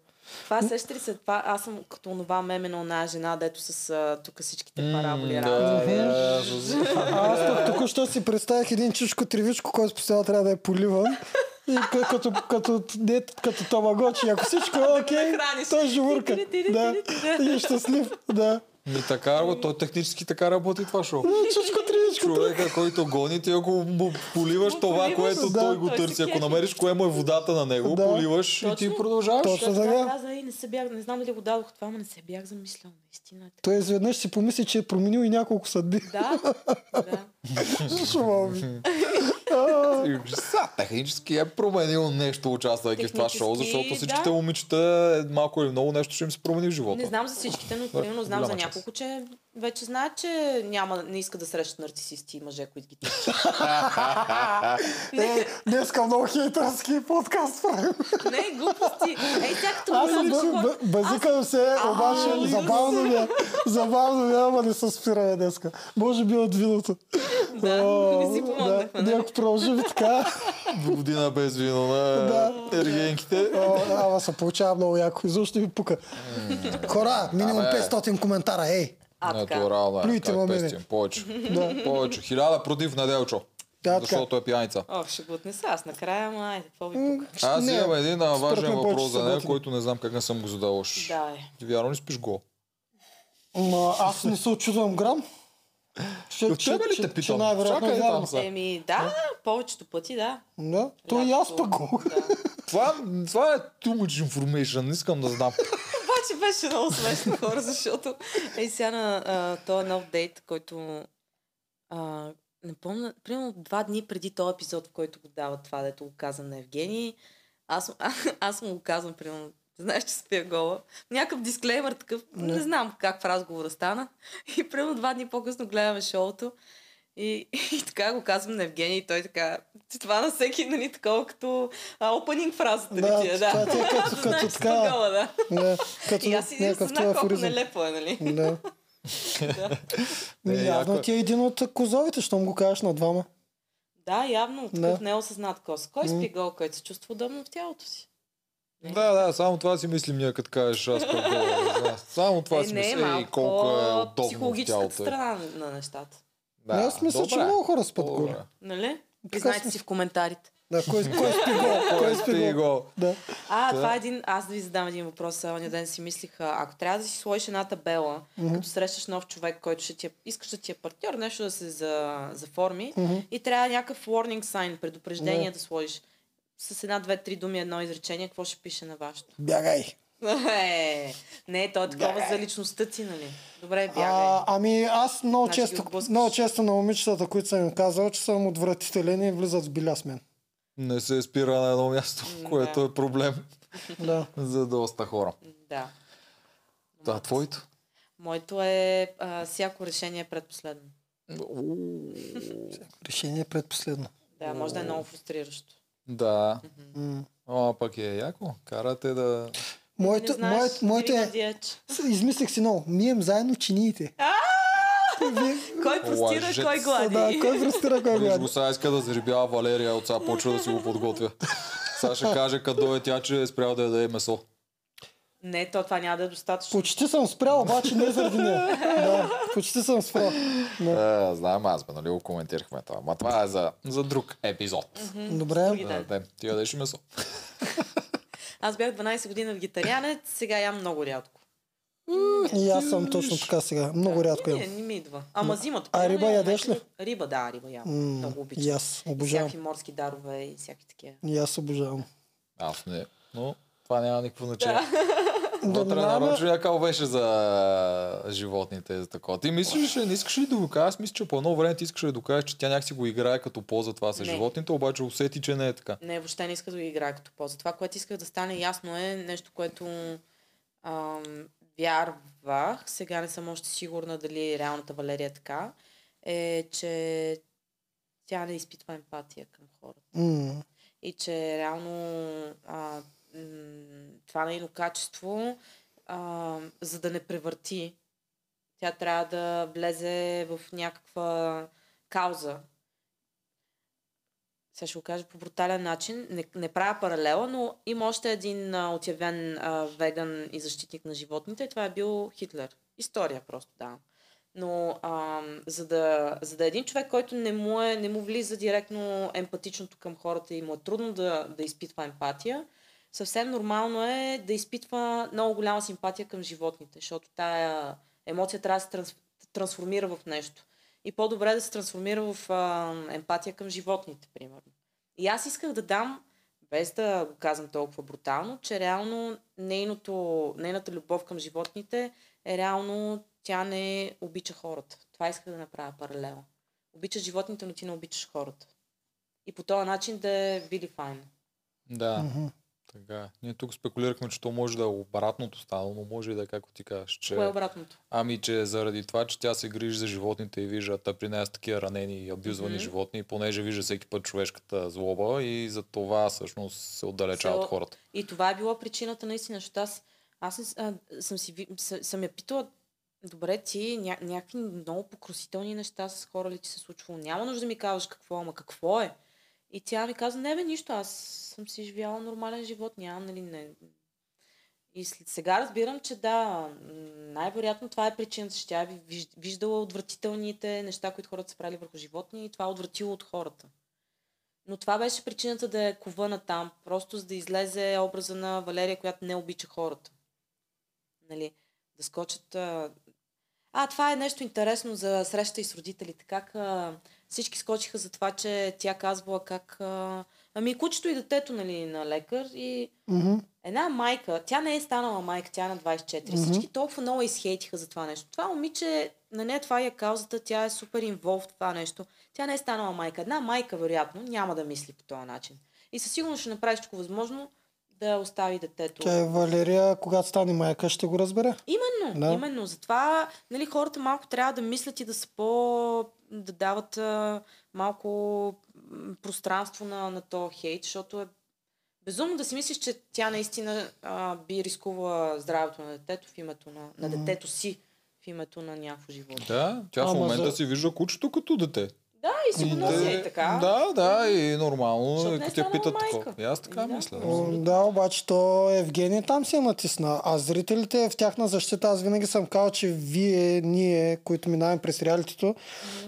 S3: Това сеща ли се, това, аз съм като онова меме на оная жена, дето с а, тук всичките параболи.
S1: М,
S3: равни.
S1: да, да.
S2: А аз пък току-що си представих един чичко тривичко, който постоянно трябва да е поливан. И к- като, като, не, като тамагочи. Ако всичко е окей,
S3: нахраниш.
S2: той ще върка. Да. И е щастлив. Да.
S1: Ми така, бе, то технически така работи това шоу.
S2: Е, Чичко тривичко.
S1: Човека, който гони, ти ако му поливаш
S3: Му
S1: това,
S3: поливаш,
S1: което
S2: да.
S1: той го
S3: Той се
S1: търси. Ако
S3: кефи.
S1: намериш кое му е водата на него,
S2: Да.
S1: поливаш и ти
S3: Точно.
S1: продължаваш.
S2: Точно
S3: Той
S2: така.
S3: това каза и не се бях, не знам дали го дадох това, но не се бях замислял наистина. е
S2: Той изведнъж си помисли, че е променил и няколко съдби.
S3: Да, *laughs* да.
S2: Шумал ми.
S1: И, Са, технически е променил нещо, участвайки в това шоу,
S3: Технически,
S1: защото всичките
S3: да.
S1: момичета е, малко или много нещо ще им се промени в живота.
S3: Не знам за всичките, но примерно знам за
S1: голяма част.
S3: няколко, че вече знаят, че няма, не иска да срещат нарцисисти и мъже, които ги тичат.
S1: *laughs*
S2: Е, днеска много хейтърски подкаст правим.
S3: Не, глупости. Ей, тя като
S2: Аз
S3: говорим
S2: съм
S3: за
S2: бъ-
S3: хора-
S2: бъ- базикам се,
S3: Аз-
S2: обаче
S3: Ау,
S2: забавно ми е. Забавно ми е, ама не се спираме днеска. Може би от виното.
S3: Да,
S2: О,
S3: не си помогнахме,
S2: да.
S3: нали?
S2: Ако продължим така,
S1: До година без вино на
S2: Да.
S1: ергенките.
S2: о, ама се получава много яко. Изобщо ми пука. Хора, минимум
S1: Абе.
S2: 500 коментара, ей.
S3: А, така.
S1: Натурално е.
S2: Плюйте ме,
S1: Как
S2: мене.
S1: пестим? Повече. Повече. Хиляда против Неделчо.
S2: Да,
S1: Защото е пяница.
S3: О, ще го отнеса аз накрая, ама айде, какво ви пука.
S1: Аз
S2: Не,
S1: имам е- един а,
S2: според
S1: важен
S2: мен
S1: въпрос
S2: повече
S1: за
S2: са
S1: нея,
S2: готини.
S1: който не знам как не съм го задал още.
S3: Да, е.
S1: Ти вярно ли спиш го?
S2: Ма, аз не се очудвам грам. Ще,
S1: От тебе ли те питам?
S2: най-вероятно е
S1: Чакай
S2: вярно.
S1: там са.
S3: Еми, да, повечето пъти, да.
S2: Да, то и аз пък го.
S3: Да.
S1: Това, това е too much information, не искам да знам.
S3: Обаче беше много смешно хора, защото ей сега на а, този нов дейт, който а, не помня, примерно два дни преди този епизод, в който го дава това, дето го казвам на Евгений, аз, а, аз му го казвам, примерно, знаеш, че спя гола. Някакъв дисклеймер такъв, не, не
S2: Не.
S3: знам как в разговора стана. И примерно два дни по-късно гледаме шоуто и, и така го казвам на Евгений и той така, това на всеки, нали, такова като а, opening фразата ли
S2: Да,
S3: ти е,
S2: това
S3: да.
S2: ти е като- като
S3: Знаеш,
S2: така.
S3: спя гола, да.
S2: Не, като
S3: И аз си не
S2: някакъв
S3: знам колко
S2: афоризъм.
S3: нелепо е, нали?
S2: Да.
S1: Е, яко
S2: Е,
S1: е.
S2: Явно ти е един от козовите, щом го кажеш на двама.
S3: Да, явно,
S2: Да.
S3: такъв не е осъзнат кос. Кой
S2: М.
S3: спи гол, който се чувства удобно в тялото си? Не.
S1: Да, да, само това си мислим ние, като кажеш аз пък гола. Да. Само това си
S3: Е, не,
S1: мисля и
S3: малко
S1: колко е удобно в
S3: психологическата
S1: тялото. е.
S3: страна на нещата.
S1: Да,
S2: аз мисля, че
S1: добре. е.
S2: много хора спят
S1: Добре.
S2: голи.
S3: Нали?
S2: Така
S3: Признайте
S2: сме.
S3: си в коментарите.
S2: Да, кой, кой спи
S1: *laughs*
S2: гол? Кой спи
S1: е Ти
S2: гол?
S1: го.
S2: Да.
S3: А,
S1: Да.
S3: това е един... Аз да ви задам един въпрос. а, Оня ден си мислих, а, ако трябва да си сложиш една табела,
S2: Мгм.
S3: като срещаш нов човек, който ще ти е, искаш да ти е партньор, нещо да се за, заформи,
S2: Мгм.
S3: и трябва някакъв warning sign, предупреждение
S2: Да.
S3: да сложиш. С една, две, три думи, едно изречение, какво ще пише на вашето?
S2: Бягай.
S3: Е, не, то е такова за личността ти, нали? Добре, бягай.
S2: А, ами аз много
S3: Значи ги
S2: често,
S3: отблъскаш.
S2: много често на момичетата, които съм им казал, че съм отвратителен и влизат с биля с мен.
S1: Не се спира на едно място,
S3: М,
S1: което
S3: да.
S1: е проблем
S2: Да.
S1: за доста хора.
S3: Да.
S1: Да, твоето.
S3: Моето е а, всяко решение е предпоследно.
S2: Решение е предпоследно.
S3: Да, може да е много фрустриращо.
S1: Да.
S2: М.
S1: А, пък е яко. Карате да...
S2: Моето,
S3: Не знаеш,
S2: моето, моето
S3: Ирина
S2: е...
S3: Диач.
S2: Измислих си много. Мием заедно чиниите. Вие-
S3: Кой простира,
S1: Лъжец.
S3: кой глади.
S2: Да, кой простира, кой
S1: Виж
S2: глади.
S1: го, сега иска да зарибява Валерия, от сега почва да си го подготвя. Сега ще каже, като дойде тя, че е спрял да яде месо.
S3: Не, то това няма да е достатъчно.
S2: Почти съм спрял, обаче не заради нея. Да, почти съм спрял. Да.
S1: Е, знаем аз, бе, нали го коментирахме това. Ма това е за, за друг епизод.
S2: Добре.
S1: Да, да, ти ядеш ли месо.
S3: Аз бях 12 години вегетарианец, сега ям много рядко.
S2: И аз съм точно така сега. Много рядко
S3: Не,
S2: имам.
S3: не ми идва. Ама зимата.
S2: А
S3: примерно,
S2: риба
S3: ям
S2: ядеш ли?
S3: някъде- Риба, да, риба ям.
S2: М,
S3: Много обичам.
S2: И аз
S3: И
S2: обожавам.
S3: всякакви морски дарове и всяки такива.
S2: И аз обожавам.
S1: Аз не. Но това няма никакво значение.
S2: Да
S1: Вътре на
S2: минаваме-
S1: Роджо Якал беше за животните и за такова. Ти мислиш ли, не искаш ли да го кажеш? Аз мисля, че по едно време ти искаш да докажеш, че тя някакси го играе като полза това с
S3: Не.
S1: животните, обаче усети, че не е така.
S3: Не, въобще не иска да ги играе като полза. Това, което исках да стане ясно е нещо, което ам, вярвах, сега не съм още сигурна дали реалната Валерия е така, е, че тя не е изпитва емпатия към хората.
S2: М,
S3: И че реално а, м, това нейно качество, а, за да не превърти, тя трябва да влезе в някаква кауза. Сега ще го кажа по брутален начин. Не, не правя паралела, но има още един а, отявен а, веган и защитник на животните. И това е бил Хитлер. История просто, да. Но а, за, да, за да е един човек, който не му, е, не му влиза директно емпатичното към хората и му е трудно да, да изпитва емпатия, съвсем нормално е да изпитва много голяма симпатия към животните, защото тая емоция трябва да се транс, трансформира в нещо. И по-добре е да се трансформира в а, емпатия към животните, примерно. И аз исках да дам, без да го казвам толкова брутално, че реално нейното, нейната любов към животните е реално тя не обича хората. Това исках да направя паралела. Обичаш животните, но ти не обичаш хората. И по този начин да е били файн.
S1: Да,
S2: мгм.
S1: така. е. Ние тук спекулирахме, че то може да е обратното стало, но може и да е както ти кажеш, че...
S3: Кое е обратното?
S1: Ами, че заради това, че тя се грижи за животните и вижда, а при нея са такива ранени и абюзвани
S3: Мгм.
S1: животни, понеже вижда всеки път човешката злоба и за това всъщност се отдалечава
S3: Се-
S1: от хората.
S3: И това е била причината наистина, защото аз, аз не с- а, съм, си, ви- съ- съм я питала, добре, ти ня, някакви много покрусителни неща с хора ли ти се е случвало? Няма нужда да ми казваш какво, ама какво е? И тя ми каза, не бе, нищо, аз съм си живяла нормален живот, нямам, нали, не... И след сега разбирам, че да, м, най-вероятно това е причината, че тя е виж- виждала отвратителните неща, които хората са правили върху животни и това е отвратило от хората. Но това беше причината да е ковъна там, просто за да излезе образа на Валерия, която не обича хората. Нали, да скочат... А... А, това е нещо интересно за среща и с родителите. Как а, всички скочиха за това, че тя казвала как... А, ами кучето и детето, нали, на лекар и...
S2: Мгм.
S3: Една майка, тя не е станала майка, тя е на 24.
S2: Мгм.
S3: Mm-hmm. Всички толкова много изхейтиха за това нещо. Това момиче, на нея това е каузата, тя е супер инволв в това нещо. Тя не е станала майка. Една майка, вероятно, няма да мисли по този начин. И със сигурност ще направи всичко възможно да остави детето.
S2: Тя е Валерия, когато стане майка, ще го разбере.
S3: Именно,
S2: Да.
S3: да. именно. Затова нали, хората малко трябва да мислят и да са по... да дават а, малко м, пространство на, на то хейт, защото е безумно да си мислиш, че тя наистина а, би рискувала здравето на детето в името на, на
S2: Мгм.
S3: детето си в името на някакво живот.
S1: Да, тя в
S2: Ама
S1: момента
S2: за-
S1: си вижда кучето като дете.
S3: Да, и си го
S2: Ами,
S3: носи е
S2: да.
S3: и така.
S1: Да, да, и нормално,
S3: Защото
S1: и
S3: не е
S1: като те
S3: станала
S1: питат
S3: майка.
S1: такова. И аз така
S3: Ами да.
S1: мисля.
S2: М, Да, обаче то Евгений е там се натисна, а зрителите в тяхна защита, аз винаги съм казал, че вие, ние, които минаваме през реалитито,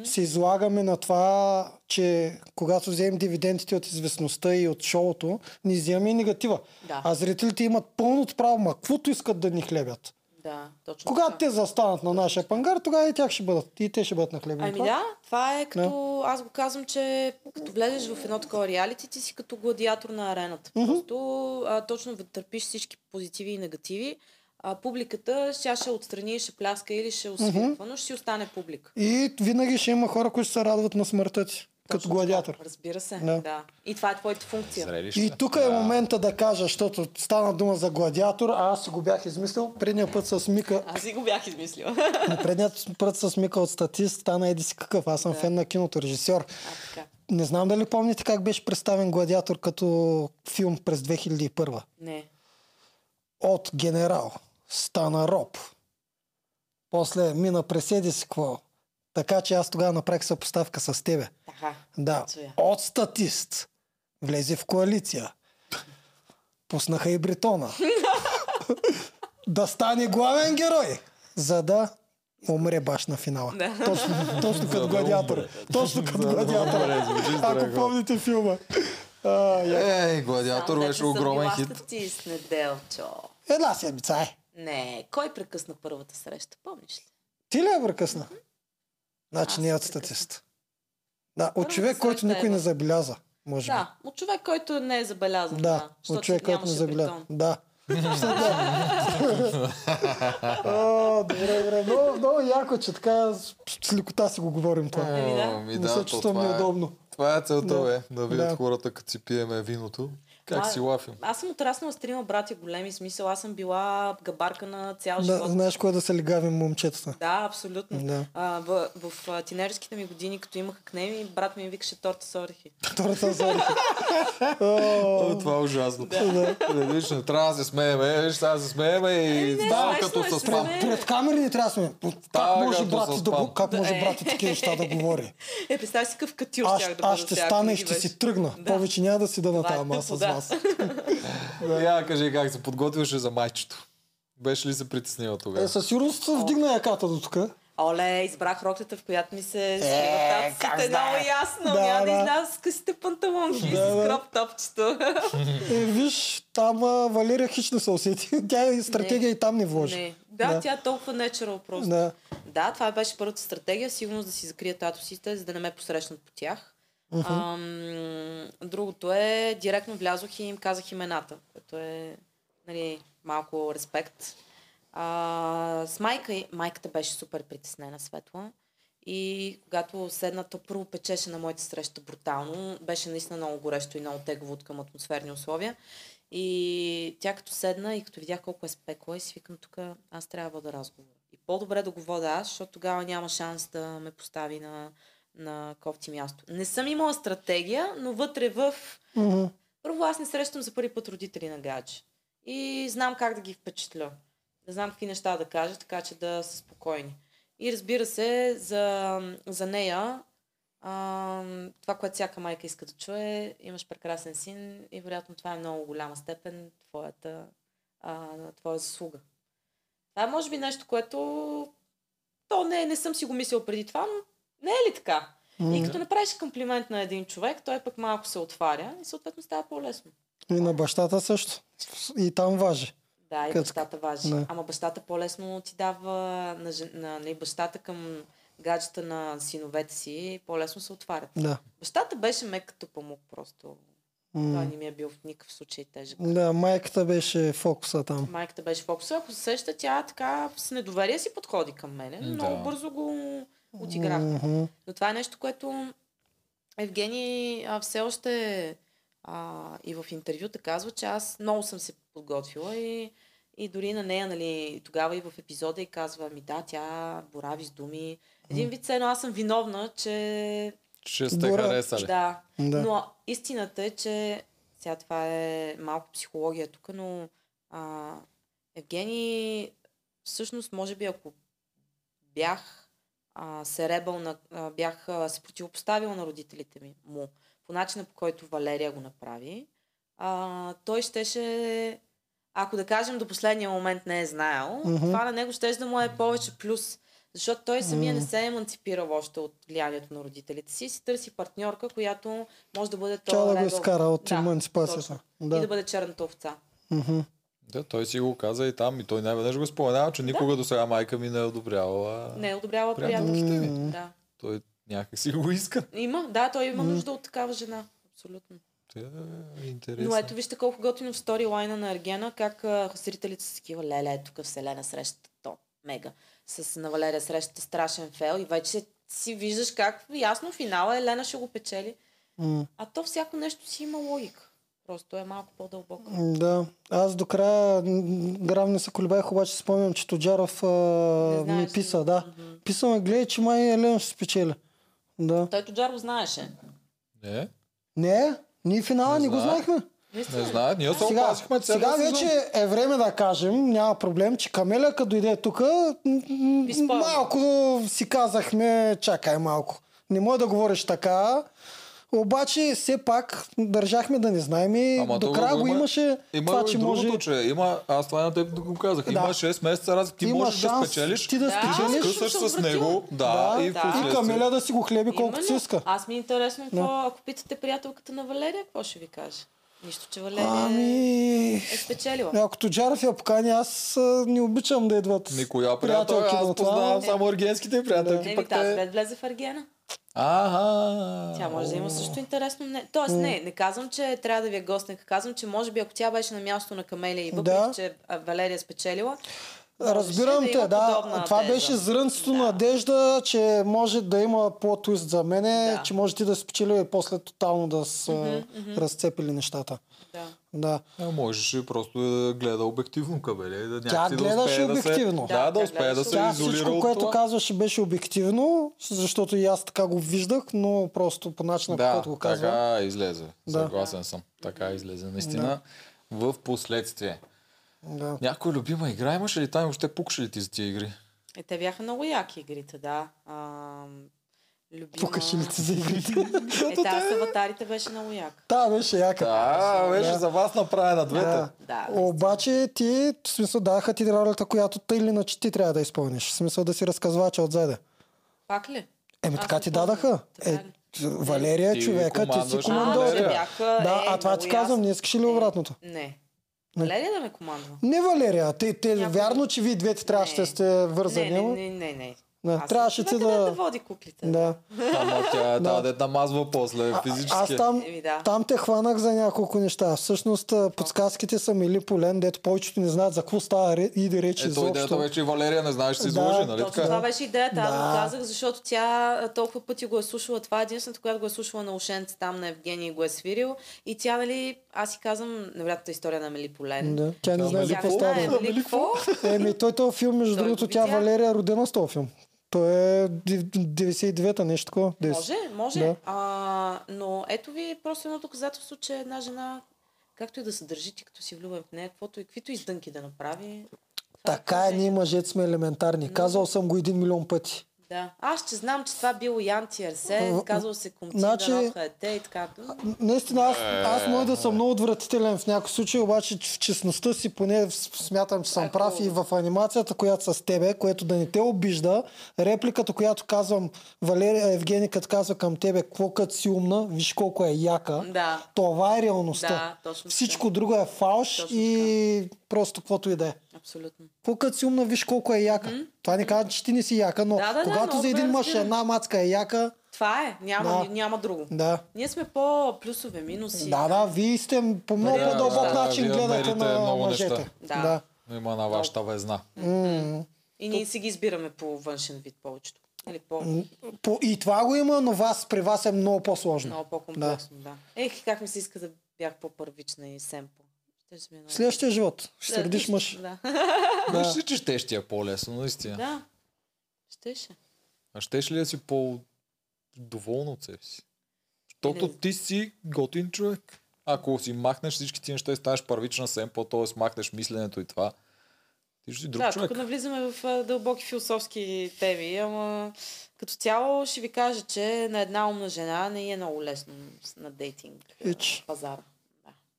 S2: се излагаме на това, че когато вземем дивидендите от известността и от шоуто, ни вземаме и негатива.
S3: Да.
S2: А зрителите имат пълното право, ма каквото искат да ни хлебят.
S3: да, точно
S2: Когато
S3: така.
S2: те застанат на нашия пангар, тогава и тях ще бъдат. И те ще бъдат нахлебени.
S3: Ами да, това е като... Аз го казвам, че като влезеш в едно такова реалити, ти си като гладиатор на арената.
S2: Мгм.
S3: Просто а, точно търпиш всички позитиви и негативи. А, публиката ще, ще отстрани, ще пляска или ще усвирква, но ще си остане публика.
S2: И винаги ще има хора, които ще се радват на смъртта ти, като
S3: Точно
S2: гладиатор.
S3: така, Разбира се,
S2: Да.
S3: да. И това е твоята функция.
S1: Зрелище.
S2: И тук е
S1: Да.
S2: момента да кажа, защото стана дума за гладиатор, а аз си го бях измислил предния път с Мика.
S3: Аз си го
S2: *laughs*
S3: бях измислила.
S2: Предният път с Мика от статист стана еди си какъв. Аз съм
S3: Да.
S2: фен на киното, режисьор.
S3: а, така.
S2: Не знам дали помните как беше представен Гладиатор като филм през 2001.
S3: Не.
S2: От генерал стана роб. После мина през еди си какво. Така че аз тогава направих съпоставка с тебе.
S3: Така.
S2: Да.
S3: Цоя.
S2: От статист. Влезе в коалиция. Пуснаха и
S3: *laughs*
S2: Бритона. да стане главен герой. За да умре баш на финала.
S3: Да.
S2: Точно, точно като
S1: да
S2: гладиатор.
S1: умре. *laughs*
S2: Точно като
S1: За да
S2: гладиатор.
S1: умре, звучи
S2: Ако
S1: здраво.
S2: помните филма. А, я-
S1: Ей, гладиатор
S3: Там
S1: беше
S3: дето съм
S1: огромен
S3: била
S1: хит.
S3: Статист, неделчо.
S2: Една седмица е.
S3: Не, кой прекъсна първата среща? Помниш ли?
S2: Ти ли я прекъсна? Значи
S3: Аз
S2: не е от
S3: прекъснах.
S2: статист. Да, от
S3: Първата
S2: човек, който
S3: среща е
S2: никой не
S3: в-
S2: забеляза. Може би.
S3: Да, от човек, който не е забелязан.
S2: Да, от
S3: защото е
S2: човек, който не е
S3: нямаше
S2: забелява.
S3: бетон.
S1: *laughs*
S2: Да. Ще да. О, Добре, добре. Много, много яко, че така с с лекота си го говорим това.
S3: Еми Е, да.
S1: Ами
S2: не
S1: да,
S2: се
S1: то
S2: чувствам
S1: това е-
S2: неудобно.
S1: Това е целта,
S2: Да.
S1: бе. Да видят
S2: Да.
S1: хората, като си пиеме виното. Как
S3: Ма-
S1: си лафим.
S3: е- Аз съм отраснала с трима братя големи смисъл. Аз съм била габарка на цял
S2: Да,
S3: живот.
S2: знаеш кое да се легавим момчетата.
S3: Да, абсолютно.
S2: Да.
S3: А, в, в а, тинерските ми години, като имах акнеми, брат ми викаше торта с орехи.
S2: Втората зора.
S1: О, това е ужасно.
S2: Да.
S1: Не, виж, не трябва да се смееме. е, Виж, сега се смееме и
S3: не,
S1: става
S3: смешно
S1: като
S3: е,
S1: с
S3: смешно
S1: спам.
S3: е.
S2: Пред камери не трябва да сме. Как
S1: Да,
S2: може
S1: като
S2: брат ти
S1: с
S2: да го,
S1: пам.
S2: как може
S3: Да,
S2: брат ти
S3: е.
S2: такива неща да говори?
S3: *laughs* Е, представи си какъв катюр
S2: Аз,
S3: *laughs* щях да бъда
S2: аз ще
S3: сега,
S2: стана
S3: ако
S2: и
S3: ги
S2: ще
S3: беше.
S2: си тръгна.
S3: Да.
S2: Повече няма да си да на
S3: Това е
S2: тази маса с
S3: тъпо, да.
S2: вас.
S1: Я кажи как се подготвяше за майчето. Беше ли се притеснила
S2: Е,
S1: тогава?
S2: със сигурност вдигна яката до тук.
S3: Оле, избрах роклята, в която ми се скриват
S2: Е, как
S3: таците. Много
S2: знаех.
S3: ясно.
S2: Да,
S3: Няма да
S2: да.
S3: изляза с късите панталонки и
S2: Да, да.
S3: с кроп топчето.
S2: Е, виж, там а, Валерия хич не се усети. *laughs* Тя и стратегия и там не вложи.
S3: *laughs* Не. Да, тя е толкова natural просто.
S2: Да.
S3: Да, това беше първата стратегия, сигурно да си закрия татусите, за да не ме посрещнат по тях. Ам, другото е, директно влязох и им казах имената, което е нали, малко респект. А, с майка, и- майката беше супер притеснена, Светла. И когато седна, то първо печеше на моята среща брутално. Беше наистина много горещо и много тегаво от към атмосферни условия. И тя като седна и като видях колко е спекло, и си викам тук, аз трябва да вода разговор. И по-добре да го вода аз, защото тогава няма шанс да ме постави на, на кофти място. Не съм имала стратегия, но вътре в...
S2: Мгм.
S3: Първо аз не срещам за първи път родители на гадже. И знам как да ги впечатля. Да знам какви неща да кажа, така че да са спокойни. И разбира се, за, за нея а, това, което всяка майка иска да чуе, имаш прекрасен син и вероятно това е много голяма степен твоята, а, твоя заслуга. Това е може би нещо, което то не, не съм си го мислила преди това, но не е ли така? И като направиш комплимент на един човек, той пък малко се отваря и съответно става по-лесно.
S2: И на бащата също. И там важи.
S3: Да, и
S2: Къцка.
S3: бащата важи.
S2: Да.
S3: Ама бащата по-лесно ти дава на, жен- на, на и бащата към гаджета на синовете си, по-лесно се отварят.
S2: Да.
S3: Бащата беше мек като памук просто. Той
S2: М.
S3: не ми е бил в никакъв случай тежък.
S2: Да, майката беше фокуса там.
S3: Майката беше фокуса. Ако се сеща, тя така с недоверие си подходи към мене.
S1: М, да.
S3: Много бързо го отиграх.
S2: Мгм.
S3: Но това е нещо, което Евгений а, все още а, и в интервюта казва, че аз много съм се подготвила и, и дори на нея, нали, тогава и в епизода и казва, ми да, тя борави с думи. Един вид, все едно аз съм виновна, че
S1: Ще сте
S2: Добре.
S1: харесали.
S3: да,
S2: Да.
S3: но истината е, че сега това е малко психология тук, но а, Евгений всъщност, може би ако бях а, се ребъл на, а, бях а, се противопоставил на родителите ми му, по начина по който Валерия го направи, а, той щеше, ако да кажем до последния момент не е знаел,
S2: Мгм.
S3: mm-hmm. това на него щеше да му е повече плюс. Защото той самия не
S2: М.
S3: се е еманципирал още от влиянието на родителите си, си търси партньорка, която може да бъде
S2: Тя
S3: то
S2: да го
S3: лева
S2: изкара от
S3: Да,
S2: емансипацията.
S3: точно.
S2: Да.
S3: и да бъде черната овца.
S2: Мгм.
S1: Да, той си го каза и там, и той най-веднъж го споменава, че никога до сега майка ми не е одобрявала.
S3: Не е одобрява
S1: Приятелките
S3: приятелките.
S1: ми.
S2: М.
S3: Да.
S1: Той някак си го иска.
S3: Има, да, той има
S2: М.
S3: нужда от такава жена. Абсолютно.
S1: Те, е интересно.
S3: Но ето вижте колко готино в сторилайна на Ергена, как а, зрителите са такива, леле, тук Вселена среща то, мега. С на Валерия среща страшен фейл и вече си виждаш как ясно финала Елена ще го печели.
S2: М.
S3: А то всяко нещо си има логика. Просто е малко по-дълбоко.
S2: Да, аз до края м, грам не се колебаях, обаче си спомням, че Тоджаров а,
S3: Не
S2: ми
S3: знаеш ли?
S2: писа, да.
S3: Мгм.
S2: Писа ме, гледай, че май Елен ще спечели. Да.
S3: Той Тоджаро знаеше.
S1: Не,
S2: Не, ние финала
S1: Не
S2: не, го
S1: знаех.
S2: знаехме.
S3: Наистина.
S1: не знае. Ние се
S2: Сега,
S1: опасихме цял
S2: сега
S1: сезон.
S2: вече е време да кажем, няма проблем, че Камеля като дойде тук,
S3: спомня.
S2: малко си казахме, чакай малко. Не може да говориш така, обаче все пак държахме да не знаем и
S1: Ама
S2: до
S1: то
S2: края
S1: го
S2: го
S1: има-
S2: имаше
S1: Има
S2: това,
S1: и
S2: че
S1: другото,
S2: може...
S1: че има, аз това на теб го казах,
S2: Да.
S1: има 6 месеца разлика, ти
S2: Има
S1: можеш да
S2: шанс
S1: спечелиш,
S2: ти да
S1: да
S2: спечелиш.
S1: скъсаш
S3: Аз съм
S1: с
S3: съобразила.
S1: него, да,
S2: Да,
S1: и в
S3: да.
S2: И
S1: последствие.
S2: Камеля да си го хлеби колкото си
S3: Именно.
S2: иска.
S3: Аз ми е интересно, какво,
S2: Да.
S3: ако питате приятелката на Валерия, какво ще ви каже? Нищо, че Валерия
S2: Ами...
S3: е спечелила.
S2: Ако Тоджаров я покани, аз а, не обичам да идват
S1: Никоя приятел, аз
S2: на това.
S1: познавам само аргенските приятелки,
S3: Еми,
S1: пък
S3: тази
S1: те...
S3: след влезе в Аргена.
S1: Аха.
S3: Тя може да има
S1: о.
S3: също интересно. Не... Тоест, не, не казвам, че трябва да ви е гостник. Казвам, че може би ако тя беше на място на Камелия и въпреки,
S2: Да.
S3: че а, Валерия е спечелила,
S2: Разбирам те,
S3: Ще да има
S2: да.
S3: подобна
S2: Това
S3: теза.
S2: беше зрънцето
S3: Да.
S2: надежда, че може да има по-твист за мене,
S3: Да.
S2: че може ти да спечели и после тотално да са
S3: Мгм, мгм.
S2: разцепили нещата.
S3: да.
S2: Да.
S1: А можеше просто да гледа обективно кабеле. Да
S2: Тя
S1: някакси да
S2: гледаше
S1: успее да се-
S2: обективно.
S1: Да, да,
S3: Да, тя
S1: успее да
S3: гледаше
S1: се
S2: Тя
S1: изолира
S2: всичко,
S1: от
S2: което
S1: това.
S2: казваше, беше обективно, защото и аз така го виждах, но просто по начина, по
S1: Да,
S2: който го казва.
S1: така излезе.
S2: Да.
S1: Съгласен съм. Така излезе, наистина. В последствие.
S2: Да.
S1: Някоя любима игра имаш ли там? Въобще пукаше ли ти за тия игри?
S3: Е, те бяха много яки игрите, да. Ам, любима...
S2: Пукаше ли ти за игрите? *laughs*
S3: Е, тази с аватарите беше много яка.
S2: Та беше яка.
S1: Да, беше за вас направена
S2: Да.
S1: двете.
S3: Да,
S2: Обаче ти, в смисъл, даха ти ролята, която тъй или иначе ти трябва да изпълниш. В смисъл да си разказвача отзаде.
S3: пак ли?
S2: Еми
S3: Аз
S2: така
S3: не
S2: ти
S3: помня.
S2: дадаха.
S3: Така
S2: Е,
S3: ли?
S2: Валерия е
S1: Ти
S2: човека, ти си
S1: командваш.
S3: А, те
S1: Валерия.
S2: командор.
S3: бяха...
S2: Да,
S3: е,
S2: а това
S3: много
S2: ти казвам,
S3: ясно. Е.
S2: не искаш ли обратното?
S3: Не.
S2: Не.
S3: Валерия да ме командва.
S2: Не, Варя, те, те,
S3: Някой-
S2: вярно, че вие двете трябваше да
S3: Не.
S2: сте
S3: Не,
S2: вързани.
S3: не,
S2: ама-
S3: не, не, не.
S2: Да,
S3: Аз
S2: Трябваше
S3: съм
S2: ти
S3: човека, дето
S2: да...
S3: води куклите.
S2: Да.
S1: Ама тя е
S2: Да.
S1: тази дет намазва после
S2: А-
S1: физически.
S2: Аз там,
S3: Еми Е, да.
S2: там те хванах за няколко неща. Всъщност а, подсказките са мили полен, дето повечето не знаят за какво става ре- и да речи
S1: Ето Е, идеята
S2: изобщо.
S1: беше, че и Валерия не знаеш, че се
S2: Да.
S1: изложи, нали
S3: Точно
S1: така?
S3: това беше идеята, аз
S2: Да.
S3: го казах, защото тя а, толкова пъти го е слушала. Това е единственото, която го е слушала на ушенце там на Евгений и го е свирил. И тя, нали, аз си казвам, невероятната история на Мели Полен.
S2: Да, тя не
S1: Да,
S2: знае
S1: нали,
S2: за
S3: Тя
S2: какво
S3: не
S1: какво?
S2: става.
S3: знае, нали, какво?
S2: Еми, той този филм, между
S3: Той
S2: другото,
S3: го
S2: тя
S3: видя.
S2: Валерия е родена с този филм. Той е дев- 99-та, нещо такова. Дес-
S3: Може, може.
S2: Да.
S3: А, но ето ви просто едно доказателство, че една жена, както и да се държи, ти като си влюбен в нея, каквото и каквито издънки да направи. това
S2: Така е,
S3: положение.
S2: ние мъжете сме елементарни.
S3: Много.
S2: Казал съм го един милион пъти.
S3: Да. Аз ще знам, че това било Янти Арсе,
S2: В-
S3: казвало се Комци,
S2: Значи-
S3: значи... Дановка е те и така.
S2: Н- Наистина, аз, аз мога да съм много отвратителен в някои случаи, обаче че в честността си поне в- смятам, че съм
S3: Ако-
S2: прав и в анимацията, която с тебе, което да не те обижда, репликата, която казвам, Валерия Евгеникът казва към тебе, какво като си умна, виж колко е яка.
S3: Да.
S2: Това е реалността.
S3: Да, точно така.
S2: Всичко друго е фалш
S3: Точно
S2: и просто каквото и да е.
S3: Абсолютно.
S2: Какво като си умна, виж колко е яка. Това не казва, че ти не си яка, но
S3: Да, да, да,
S2: когато
S3: много
S2: за един
S3: добре
S2: мъж
S3: разбирам.
S2: една мацка е яка,
S3: Това е. Няма,
S2: Да.
S3: ни- няма друго.
S2: да.
S3: Ние сме по-плюсове, минуси.
S2: Да, да, вие сте по много
S1: Да,
S2: по-дълбок
S1: да,
S2: начин
S1: вие
S2: гледате
S1: мерите
S2: на
S1: много
S2: мъжете.
S1: неща.
S3: Да.
S2: да.
S1: Има на вашата везна.
S2: М.
S3: И ние си ги избираме по външен вид повечето. Или по...
S2: По- И това го има, но вас, при вас е много по-сложно.
S3: Много по-комплексно, да. Ех, как ми се иска да бях по-първична и семпо. Ще ми е много-
S2: Следващия живот. Ще се
S3: Да,
S2: родиш мъж.
S3: Да.
S1: Да. Мислиш ли, че ще ще е по-лесно, наистина?
S3: да. Щеше.
S1: А щеш ли да си по-доволна от себе си? Защото
S3: Не.
S1: ти си готин човек. Ако си махнеш всички ти неща и станеш първична семпо, т.е. махнеш мисленето и това, ти ще си друг
S3: да,
S1: човек.
S3: тук навлизаме в а, дълбоки философски теми, ама като цяло ще ви кажа, че на една умна жена не е много лесно с- на дейтинг
S1: Е,
S3: а,
S2: Ич.
S3: пазара.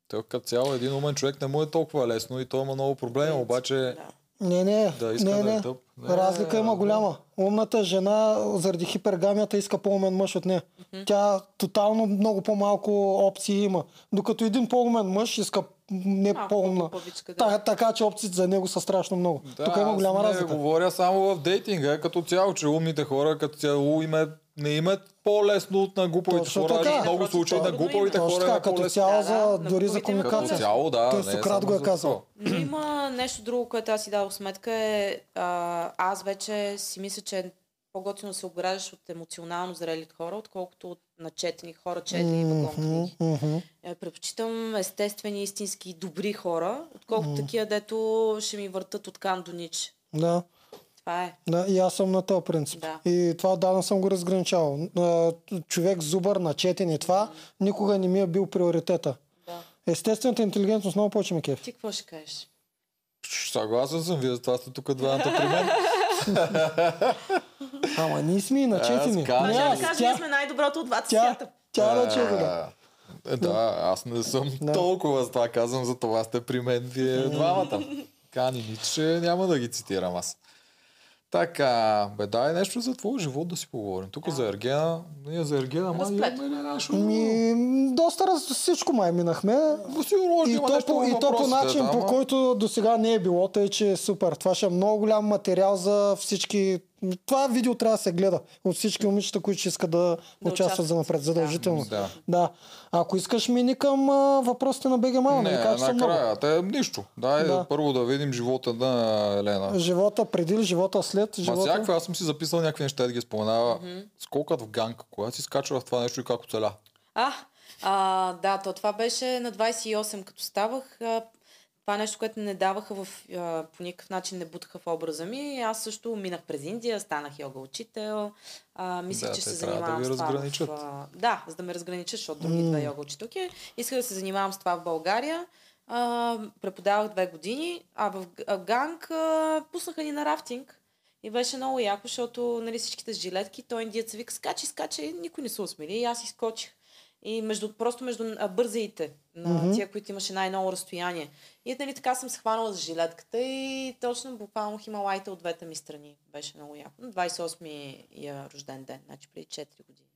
S1: Той като цяло един умен човек не му е толкова лесно и той има много проблеми, Е, обаче да,
S3: Е, Да.
S2: Не, не,
S1: иска
S2: не,
S1: да
S2: не.
S1: е тъп. Не,
S2: Разлика има
S1: разбира.
S2: голяма. Умната жена заради хипергамията иска по-умен мъж от нея. Тя тотално много по-малко опции има. Докато един по-умен мъж иска не
S3: Малко
S2: по-умна.
S3: по-глупавичка, да.
S2: Та- Така че опциите за него са страшно много.
S1: Да,
S2: Тук има
S1: аз
S2: голяма
S1: не
S2: разлика.
S1: говоря само в дейтинга, е, като цяло, че умните хора като цяло имат не имат по-лесно от на глуповите
S2: Точно
S1: хора.
S2: така.
S1: В много
S3: Просто
S1: случаи на
S3: трудно
S1: глуповите
S3: има.
S2: Точно
S1: хора
S2: така,
S1: е
S2: като
S1: по-лесно.
S2: цяло,
S3: Да, да,
S2: за,
S3: на
S2: дори за
S3: другите има
S2: комуникация.
S1: Като цяло, да.
S2: Той
S1: не е
S2: Сократ
S1: само
S2: го е
S1: за
S2: казал.
S1: това.
S3: Но има нещо друго, което аз си дадох сметка е, а, аз вече си мисля, че е по-готино да се обграждаш от емоционално зрели хора, отколкото от начетени хора, четени mm-hmm. вагон
S2: Мгм,
S3: книги.
S2: мгм.
S3: Е, Предпочитам естествени, истински добри хора, отколкото такива, дето ще ми въртат от кан до нич.
S2: Да,
S3: Това е.
S2: да, и аз съм на този принцип.
S3: Да.
S2: И това отдавна съм го разграничавал. А, Човек зубър, начетен и това никога не ми е бил приоритета.
S3: Да.
S2: Естествената интелигентност много повече ме кефи.
S3: Ти какво ще кажеш?
S1: Съгласен съм, вие затова сте тук двамата при мен.
S2: Ама ние сме и начетени.
S1: Аз казвам.
S2: Не,
S1: Може
S3: Аз
S2: аз,
S3: да кажа, ние
S2: тя,
S3: сме най-доброто от двата
S2: тя,
S3: свята.
S2: *laughs* тя вече го да.
S1: А, е, Да, аз не съм
S2: Да.
S1: толкова с това казвам, за това сте при мен вие двамата. Кани Ниче, няма да ги цитирам аз. Така, бе, дай нещо за твоя живот да си поговорим. Тук за Ергена, ние за Ергена, ма
S3: Разплет.
S1: имаме ли нещо?
S2: Ми, м, доста раз всичко май минахме.
S1: Ма сигурно още
S2: И
S1: има
S2: то,
S1: нещо
S2: по,
S1: във
S2: и то по
S1: въпросите,
S2: начин,
S1: да,
S2: по
S1: ама-
S2: който до сега не е било, тъй че е супер. Това ще е много голям материал за всички. Това видео трябва да се гледа от всички момичета, които ще искат да,
S3: Да
S2: участват за напред,
S3: участват.
S2: задължително.
S1: Да.
S2: да. Ако искаш, мини към а, въпросите на БГ Мама,
S1: Не,
S2: не, кажа, че са много.
S1: накрая. Те, нищо. Дай
S2: Да.
S1: първо да видим живота на Елена.
S2: Живота преди ли, живота след,
S1: Ма
S2: живота...
S1: всякакви, аз съм си записал някакви неща да ги споменава. Скокът в ганка, кога си скачала в това нещо и как оцеля?
S3: А, а, да, то това беше на 28, като ставах. А, това е нещо, което не даваха в, а, по никакъв начин, не бутаха в образа ми. Аз също минах през Индия, станах йога учител. А, мислих,
S1: Да, те
S3: че ще се
S1: трябва да
S3: занимавам
S1: ви
S3: с това.
S1: разграничат.
S3: В, а, да, за да ме разграничат, защото други две йога учителки. Исках да се занимавам с това в България. А, преподавах две години, а в Г- а, Ганг а, пуснаха ни на рафтинг. И беше много яко, защото нали, всичките с жилетки, той индиец вика, скачи, скачи, никой не се усмили. И аз изкочих. И между, просто между а, бързаите, на
S2: Мгм.
S3: mm-hmm. тия, които имаше най-ново разстояние. И нали, така съм се хванала за жилетката и точно буквално хималайта от двете ми страни. Беше много яко. На 28-ми я рожден ден, значи преди 4 години.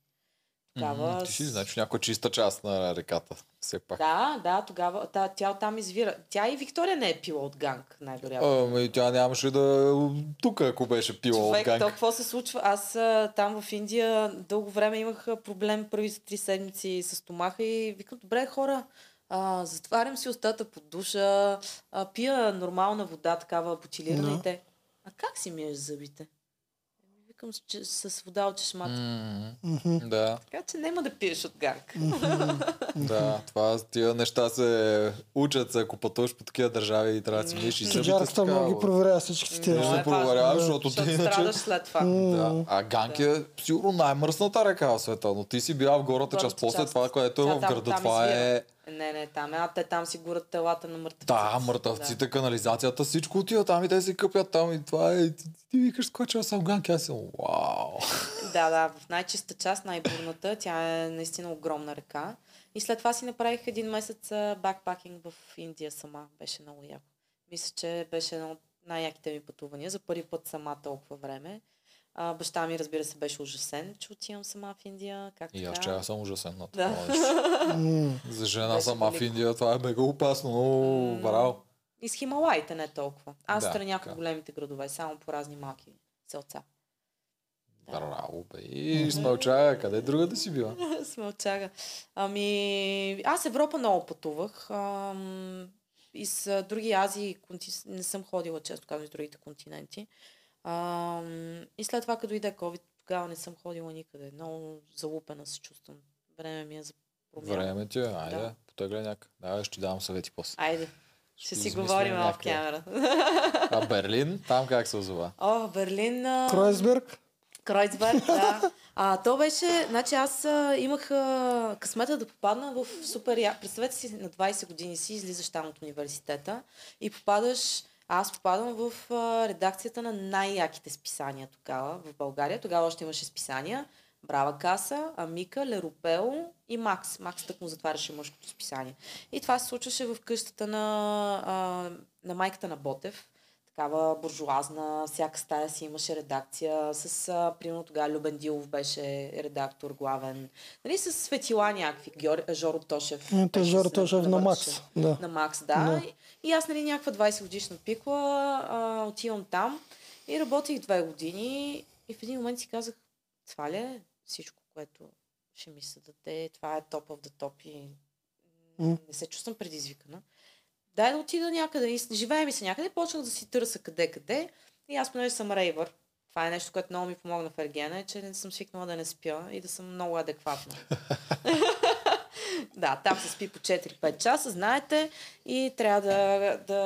S3: Тогава...
S1: М, Ти си
S3: с-
S1: значи някоя чиста част на реката, все пак.
S3: Да, да, тогава та, тя оттам извира. Тя и Виктория не е пила от ганг, най-вероятно.
S1: Ами тя нямаше да... Тук, ако беше пила от
S3: Човек, то
S1: ганг.
S3: какво се случва? Аз а, там в Индия дълго време имах а, проблем първите три седмици с стомаха и викам, добре хора, а, затварям си устата под душа, а, пия нормална вода, такава бутилирана
S2: Да.
S3: и те. А как си миеш зъбите? Викам, че с вода от чешмата.
S1: М,
S2: Мгм.
S1: Да,
S3: Така че няма да пиеш от ганг.
S1: да. Това, тия неща се учат, се, ако пътуваш по такива държави и трябва да си миеш и зъбите. с
S2: Чуджарката много ги
S1: такава.
S2: проверява всичките
S1: Ти
S3: Много
S2: тези.
S1: да
S3: е важно,
S1: проверяваш,
S2: да.
S1: защото ти
S3: Защото
S1: иначе...
S3: страдаш след това.
S2: М.
S1: Да. А Ганг е сигурно най-мръсната река в света, но ти си била в горната
S3: Горната
S1: част. После
S3: част.
S1: това, което е
S3: Тя
S1: в
S3: там-
S1: града,
S3: там
S1: това
S3: извира.
S1: е
S3: Не, не, там. е. А те там си горят телата на мъртвците.
S1: Да, мъртъвците, да. канализацията, всичко отива там и те си къпят там и това е. Ти, ти, ти викаш, скочила с афганки, аз съм, вау.
S3: Да. да, да. В най-чиста част, най-бурната, тя е наистина огромна река. И след това си направих един месец а, бакпакинг в Индия сама. Беше много яко. Мисля, че беше едно от най-яките ми пътувания. За първи път сама толкова време. А, баща ми, разбира се, беше ужасен, че отивам сама в Индия. Как
S1: И
S3: така?
S1: аз че аз съм ужасен на
S3: Да.
S1: това. нещо.
S2: М.
S1: За жена
S3: Беше
S1: сама в
S3: велико.
S1: Индия, това е мега опасно. О,
S3: М.
S1: Браво.
S3: И с Хималаите не толкова. Аз
S1: Да,
S3: да, странях
S1: така.
S3: от големите градове, само по разни малки селца. Да.
S1: Браво, бе. И смълчая, къде друга да си била?
S3: Смълчага. Ами, аз Европа много пътувах. Ам, и с а, други Азии конти... не съм ходила често, казвам, с другите континенти. Ам, и след това, като дойде COVID, тогава не съм ходила никъде. Много залупена се чувствам. Време ми е за промяна.
S1: Време ти е, айде,
S3: Да.
S1: потегляй някак. Да, ще ти давам съвети после.
S3: Айде,
S1: Ще
S3: ще си
S1: измислим
S3: говорим в
S1: някъде.
S3: камера.
S1: А Берлин, там как се озова?
S3: О, Берлин. а,
S2: Кройсберг?
S3: Кройцберг, да. А, то беше, значи аз а, имах а, късмета да попадна в супер... я- Представете си, на 20 години си излизаш там от университета и попадаш... Аз попадам в а, редакцията на най-яките списания тогава в България. Тогава още имаше списания. Брава каса, Амика, Лерупео и Макс. Макс тък му затваряше мъжкото списание. И това се случваше в къщата на, а, на майката на Ботев такава буржуазна, всяка стая си имаше редакция с, а, примерно тогава Любен Дилов беше редактор главен, нали, с светила някакви, Геор... Жоро Тошев.
S2: М, Е, Той
S3: беше
S2: Жоро
S3: с-
S2: Тошев на Макс.
S3: вършеше.
S2: Да.
S3: На Макс, да.
S2: Да.
S3: И, и аз, нали, някаква 20 годишна пикла, а, отивам там и работих две години и в един момент си казах, това ли е всичко, което ще ми се даде, това е топъв да топи.
S2: М.
S3: Не се чувствам предизвикана. Дай да отида някъде. И с- Живее ми се някъде. Почнах да си търся къде-къде. И аз, понеже съм рейвър, това е нещо, което много ми помогна в Ергена, е, че не съм свикнала да не спя и да съм много адекватна. да, там се спи по 4-5 часа, знаете, и трябва да, да,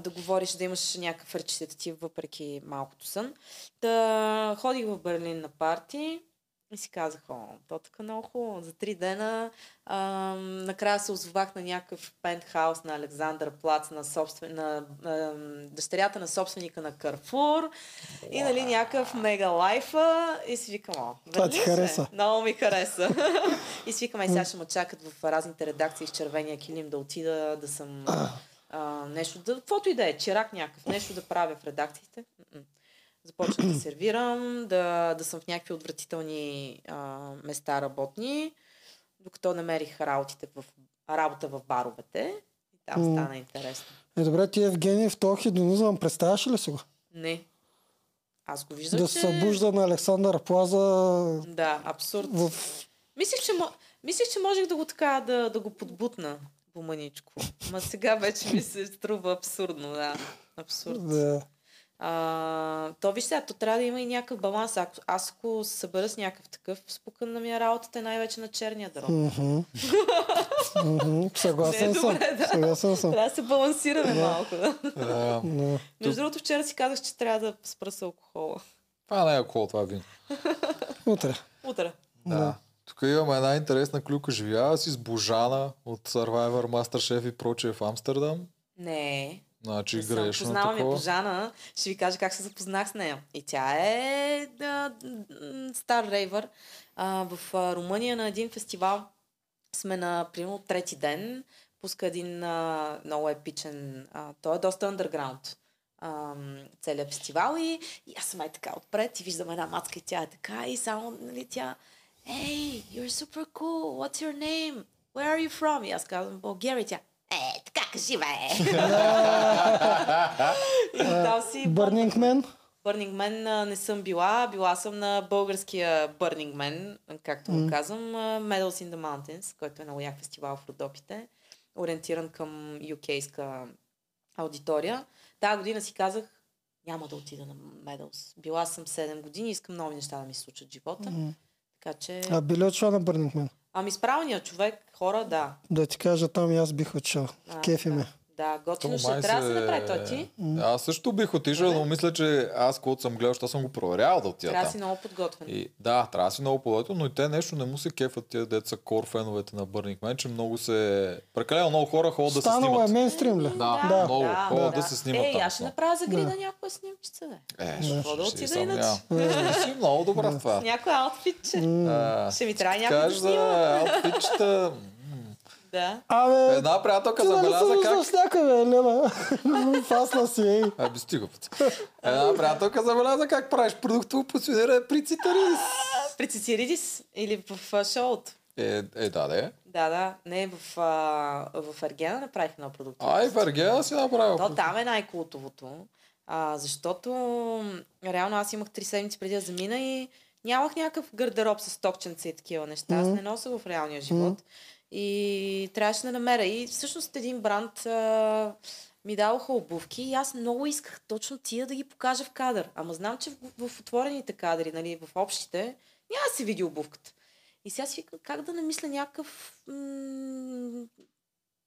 S3: да говориш, да имаш някакъв речитатив, въпреки малкото сън. Да ходих в Берлин на парти и си казах, о, то така много хубаво. За три дена ам, накрая се озовах на някакъв пентхаус на Александър Плац на, собствен, на ам, дъщерята на собственика на Карфур. И нали някакъв мега лайфа и си викам, о,
S2: Това ти
S3: верни се.
S2: хареса.
S3: Много ми хареса. и си викам, ай сега ще ме чакат в разните редакции с червения килим да отида, да съм а, нещо, да, каквото и да е, чирак някакъв, нещо да правя в редакциите. М-м. Започнах да сервирам, да, да съм в някакви отвратителни а, места работни, докато намерих работите в, работа в баровете. И там
S2: М.
S3: стана интересно.
S2: Е, добре, ти Евгений в този хедонизъм, представяш ли си го?
S3: Не. Аз го виждам,
S2: Да
S3: че...
S2: се събужда на Александър Плаза
S3: Да, абсурд.
S2: в...
S3: Мислих, че, мо- мислих, че можех да го така, да, да го подбутна по маничко. Ма сега вече ми се струва абсурдно, да. Абсурд.
S2: Да.
S3: А, то виж сега, то трябва да има и някакъв баланс. Ако, аз ако се събера с някакъв такъв, спукан на ми е работата, най-вече на черния дроб.
S2: Мгм. Мгм. Съгласен
S3: Не,
S2: съм.
S3: добре, да.
S2: Съгласен съм.
S3: Трябва да се балансираме малко. Да.
S1: А,
S2: Да.
S3: Между другото, вчера си казах, че трябва да спра с алкохола.
S1: Това не е алкохол, това е вино.
S2: Утре.
S3: Утре.
S1: Да.
S2: Да.
S1: Тук имаме една интересна клюка. Живява си с Божана от Survivor, Masterchef и прочее в Амстердам.
S3: Не,
S1: Значи
S3: не съм.
S1: грешно
S3: Познавам я
S1: такова.
S3: Божана. Ще ви кажа как се запознах с нея. И тя е да, м, стар рейвър. А, в а, Румъния на един фестивал сме на примерно трети ден. Пуска един а, много епичен, а, той е доста underground ам, целият фестивал и, и аз съм е така отпред и виждам една мацка и тя е така и само нали, тя Hey, you're super cool, what's your name? Where are you from? И аз казвам България и тя Е, така кажи бе! е». и там си
S2: Бърнинг мен.
S3: Burning Man а, не съм била. Била съм на българския Burning Man, както му казвам, а, Medals in the Mountains, който е много як фестивал в Родопите, ориентиран към UK-ска аудитория. Тая година си казах, няма да отида на Medals. Била съм 7 години, искам нови неща да ми се случат в живота. Така че,
S2: А били отишла на Бърнинг мен.
S3: ами с правилния човек, хора, да.
S2: Да ти кажа, там и аз бих отишъл.
S3: А,
S2: Кефи
S3: да,
S2: ме.
S3: Да, готино ще
S1: май
S3: трябва да
S1: се-
S3: се направи. То ти
S1: Аз също бих отишъл, но мисля, че аз, когато съм гледал, защото съм го проверявал да отида
S3: трябва да
S1: там.
S3: си много подготвен.
S1: И, да, трябва да си много подготвен, но и те нещо не му се кефат тия деца кор феновете на Бърник Мен, че много се... Прекалено много хора ходят да се
S2: Станало е
S1: снимат.
S2: мейнстрим ли?
S1: Да,
S2: Да.
S1: много хора да се снимат
S3: Ей,
S1: там.
S3: аз ще направя загрина
S2: Да.
S3: някаква снимчица, бе.
S1: Е,
S3: Какво да
S1: ще- ще
S3: отида
S1: се
S3: иначе?
S1: съмнявам. Ти си много добра в това.
S3: Някой аутфитче.
S1: А,
S3: Ще ми трябва някой да
S1: Кажеш за
S3: снима.
S1: аутфитчета.
S3: Да.
S2: Абе,
S1: Е, Една приятелка
S2: ти нали се
S1: забеляза
S2: виждаш
S1: как...
S2: с някъде, Елена? *laughs* Фасна си, ей.
S1: Аби стига път. Една приятелка забеляза как правиш продуктово позициониране при Цитарис.
S3: При Цициридис или в а, шоуто.
S1: Е, е, да, да. е.
S3: Да, да. Не, в, а, в Аргена направих едно продукт.
S1: Ай, Вергея си направил.
S3: То там е най-култовото. А, защото м, реално аз имах три седмици преди да замина и нямах някакъв гардероб с токченца и такива неща. Аз не нося в реалния живот. И трябваше да намеря. И всъщност един бранд а, ми даваха обувки и аз много исках точно тия да ги покажа в кадър. Ама знам, че в, в отворените кадри, нали, в общите, няма да се види обувката. И сега си викам, как да намисля някакъв... М-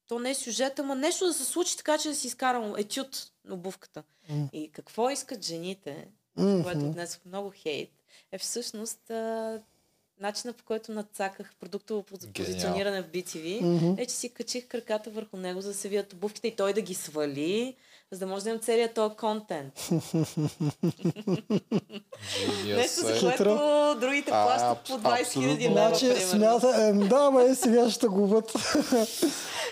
S3: то не е сюжет, ама нещо да се случи така, че да си изкарам етюд на обувката.
S2: М.
S3: И какво искат жените,
S2: Мгм.
S3: което днес много хейт, е всъщност а, начина по който надцаках продуктово пози-
S1: Гениал.
S3: позициониране в BTV,
S2: Мгм.
S3: е, че си качих краката върху него, за да се видят обувките и той да ги свали, за да може да имам целият този контент. Нещо, за
S1: Е,
S3: което другите
S1: А,
S3: плащат по 20 000
S1: абсолютно.
S3: лева,
S2: Значи,
S3: примерно.
S2: смята, е, да, ма е, сега ще губят.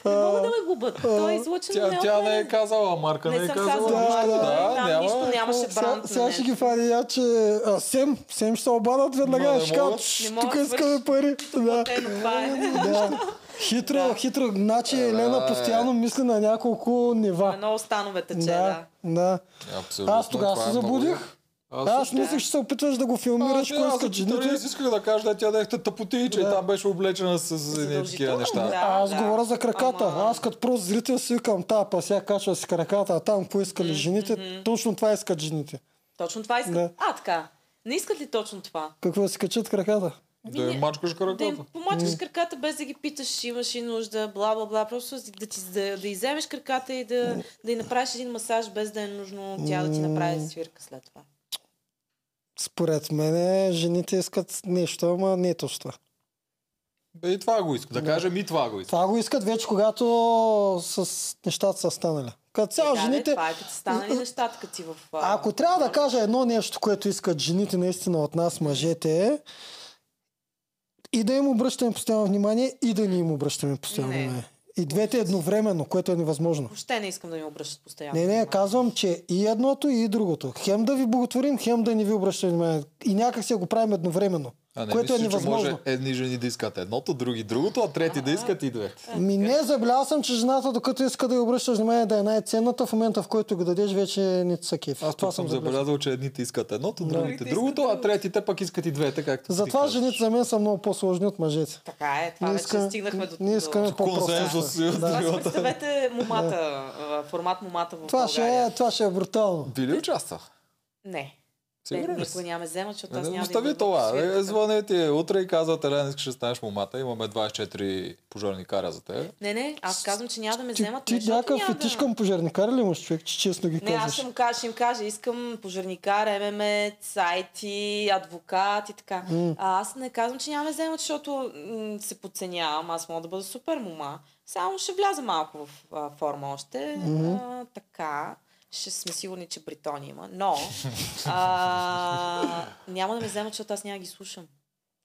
S3: Не могат да ме губят. Той е излъчено
S1: Тя,
S3: не
S1: тя
S3: от
S1: не
S3: мен.
S1: е казала, марка не,
S3: Не
S1: е
S3: съм
S1: казала.
S3: казала
S1: нищо.
S2: марка,
S1: да,
S2: не
S3: знам нищо,
S1: няма.
S3: няма. Нямаше
S2: сега,
S3: бранд
S2: сега
S3: на
S2: ще
S3: нещо.
S2: ги фани, я, че а, Сем, Сем ще обадат
S1: Ма
S2: веднага,
S1: не
S2: ще
S1: могат.
S2: кажат, «Шш,
S3: Не могат,
S2: тук искаме
S3: свърши.
S2: пари. Да.
S3: Платено, това е.
S2: Да. Хитро, хитро. Значи Елена
S1: е.
S2: постоянно мисли на няколко
S3: На
S2: нива.
S3: много станове тече,
S2: Да,
S3: да.
S2: да.
S1: Абсолютно.
S2: Аз тогава
S1: това
S2: се
S1: е много-
S2: забудих.
S1: Аз,
S2: Аз
S1: аз,
S2: мислех, че се опитваш да го филмираш, кой
S1: аз,
S2: иска
S1: аз,
S2: жените.
S1: исках да кажа, да тя дехте тъпоти, че
S2: Да.
S1: и там беше облечена с- с едни такива
S3: Задължително,
S1: неща.
S3: да.
S2: А, аз говоря за краката.
S3: Ама-
S2: Аз като прост зрител си викам, та, па сега качва си краката, а там какво искали жените, точно това искат жените.
S3: Точно това искат.
S2: Да.
S3: А, така. Не искат ли точно това?
S2: Какво да си качат краката?
S1: Да я
S3: Ми не-
S1: мачкаш
S3: Да им
S1: краката.
S3: помачкаш краката без да ги питаш, имаш и нужда, бла, бла, бла. Просто да, ти, да, да иземеш краката и да, да й направиш един масаж, без да е нужно тя да ти направи свирка след това.
S2: Според мен жените искат нещо, ама не е точно това.
S1: Бе, и това го иска. Да кажем и това го иска.
S2: Това го искат вече, когато с нещата са станали. Като цяло
S3: да,
S2: жените...
S3: Де, това е като са станали нещата, като си в... а,
S2: Ако трябва да кажа едно нещо, което искат жените наистина от нас, мъжете, е и да им обръщаме постоянно внимание, и да не им обръщаме постоянно
S3: Не.
S2: внимание. И двете едновременно, което е невъзможно.
S3: Въобще не искам да ми обръщат постоянно.
S2: Не, не,
S3: внимание.
S2: казвам, че и едното, и другото. Хем да ви боготворим, хем да не ви обръщаме внимание. И някак се го правим едновременно.
S1: А не
S2: което е
S1: мислиш, че
S2: невъзможно.
S1: може едни жени да искат едното, други другото, а трети да искат и двете.
S2: Ми не, забелял съм, че жената, докато иска да й обръщаш внимание, да е най-ценната, в момента в който го дадеш, вече не ти се кефи.
S1: Аз това съм забелязал, че едните искат едното,
S3: Другите
S1: другите
S3: искат
S1: другото, а третите пък искат и двете, както ти
S2: Затова
S1: казваш.
S2: жените за мен са много по-сложни от мъжете.
S3: Така е, това
S2: Не
S3: вече
S2: искам-
S3: стигнахме до...
S2: не искам-
S3: до-
S2: по-просто.
S1: Консенсус.
S3: *laughs* Това си представете момата, а, формат момата в
S2: Това ще,
S3: България.
S2: е, това ще е брутално.
S1: Били участва?
S3: Не. Те
S1: Сигурен ли
S3: никога
S1: си?
S3: няма да взема, защото
S1: Е,
S3: аз
S1: да,
S3: няма да
S1: Остави
S3: идвам
S1: това.
S3: в свирката.
S1: Е, звънете утре и казват, Елена, искаш да станеш момата. Имаме 24 пожарникаря за теб.
S3: Не, не, аз казвам, че няма да ме
S2: Ти,
S3: вземат. не,
S2: ти
S3: защото
S2: някакъв
S3: няма
S2: фетиш към пожарникар ли имаш човек, че честно ги
S3: Не, аз
S2: казваш?
S3: ще им кажа, ще им кажа, искам пожарникар, ММ, сайти, адвокат и така. А аз не казвам, че няма да ме вземат, защото м- се подценявам, аз мога да бъда супер мома. Само ще вляза малко в а, форма още. А, така. Ще сме сигурни, че Бритон има. Но
S1: *laughs*
S3: а, няма да ме вземат, защото аз няма да ги слушам.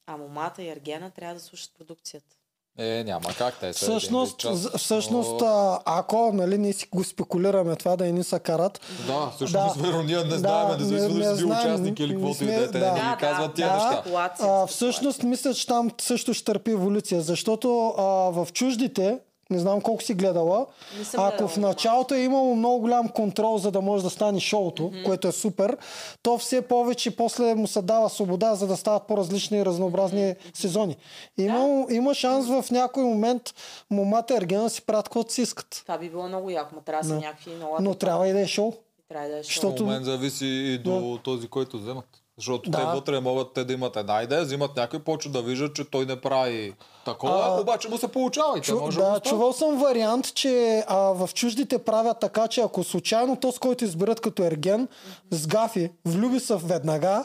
S3: А момата и Аргена трябва да слушат продукцията.
S1: Е, няма как те са.
S2: Всъщност,
S1: един вид
S2: з-
S1: част.
S2: всъщност
S1: Но-
S2: а, ако нали, ние си го спекулираме това да и ни са карат,
S1: Да, всъщност,
S2: да.
S1: верно, ние
S2: Да,
S1: не знаем, независимо
S2: не-
S1: дали
S2: не
S1: си бил
S2: знаем,
S1: участник или
S2: не
S1: каквото и
S2: сме-
S1: да е, те
S2: да.
S1: не ни казват тия
S2: да.
S1: неща.
S3: спекулация.
S2: а, всъщност мисля, че там също ще търпи еволюция, защото а, в чуждите, не знам колко си гледала,
S3: Не съм
S2: ако
S3: гледала
S2: в началото е имало много голям контрол, за да може да стане шоуто, mm-hmm. което е супер, то все повече после му се дава свобода, за да стават по-различни и разнообразни mm-hmm. сезони. Има, да. има шанс в някой момент момата и Ергена си правят каквото си искат.
S3: Това би било много яко, ма трябва да са някакви много
S2: Но трябва и да е шоу.
S3: трябва да е шоу.
S2: Защото-
S1: От мен зависи и до този, който вземат. Защото
S2: Да.
S1: да. те вътре могат те да имат една идея, взимат някой, почва да виждат, че той не прави такова,
S2: А,
S1: а... обаче му се получава и те
S2: Чу,
S1: може да,
S2: да,
S1: го чува...
S2: чувал съм вариант, че а, в чуждите правят така, че ако случайно то, с който изберат като ерген, с гафи, влюби се веднага,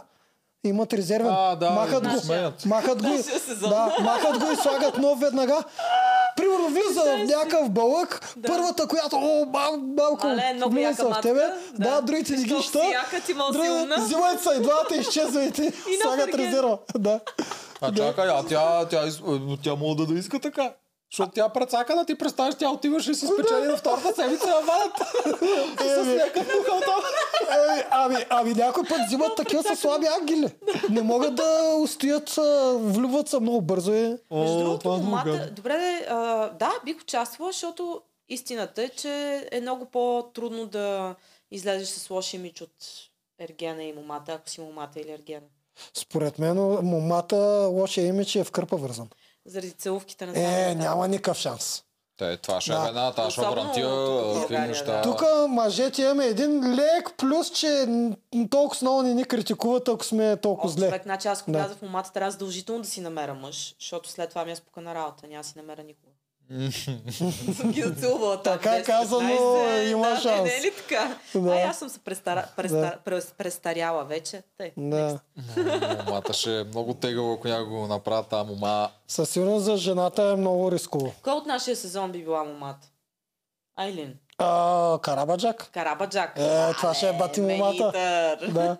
S2: имат резервен.
S1: А, да,
S2: махат
S1: и го
S2: го.
S1: сменят.
S2: Махат го. и-
S3: Нашия сезон.
S2: да, махат го и слагат нов веднага. Примерно влиза в някакъв бълък, първата, която, о, мал, малко,
S3: Мале, много
S2: влиза
S3: яка
S2: се в
S3: матка,
S2: тебе, да,
S3: да.
S2: другите не ги
S3: Щом си
S2: ща,
S3: яка, ти мал
S2: други-
S3: силна.
S2: взимат се и двата,
S3: *laughs*
S2: изчезвайте,
S3: нов
S2: слагат
S3: ерген.
S2: резерва. Да.
S1: А чакай, а тя, тя, из- е, тя може да, да иска така. Защото тя прецака да ти представиш, тя отиваш и си спечели на втората седмица на ваната. С
S2: Еми.
S1: някакъв кухъл там.
S2: Ами, ами, ами някой път взимат такива са слаби ангели. Не могат да устоят, а, влюбват се много бързо. Е.
S3: Между другото,
S1: това е много
S3: момата...
S1: гадно.
S3: Добре, де, а, да, бих участвала, защото истината е, че е много по-трудно да излезеш с лош имидж от ергена и момата, ако си момата или ергена.
S2: Според мен момата лошия имидж е в кърпа вързан.
S3: Заради целувките на
S2: Е,
S3: самолета.
S2: няма никакъв шанс.
S1: Те, това ще
S2: Да.
S1: е една, това ще
S3: Особено
S1: гарантия
S3: тук в
S1: какви
S3: България,
S1: неща.
S3: да.
S2: Тук мъжете имаме един лек плюс, че н- толкова много не ни критикуват, ако сме толкова
S3: О, човек,
S2: зле.
S3: значи аз
S2: Да.
S3: когато да. в момата трябва задължително да си намеря мъж, защото след това ми е спукана работа, няма да си
S2: *laughs*
S3: намеря никога. Съм ги зацелувала там.
S2: Така
S3: 10-15,
S2: казано, има
S3: да,
S2: шанс.
S3: Не, не е ли така?
S2: Да.
S3: Да. Ай, аз съм се престара, престар, прес- престаряла вече. Тъй.
S2: Да.
S1: Момата ще е много тегава, ако някой го направи тази мома.
S2: Със сигурност за жената е много рисково.
S3: Кой от нашия сезон би била момата? Айлин.
S2: А, Карабаджак.
S3: Карабаджак.
S2: Е, това ще е
S3: Абе,
S2: бати момата.
S3: Менитър.
S2: Да.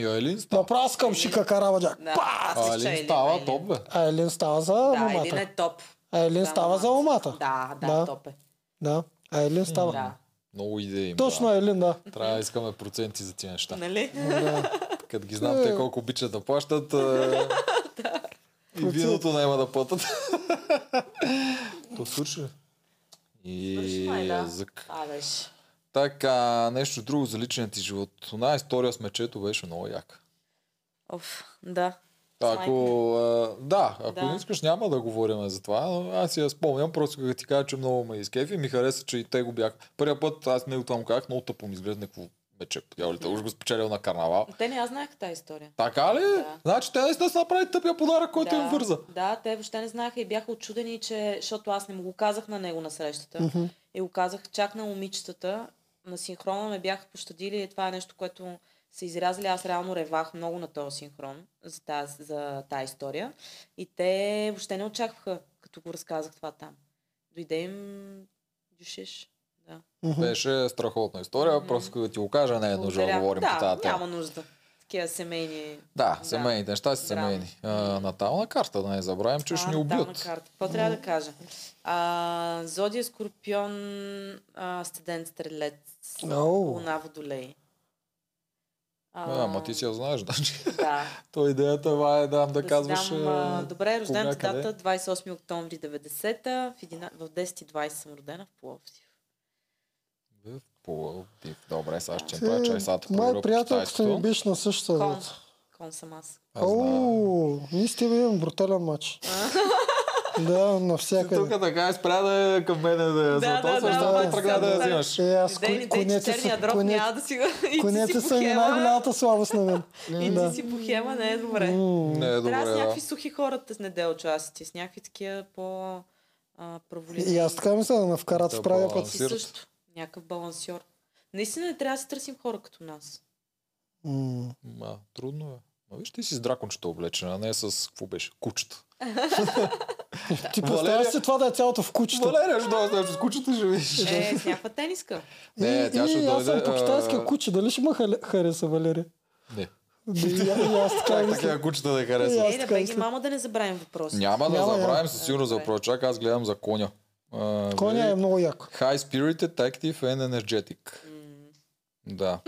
S1: Йо, Елин става.
S2: Направо с къмшика Карабаджак.
S3: Да.
S1: А,
S3: Че
S1: Елин
S3: Елин,
S1: става
S3: Елин.
S1: топ, бе.
S2: А Елин става за
S3: Да, Айлин
S2: момата.
S3: е топ.
S2: А Елин става за момата.
S3: Да, да,
S2: Да.
S3: топ е.
S2: Да. А Елин става.
S3: Да.
S1: Много идеи. има,
S2: Точно
S1: да. *laughs*
S2: Елин, да.
S1: Трябва да искаме проценти за тия неща.
S3: Нали?
S1: Като ги знам те колко обичат да плащат.
S3: *laughs*
S1: е, И виното няма да платят. То свърши.
S3: Свърши
S1: И
S3: май, е, да.
S1: язък.
S3: А, беше.
S1: Така, нещо друго за личния ти живот. Она история с мечето беше много яка.
S3: Оф, да.
S1: Ако, а, да, ако
S3: Да.
S1: не искаш, няма да говорим за това. Но аз си я спомням, просто като ти кажа, че много ме изкефи. Ми хареса, че и те го бях. Първия път аз него там казах, много тъпо ми изглежда някакво мече. Дяволите, уж го спечелил на карнавал.
S3: Те не аз знаеха тази история.
S1: Така ли?
S3: Да.
S1: Значи те наистина са направили тъпия подарък, който им върза.
S3: Да, те въобще не знаеха и бяха очудени, че, защото аз не му го казах на него на срещата.
S2: Мгм.
S3: И го казах чак на момичетата. На синхрона ме бяха пощадили. Това е нещо, което се изрязали. Аз реално ревах много на този синхрон за тази, за тази история. И те въобще не очакваха, като го разказах това там. Дойде им дюшиш. Да.
S2: Мгм.
S1: Беше страхотна история,
S3: Мгм.
S1: просто да ти го кажа, не е нужно да
S3: Благодаря.
S1: говорим
S3: да,
S1: по тази тема.
S3: няма нужда. Такива семейни...
S1: Да,
S3: Да.
S1: семейните неща си
S3: Драма.
S1: семейни. А, натална карта, да не забравим, че ще
S3: А,
S1: ни
S3: да,
S1: убият.
S3: макар. Какво трябва да кажа? А, Зодия Скорпион, а, Студент Стрелец,
S2: Оу.
S3: Луна Водолей.
S1: А, ма ти си я знаеш, *laughs* значи.
S3: Да,
S1: То идеята това е да, да,
S3: да си
S1: казваш...
S3: дам, а,
S1: е,
S3: добре, рождената
S1: кога, къде.
S3: дата 28 октомври 90-та, в, 11 в 10.20 съм родена в Пловдив.
S1: Бе, по- ти- Добре, сега ще
S2: Ти,
S1: им правя чай сата по
S2: Май
S1: Европа.
S2: Е, приятел, като ми биш на същата
S3: Кон,
S2: дата.
S3: кон съм аз.
S2: Оу, ние с тебе имаме брутален *laughs* матч. Да, навсякъде.
S1: Тук така е спря да е към мене да я
S3: Да, да,
S1: затосваш,
S3: да,
S1: да,
S2: да,
S1: тръгна да я
S3: да.
S1: взимаш.
S2: Е, аз кон-
S3: Дей, дей, че
S2: конете са,
S3: черния дроб няма
S2: конете,
S3: да си го... *laughs* и ти
S2: конете
S3: си
S2: са ми
S3: похема.
S2: най-голямата слабост на *laughs* мен.
S3: И
S2: Да.
S3: ти си похема, не е добре.
S2: М,
S1: Не е добре,
S3: Трябва с
S1: да.
S3: някакви сухи хората с недел участие, с някакви такива по а, праволинейни.
S2: И аз така мисля да ме вкарат
S1: Да,
S2: в правия
S1: ба.
S2: път.
S3: Си
S1: Сирт.
S3: също. Някакъв балансьор. Наистина не трябва да се търсим хора като нас.
S2: М,
S1: Ма, трудно е. Ма виж, ти си с дракончета облечена, а не с, какво беше, кучета.
S2: Ти представяш
S1: Валерия-
S2: си това да е цялото в кучето.
S1: Валерия, ще дойде с кучета, ще видиш.
S3: Е, с някаква тениска.
S1: Не,
S2: И-
S1: тя ще
S2: и аз съм
S1: дойде,
S2: по китайския
S1: а,
S2: куче. Дали ще ме хал- хареса, Валерия?
S1: Не.
S2: Да, и а- и ами, аз така
S1: Как
S2: мисля.
S1: такива кучета да
S2: И аз
S1: харесват?
S3: Е, да
S2: така
S3: бе ги
S2: мисля.
S3: мама да не забравим въпроса.
S1: Няма да
S2: Няма,
S1: забравим
S2: няма.
S1: със сигурност за
S3: Добре.
S1: прочак, аз гледам за коня. А,
S2: Коня
S1: вери-
S2: е много яко.
S1: High spirited, active and energetic. Да.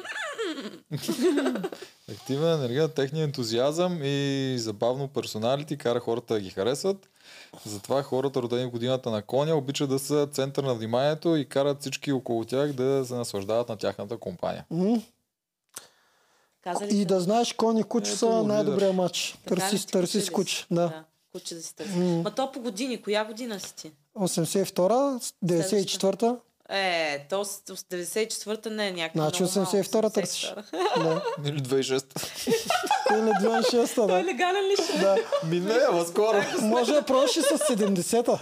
S1: Активна енергия, техния ентузиазъм и забавно персоналити кара хората да ги харесват. Затова хората, родени в годината на коня, обичат да са център на вниманието и карат всички около тях да се наслаждават на тяхната компания.
S2: М,
S3: Каза ли
S2: И
S3: са?
S2: да знаеш, кони и куче
S1: Ето
S2: са
S1: го,
S2: най-добрия
S1: гледаш.
S2: матч.
S3: Така ли
S2: Търси,
S3: ти
S2: търси с
S3: ли
S2: куче.
S3: си?
S2: Да.
S3: Куче да си търси.
S2: М.
S3: Ма то по години, коя година си ти?
S2: 82-а, 94-та.
S3: Е, то с с 94-та не е някаква
S2: Значи
S3: много малко, *laughs*
S2: 82-та търсиш.
S3: 82-та.
S2: Да.
S1: Или 2006.
S2: Или 26-та,
S3: Той е
S2: да.
S3: легален ли ще?
S2: да.
S1: Ми не, бе, скоро.
S2: Може да проши с 70-та.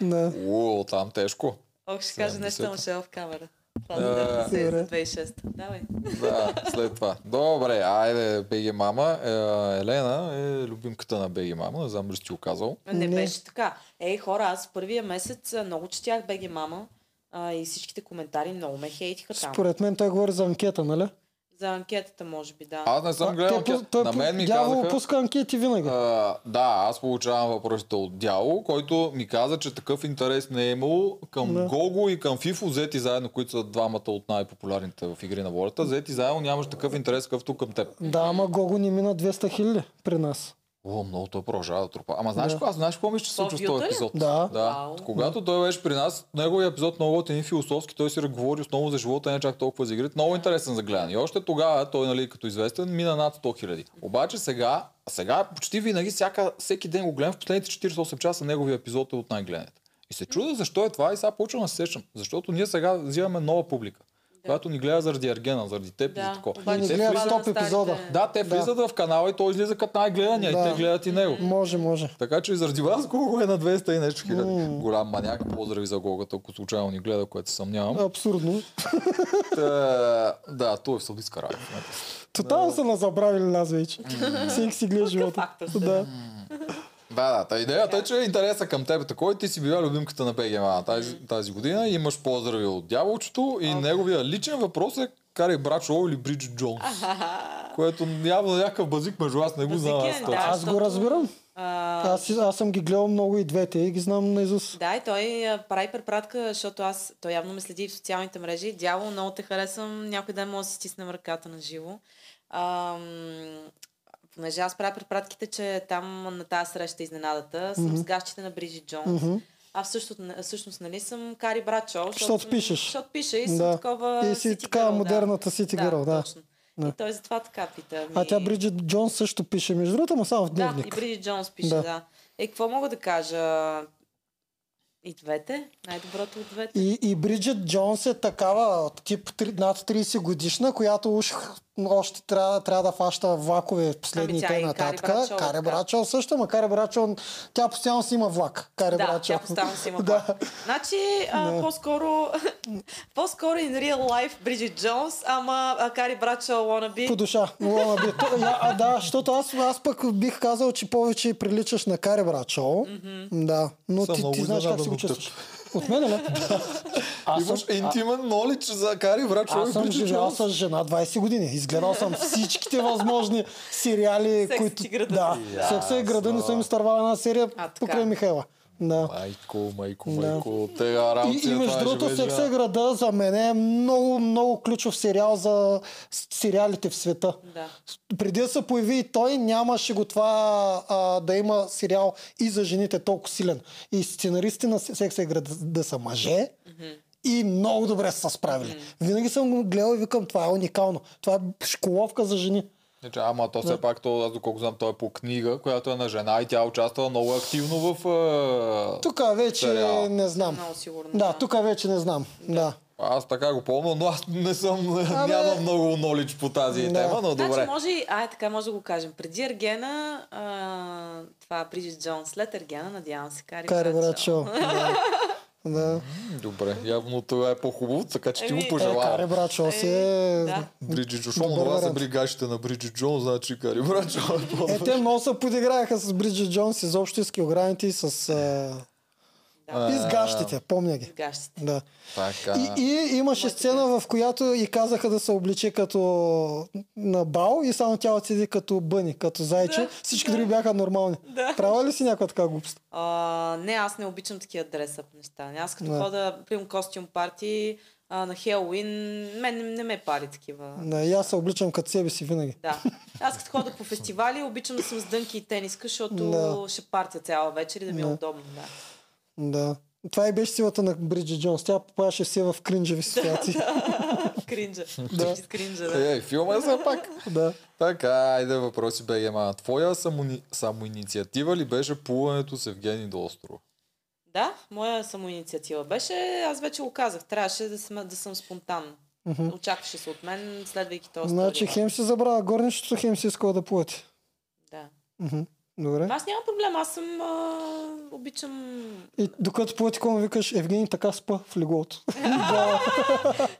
S2: Не.
S1: О, там тежко.
S3: Ох, ще кажа нещо,
S1: 70-та.
S3: ама ще е в камера. Това е
S1: Да.
S3: да, да,
S2: Добре.
S3: 2006. Давай.
S1: Да, след това. Добре, айде, Беги Мама. Е, Елена е любимката на Беги Мама. Не знам ли си ти го казал.
S3: Не,
S2: Не.
S3: беше така. Ей, хора, аз в първия месец а, много четях БГ Мама а, и всичките коментари много ме хейтиха там.
S2: Според мен той говори за анкета, нали?
S3: За анкетата, може би, да.
S1: Аз не съм гледал.
S2: Те пу-
S1: анкета. На
S2: пу-
S1: мен ми
S2: е дявол
S1: казаха...
S2: пуска анкети винаги.
S1: А, да, аз получавам въпросите от дяло, който ми каза, че такъв интерес не е имало към
S2: Да.
S1: Гого и към Фифо, взети заедно, които са двамата от най-популярните в игри на волята, взети заедно нямаш такъв интерес, какъвто към теб.
S2: Да, ама Гого не мина 200 хиляди при нас.
S1: О, много той продължава да трупа. Ама знаеш,
S2: Да.
S1: да. аз знаеш какво мисля, че се случва в този
S3: Компютър?
S1: епизод?
S2: Да.
S1: да.
S3: е? Вау.
S1: Когато той беше при нас, неговият епизод много готин и философски, той си говори основно за живота, не чак толкова за игрите. Много интересен за гледане. И още тогава той, нали, като известен, мина над 100 хиляди. Обаче сега, сега почти винаги, всяка, всеки ден го гледам, в последните 48 часа неговия епизод е от най-гледаните. И се чуда защо е това и сега почвам да се сещам. Защото ние сега взимаме нова публика, която ни гледа заради Аргена, заради теб и за
S3: да. е
S1: такова.
S2: И ни
S1: Те
S2: гледат
S1: влизат-
S2: стоп
S3: старите-
S2: епизода.
S1: да, те
S2: Да.
S1: влизат в канала и той излиза като най-гледания
S2: Да.
S1: и те гледат и него.
S2: Може, може.
S1: Така че и заради вас Гого е на 200 и нещо хиляди.
S2: М.
S1: Голям маняк, поздрави за Гогата, ако случайно ни гледа, което се съмнявам.
S2: Е, Абсурдно.
S1: Та, да, той е в Саудитска Арабия. в момента.
S2: Тотално са нас забравили нас вече. Всеки си гледа живота.
S3: фактор сте?
S2: Да.
S1: Да, да, та идеята е, че интереса към теб е такой, ти си била любимката на БГМА тази, тази година, имаш поздрави от дяволчето и неговия личен въпрос е Кари Брачо или Бридж Джонс, което явно някакъв базик между аз не го
S3: Базик е,
S1: знам. аз
S3: да.
S1: точно.
S2: Аз
S3: защото-
S2: го разбирам.
S3: А,
S2: Аз, си- аз съм ги гледал много и двете и ги знам наизуст.
S3: Да, и той а, прави препратка, защото аз, той явно ме следи и в социалните мрежи. Дявол, много те харесвам. Някой ден може да си стиснем ръката на живо. Ам, понеже аз правя препратките, че там на тази среща изненадата съм
S2: Мгм.
S3: с гащите на Бриджит Джонс.
S2: Мгм.
S3: А всъщност, всъщност нали, съм Кари Брачо.
S2: Защото пишеш.
S3: Защото пиша и съм
S2: Да.
S3: да. такова
S2: И си
S3: city
S2: така
S3: girl,
S2: модерната City Girl, да.
S3: Точно.
S2: Да.
S3: И той затова така пита.
S2: А
S3: Ми-
S2: тя Бриджит Джонс също пише, между другото, но само в
S3: Да, и
S2: дневник.
S3: Бриджит Джонс пише,
S2: Да.
S3: да. да. Е, какво мога да кажа? И двете? Най-доброто от двете?
S2: И, и Бриджит Джонс е такава, тип три- над 30 годишна, която уж още трябва, трябва да фаща влакове в последните
S3: тя и Кари
S2: нататък.
S3: Брачел е
S2: Каре
S3: така.
S2: Брачел също, ма Каре Брачел, тя постоянно си има влак. Каре
S3: Да,
S2: Брачел.
S3: тя постоянно си има
S2: *laughs* Да.
S3: да. Значи, а,
S2: Да.
S3: по-скоро, *laughs* по-скоро in real life Бриджит Джонс, ама а, Кари Брачо wannabe.
S2: По душа. Лона би. То- я- А, да, защото аз, аз пък бих казал, че повече приличаш на Каре Брачол. Да, но
S1: Съм
S2: ти,
S1: много
S2: ти знаеш как
S1: изненадан
S2: се го
S1: от теб.
S2: чувстваш. От мен
S3: *laughs*
S2: ли? Аз съм,
S1: Имаш интимен knowledge за Кари Брачо
S2: аз
S1: и
S2: съм
S1: Бриджит
S2: живял
S1: Джонс.
S2: с жена 20 години. Изгледал съм всичките възможни сериали,
S3: Секс и
S2: които...
S3: града.
S2: Да,
S1: Ясно.
S2: секса и града не съм изтървал една серия
S3: А, така.
S2: покрай Михайла. Да.
S1: Майко, майко,
S2: Да.
S1: майко. Те работи.
S2: И, и между другото, Секса и града за мен е много, много ключов сериал за с- сериалите в света.
S3: Да.
S2: преди да се появи и той, нямаше го това а, да има сериал и за жените толкова силен. И сценаристи на секса игра да, да са мъже и много добре са се справили. Винаги съм го гледал и викам, това е уникално. Това е школовка за жени.
S1: Значи, ама то все
S2: Да.
S1: пак, то, аз доколко знам, той е по книга, която е на жена и тя участва много активно в... Е...
S2: Тук вече
S1: Сериал.
S2: не знам.
S3: Много сигурно.
S2: Да, тук вече не знам. Да.
S1: Аз така го помня, но аз не съм, *laughs*
S2: Абе.
S1: нямам много нолич по тази
S2: Да.
S1: тема, но
S3: Значи
S1: добре.
S3: може и, а, е, така може да го кажем. Преди Ергена, а, това Бриджит Джонс, след Ергена, надявам се, Кари,
S2: Кари
S3: Брачо.
S2: Брачо. Да. да.
S1: М, Добре, явно това е по-хубаво, така че ти го
S3: Еми, е,
S2: Е, Кари
S1: пожелавам.
S2: Брачо си
S3: Е,
S2: е...
S3: да.
S1: Бриджи Джош,
S2: Добър
S1: това са
S2: вариант.
S1: бригащите на Бриджи Джон, значи Кари Брачо. е
S2: Е,
S1: по-добре.
S2: те много се подиграеха с Бриджит Джонс, изобщо и с килограмите и с... А...
S3: Да.
S1: е
S2: И с гащите, помня ги.
S3: Гащите.
S2: Да.
S1: Така.
S2: И, и имаше сцена, в която и казаха да се обличе като на бал и само тя отседи като бъни, като зайче.
S3: Да,
S2: Всички
S3: да.
S2: други бяха нормални.
S3: Да.
S2: Права ли си някаква така глупост?
S3: А, не, аз не обичам такива дресъп неща. Аз като
S2: Да.
S3: хода, примерно костюм парти, а, на Хелуин, мен не, не ме пари такива.
S2: Не, и аз се обличам като себе си винаги.
S3: Да. Аз като ходя по фестивали, обичам да съм с дънки и тениска, защото
S2: Да.
S3: ще партя цяла вечер и да ми е
S2: Да.
S3: удобно. Да.
S2: Да. Това и беше силата на Бриджит Джонс. Тя попадаше все в кринжеви ситуации.
S3: Кринджа.
S2: Да.
S3: Да. Кринджа, да.
S1: Е, филма е все пак.
S2: да.
S1: Така, айде въпроси БГМА. Твоя самони... самоинициатива ли беше плуването с Евгений до острова?
S3: да, моя самоинициатива беше, аз вече го казах, трябваше да съм, да съм спонтанна.
S2: Мгм.
S3: Очакваше се от мен, следвайки този
S2: Значи
S3: стори.
S2: хем си забравя горнището, хем си искала да плати.
S3: Да.
S2: Мгм. Добре.
S3: Аз няма проблем, аз съм... А, обичам... *laughs*
S2: И докато плати, му викаш, Евгений така спа в леглото. *laughs*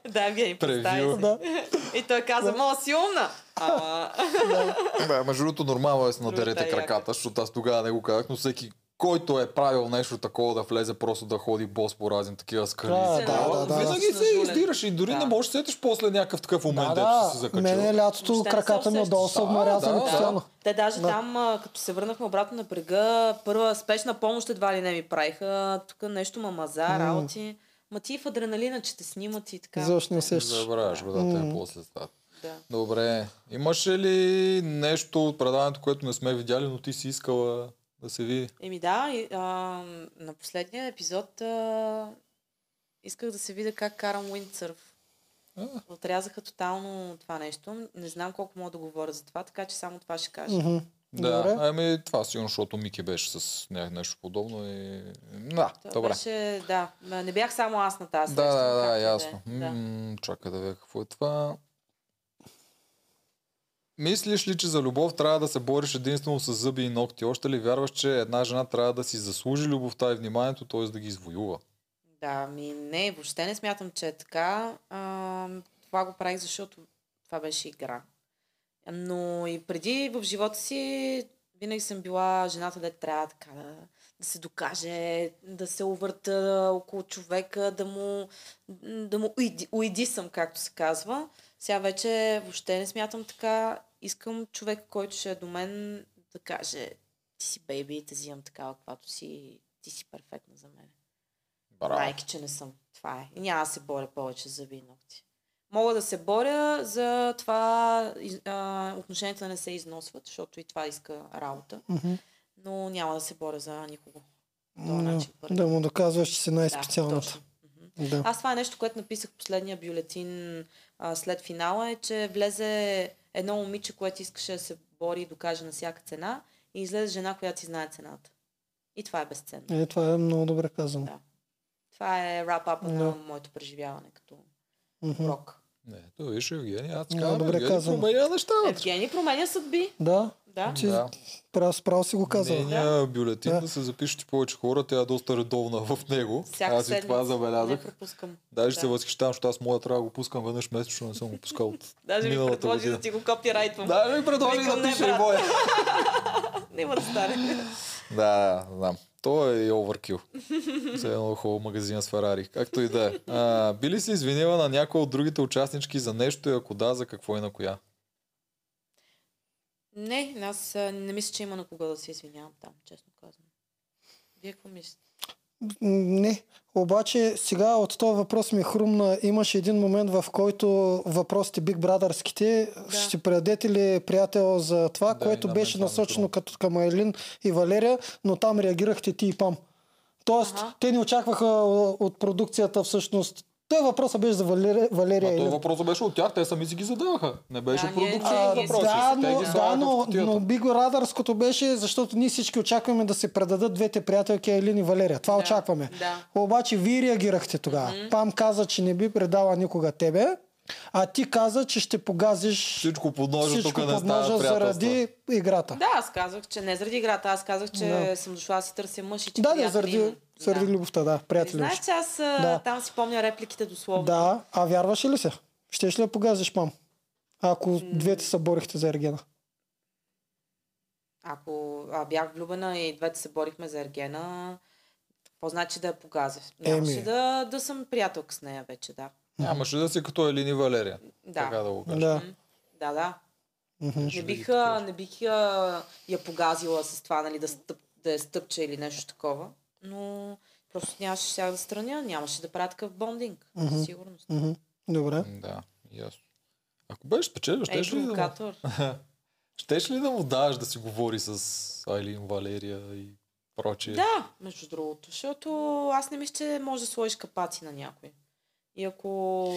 S3: Да, Евгений, представи
S1: Превю.
S3: се.
S2: да.
S3: И той каза, мала си умна. Ама...
S1: Бе, между другото, нормално е да се надерете
S3: Другата е яка.
S1: краката, защото аз тогава не го казах, но всеки, който е правил нещо такова да влезе просто да ходи бос по разни такива скали.
S2: Да,
S1: и такова,
S2: да, да, да.
S1: Винаги се
S3: Жулен.
S1: издираш и дори
S3: Да.
S1: не можеш да сетиш после някакъв такъв момент,
S2: Да,
S1: дето си се
S2: да.
S1: закачил.
S2: Мене лятото
S3: Въобще не се
S2: краката ми е
S3: усещаш.
S2: отдолу са
S1: Да,
S2: обморязани
S1: да, да.
S2: постоянно.
S3: Те даже
S2: Да.
S3: да. там, а, като се върнахме обратно на брега, първа спешна помощ едва ли не ми правиха. Тук нещо ма маза,
S2: М.
S3: работи. Ма ти и в адреналина, че те снимат и така.
S2: Защо не усещаш?
S1: Забравяш го, да, те
S2: М.
S1: е после стат.
S3: Да.
S1: Добре. Имаше ли нещо от предаването, което не сме видяли, но ти си искала да се види?
S3: Еми да, и, а, на последния епизод а, исках да се видя как карам уиндсърф.
S1: А.
S3: Отрязаха тотално това нещо. Не знам колко мога да говоря за това, така че само това ще кажа.
S2: Мгм.
S1: Да,
S2: Добре.
S1: ами това сигурно, защото Мики беше с ня- нещо подобно и... Да,
S3: Това
S1: добре.
S3: Беше, да, м, не бях само аз на тази
S1: Да,
S3: среща,
S1: да,
S3: но
S1: да,
S3: както и е.
S1: ясно.
S3: Да.
S1: М, Чакай да видя какво е това. Мислиш ли, че за любов трябва да се бориш единствено с зъби и ногти? Още ли вярваш, че една жена трябва да си заслужи любовта и вниманието, т.е. да ги извоюва?
S3: Да, ми не, въобще не смятам, че е така. А, това го правих, защото това беше игра. Но и преди в живота си винаги съм била жената, да трябва така да, да се докаже, да се увърта около човека, да му, да му уиди, уиди съм, както се казва. Сега вече въобще не смятам така. Искам човек, който ще е до мен, да каже ти си бейби, те взимам такава, каквато си, ти си перфектна за мен.
S1: Браво.
S3: Майки, че не съм. Това е. И няма да се боря повече за зъби и ногти. Мога да се боря за това из- а, отношенията да не се износват, защото и това иска работа.
S2: Мгм.
S3: Но няма да се боря за никого.
S2: М,
S3: начин значи първи.
S2: Да му доказваш, че си
S3: Да,
S2: най-специалната.
S3: точно. Мгм.
S2: Да.
S3: Аз това е нещо, което написах в последния бюлетин а, след финала, е, че влезе едно момиче, което искаше да се бори и докаже на всяка цена и излезе жена, която си знае цената. И това е безценно.
S2: Е, това е много добре казано.
S3: Това е рап-апа на
S2: Да.
S3: моето преживяване като
S2: Мгм.
S3: урок.
S1: Не, то виж Евгения, аз
S2: Да,
S1: казвам,
S2: добре
S1: Евгения
S2: казано.
S1: променя нещата.
S3: Евгений променя съдби.
S2: Да,
S3: Да.
S1: Значи,
S2: ти прав, справо си го казал.
S1: Нейния бюлетин
S2: Да.
S1: да. се запишете повече хора, тя е доста редовна в него.
S3: Всяка
S1: аз и това
S3: седмица.
S1: забелязах.
S3: Не пропускам.
S1: Даже се
S3: Да.
S1: възхищавам, защото аз моя трябва да го пускам веднъж месечно, не съм го пускал
S3: *laughs*
S1: от
S3: Даже ми
S1: миналата
S3: предложи
S1: година.
S3: да ти го копирайтвам. Да.
S1: Да, ми предложи
S3: Викам,
S1: да
S3: не,
S1: пише и
S3: брат.
S1: моя.
S3: *laughs* Няма да стане.
S1: Да, да, знам. То е и оверкил. За едно хубаво магазин с Ферари. Както и да е. А, Би ли се извинила на някоя от другите участнички за нещо и ако да, за какво и на коя?
S3: Не, аз а, не мисля, че има на кого да се извинявам там, честно казвам. Вие какво мислите?
S2: М, Не. Обаче сега от този въпрос ми е хрумна. Имаше един момент, в който въпросите Big Brotherските
S3: Да.
S2: ще предадете ли приятел за това,
S1: Да, и
S2: което
S1: на мен
S2: беше
S1: това ми
S2: насочено
S1: хрумна.
S2: като към Айлин и Валерия, но там реагирахте ти и Пам. Тоест,
S3: Аха.
S2: те не очакваха а, от продукцията всъщност. Той въпросът беше за Валерия, Валерия
S1: А то
S2: Айлин.
S1: въпросът беше от тях, те сами си ги задаваха. Не беше
S3: Да, ние-
S1: продукция
S2: А,
S3: ние-
S1: въпроси.
S2: да,
S1: Те
S2: но,
S1: ги
S2: да,
S1: слагаха в
S2: но,
S1: кутията.
S2: но Биго Радарското беше, защото ние всички очакваме да се предадат двете приятелки Елин и Валерия. Това
S3: Да,
S2: очакваме.
S3: да.
S2: Обаче вие реагирахте тогава. Пам каза, че не би предала никога тебе, а ти каза, че ще погазиш
S1: Всичко под ножа,
S2: всичко
S1: тук не
S2: под
S1: става
S2: ножа
S1: приятелства.
S2: заради играта.
S3: Да, аз казах, че не заради играта, аз казах, че
S2: Да.
S3: съм дошла да си търся мъж и че
S2: Да, да,
S3: приятели
S2: заради,
S3: имам.
S2: заради
S3: да.
S2: любовта, да,
S3: И
S2: приятели.
S3: Знаеш, че аз а,
S2: Да.
S3: там си помня репликите дословно.
S2: Да, а вярваше ли се? Щеш ли я погазиш, пам? Ако двете се борихте за Ергена.
S3: Ако а, бях влюбена и двете се борихме за Ергена, какво значи да я погазя?
S2: Еми.
S3: Нямаше да, да съм приятелка с нея вече, да.
S1: Нямаше да си като Елини Валерия.
S3: Да,
S1: Така да го кажа.
S2: Да.
S3: да, да.
S2: Мгм.
S3: Не
S1: Ще
S3: бих,
S1: ги
S3: а,
S1: такова.
S3: не бих а, я погазила с това, нали, да, стъп, да я стъпча или нещо такова. Но просто нямаше сега да страня, нямаше да правя такъв бондинг.
S2: Мгм.
S3: Със сигурност.
S2: Мгм. Добре.
S1: Да, ясно. Ако беше спечелил,
S3: Ей,
S1: щеш ли да му
S3: провокатор.
S1: Щеш ли да му даваш да си говори с Айлин, Валерия и прочие?
S3: Да, между другото, защото аз не мисля, че може да сложиш капаци на някой. И ако...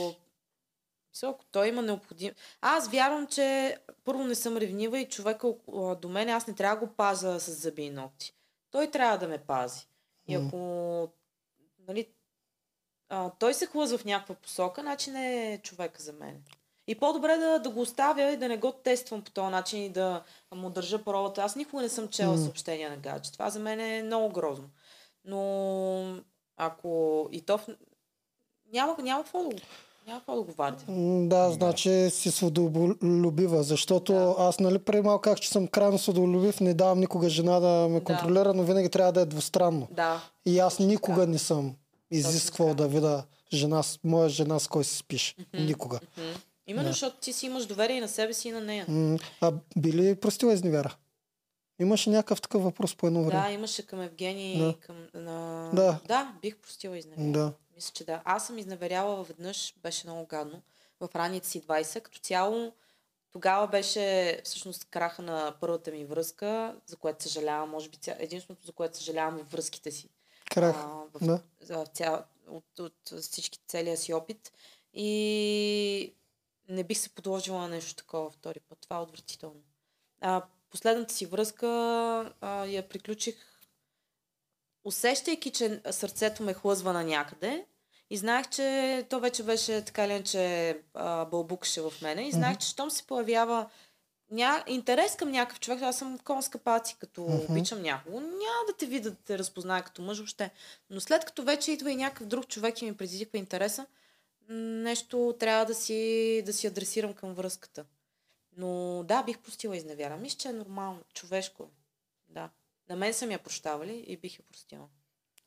S3: Все, ако той има необходим... Аз вярвам, че първо не съм ревнива и човека около- а, до мен аз не трябва да го паза с зъби и ногти. Той трябва да ме пази. И
S2: Мгм.
S3: ако... Нали, а, той се хлъзва в някаква посока, значи не е човека за мен. И по-добре да, да го оставя и да не го тествам по този начин и да му държа паролата. Аз никога не съм чела
S2: М.
S3: съобщения на гадже. Това за мен е много грозно. Но ако и то... В... Няма, няма какво да го... Няма какво да го вадя.
S2: М, Да, значи си сводолюбива, защото
S3: Да.
S2: аз, нали, преди малко казах, че съм крайно сводолюбив, не давам никога жена да ме
S3: Да.
S2: контролира, но винаги трябва да е двустранно.
S3: Да.
S2: И аз
S3: Точно
S2: никога
S3: така.
S2: не съм изисквал
S3: Точно
S2: да видя жена, с- моя жена с кой си спиш.
S3: Мгм.
S2: Никога.
S3: Мгм. Именно
S2: Да.
S3: защото ти си имаш доверие и на себе си и на нея.
S2: М, А били простила изневяра? Имаше някакъв такъв въпрос по едно
S3: Да,
S2: време.
S3: имаше към Евгений
S2: Да.
S3: и към... На...
S2: Да.
S3: да, бих простила изневярата.
S2: Да.
S3: Мисля, че да. Аз съм изневеряла веднъж, беше много гадно, в раните си 20. Като цяло, тогава беше всъщност краха на първата ми връзка, за което съжалявам, може би ця... единственото, за което съжалявам е връзките си.
S2: Крах.
S3: А, в,
S2: Да.
S3: за ця... от, от всички, целия си опит. И не бих се подложила на нещо такова втори път. Това е отвратително. А, последната си връзка а, я приключих усещайки, че сърцето ме хлъзва на някъде. И знаех, че то вече беше така или иначе а, бълбукаше в мене. И знаех,
S2: Мгм.
S3: че щом се появява ня... интерес към някакъв човек, аз съм кон с капаци, като
S2: Мгм.
S3: обичам някого. Няма да те видя да те разпозная като мъж въобще. Но след като вече идва и някакъв друг човек и ми предизвиква интереса, м, нещо трябва да си, да си адресирам към връзката. Но да, бих простила изневяра. Мисля, че е нормално, човешко. е. Да. На мен съм я прощавали и бих я простила.